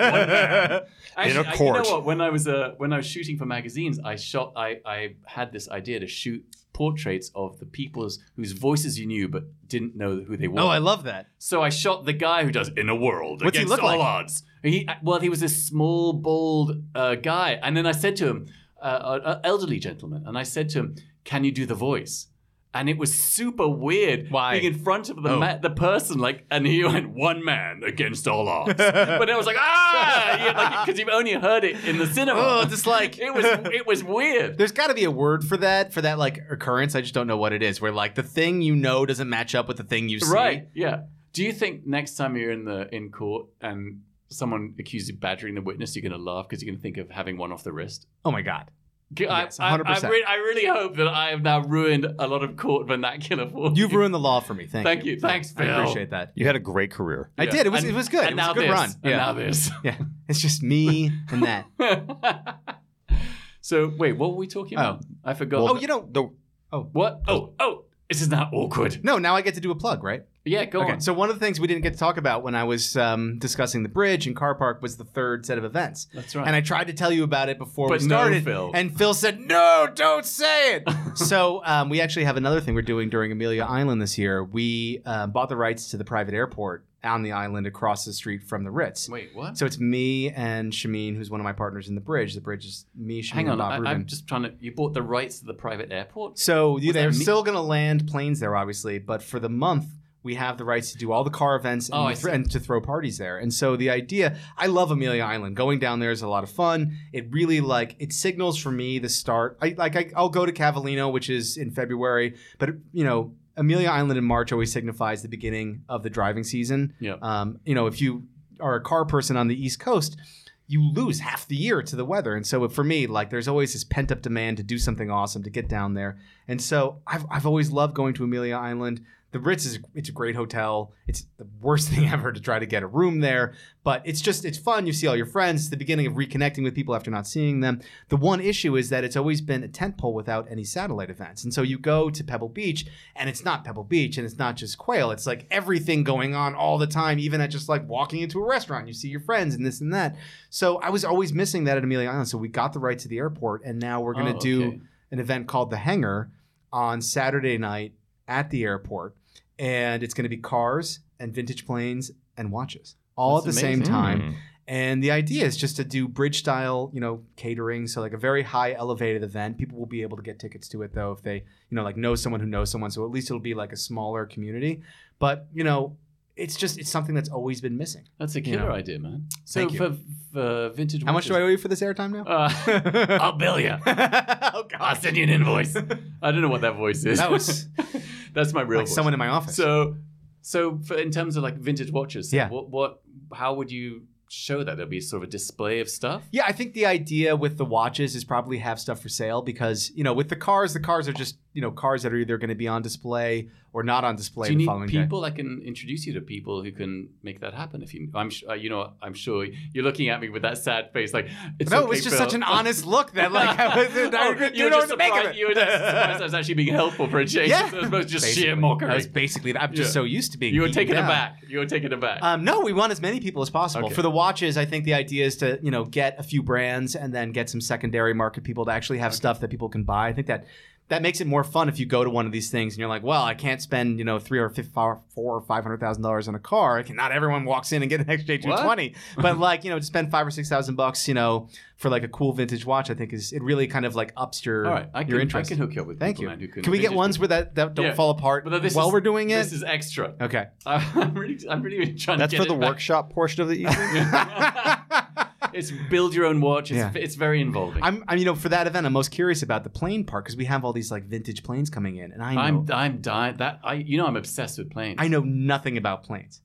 Actually,
In a
I-
court.
you know what? When I was uh, when I was shooting for magazines, I shot. I I had this idea to shoot portraits of the people's whose voices you knew but didn't know who they were.
oh, I love that.
so I shot the guy who does "In a World"
What's he
against
look
all
like?
odds. He well, he was this small, bald uh, guy, and then I said to him, uh, uh, uh, elderly gentleman, and I said to him, "Can you do the voice?" and it was super weird
Why?
being in front of the
Oh.
ma- the person like, and he went one man against all odds. but I was like, ah, because you've only heard it in the cinema.
Oh, just like
it was it was weird.
There's got to be a word for that, for that like occurrence. I just don't know what it is. Where like the thing you know doesn't match up with the thing you see.
Right? Yeah. Do you think next time you're in the in court and someone accuses you of badgering the witness, you're going to laugh because you're going to think of having one off the wrist?
Oh my god.
I,
Yes,
I-
100%.
I, re- I really hope that I have now ruined a lot of court vernacular for
You've
you.
ruined the law for me. Thank,
Thank
you.
you. Thanks,
I
Phil.
appreciate that.
You had a great career.
I
Yeah.
did. It was
And-
it was good.
And
it was
now
a good
this.
run.
And now this.
yeah. It's just me and that.
so wait, what were we talking
Oh.
about? I forgot.
Oh, you know.
The
what? Oh, oh, this is not awkward.
No, now I get to do a plug, right?
Yeah, go
okay.
on.
So one of the things we didn't get to talk about when I was um, discussing the bridge and car park was the third set of events.
That's right.
And I tried to tell you about it before
But
we
no,
started.
Phil.
And Phil said, No, don't say it. so um, we actually have another thing we're doing during Amelia Island this year. We um, bought the rights to the private airport on the island across the street from the Ritz.
wait, what?
So it's me and Shameen, who's one of my partners in the bridge. The bridge is me, Shameen,
Hang
and
on,
Bob
I,
Rubin.
I'm just trying to. You bought the rights to the private airport.
So you-
Was that
they're
me-
still going to land planes there, obviously, but for the month, we have the rights to do all the car events and,
Oh, I
th-
see.
and to throw parties there. And so the idea, I love Amelia Island. Going down there is a lot of fun. It really like it signals for me the start. I like I, I'll go to Cavallino, which is in February, but you know. Amelia Island in March always signifies the beginning of the driving season.
Yeah.
Um, you know, if you are a car person on the East Coast, you lose half the year to the weather. And so for me, like there's always this pent up demand to do something awesome, to get down there. And so I've, I've always loved going to Amelia Island. The Ritz is it's a great hotel. It's the worst thing ever to try to get a room there, but it's just it's fun. You see all your friends. It's the beginning of reconnecting with people after not seeing them. The one issue is that it's always been a tentpole without any satellite events, and so you go to Pebble Beach, and it's not Pebble Beach, and it's not just quail. It's like everything going on all the time. Even at just like walking into a restaurant, you see your friends and this and that. So I was always missing that at Amelia Island. So we got the right to the airport, and now we're gonna
Oh,
do
okay.
an event called The Hangar on Saturday night at the airport. And it's going to be cars and vintage planes and watches all
That's
at the same
amazing. Hmm.
time.
Mm.
And the idea is just to do bridge style, you know, catering. So like a very high elevated event. People will be able to get tickets to it though if they, you know, like know someone who knows someone. So at least it'll be like a smaller community. But you know, it's just it's something that's always been missing.
That's a
you
killer
know.
idea, man. So
Thank you.
for, for vintage.
How much do I owe
watches-
you for this airtime now?
Uh, I'll bill you.
oh
I'll
god,
send you an invoice. I don't know what that voice is.
That was-
that's my real
like
voice.
someone in my office.
So, so for, in terms of like vintage watches,
Yeah.
What, what, how would you show that? There'll be sort of a display of stuff.
Yeah, I think the idea with the watches is probably have stuff for sale because you know with the cars, the cars are just you know cars that are either going to be on display or not on display
Do you
the
need
following day.
people? I can introduce you to people who can make that happen. If you, I'm, sh- uh, you know, I'm sure you're looking at me with that sad face, like it's
No,
okay,
it was just
Phil.
such an honest look that like I was
Oh,
I didn't
you were
know
just
what to make of
surprised-
it.
You were just surprised I was actually being helpful for a change.
Yeah.
So it was just sheer
Basically.
mockery.
That was basically. I'm just
Yeah.
so used to being.
you were
beaten
taken
down.
aback. You were taken aback.
Um, no, we want as many people as possible.
Okay.
For the watches, I think the idea is to you know get a few brands and then get some secondary market people to actually have stuff that people can buy. I think that that makes it more fun if you go to one of these things and you're like, well, I can't spend you know three or fif- four four or five hundred thousand dollars on a car. I can, not everyone walks in and get an XJ two twenty, but like you know to spend five or six thousand bucks, you know, for like a cool vintage watch, I think is it really kind of like ups your
All right, I can,
your
I
interest.
can hook you up with
Thank
people,
you.
man, who can,
Can, we get
vintage
ones where that, that don't
Yeah.
fall apart
But this
while
is-
we're doing it?
This is extra.
okay.
I'm really, I'm really trying
That's
to
for
get
the
it back.
workshop portion of the evening.
it's build your own watch. It's, it's very involving.
I'm, I'm, you know, for that event, I'm most curious about the plane part because we have all these like vintage planes coming in, and I know,
I'm I'm dying. That I you know I'm obsessed with planes.
I know nothing about planes.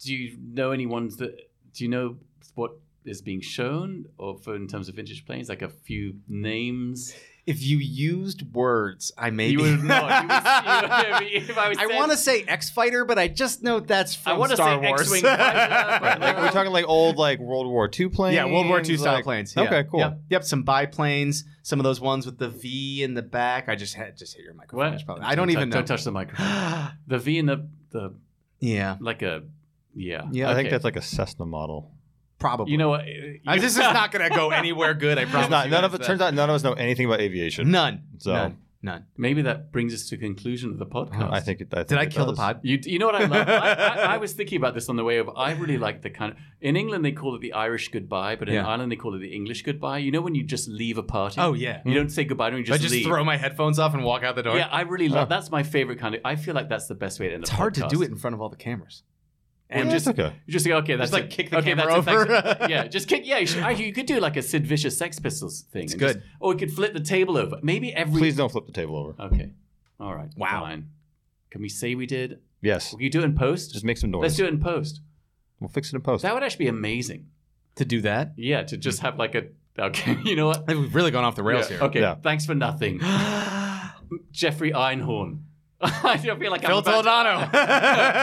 Do you know any ones that? Do you know what is being shown or for in terms of vintage planes? Like a few names.
If you used words, I maybe
You would not. You would, you, if I, was
I
saying-
want to say X Fighter, but I just know that's
I
from
wanna
Star
say
Wars.
X-Wing fighter, but-
like, we're talking like old like World War II planes.
yeah, World War II style
like-
planes.
Okay,
yeah.
cool.
Yep, yep, some biplanes, some of those ones with the V in the back. I just had just hit your microphone.
What?
It's probably- I don't
tou-
even know.
Don't touch the microphone. The V and the the
yeah,
like a yeah.
Yeah,
I think
Okay.
that's like a Cessna model.
probably.
you know what.
Uh, this is not going to go anywhere good. I promise.
It's not.
you
None
guys
of it
that.
turns out none of us know anything about aviation.
None.
So
None. None.
Maybe that brings us to the conclusion of the podcast.
I think. It, I think
Did I
it
kill
does.
the pod?
You, you know what I love? I, I, I was thinking about this on the way over. I really like the kind of. In England, they call it the Irish goodbye, but in
Yeah.
Ireland, they call it the English goodbye. You know when you just leave a party?
Oh yeah.
You don't say goodbye, to them, you
I
just,
just
leave.
throw my headphones off and walk out the door.
yeah, I really love That's my favorite kind of. I feel like that's the best way to end
It's
a
hard to
podcast.
do it in front of all the cameras.
And
Yeah,
just,
it's okay.
you just think, okay, that's
like
it.
kick the
okay,
camera
that's it,
over.
thanks. yeah, just kick. Yeah, you, should, actually, you could do like a Sid Vicious Sex Pistols thing.
It's
and just-
good.
or we could flip the table over. Maybe every.
Please don't flip the table over.
Okay. All right.
Wow.
Fine. Can we say we did?
Yes.
Can you do it in post?
Just make some noise.
Let's do it in post.
We'll fix it in post.
That would actually be amazing.
To do that,
Yeah, to just have like a okay, you know what?
we've really gone off the rails
Yeah,
here.
Okay,
Yeah.
thanks for nothing, Jeffrey Einhorn. I feel like I'm
Phil
about-
Toledano.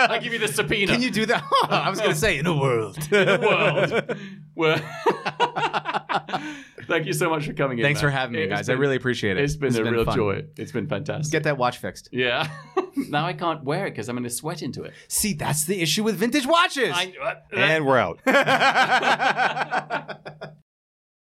I give you the subpoena.
Can you do that? I was gonna say in a world.
world? Well, Thank you so much for coming in.
Thanks for
man.
having me,
It's
guys. I
been-
really appreciate it.
It's been a real
fun.
joy. It's been fantastic.
Get that watch fixed.
yeah. now I can't wear it because I'm going to sweat into it.
See, that's the issue with vintage watches.
I,
and we're out.
I-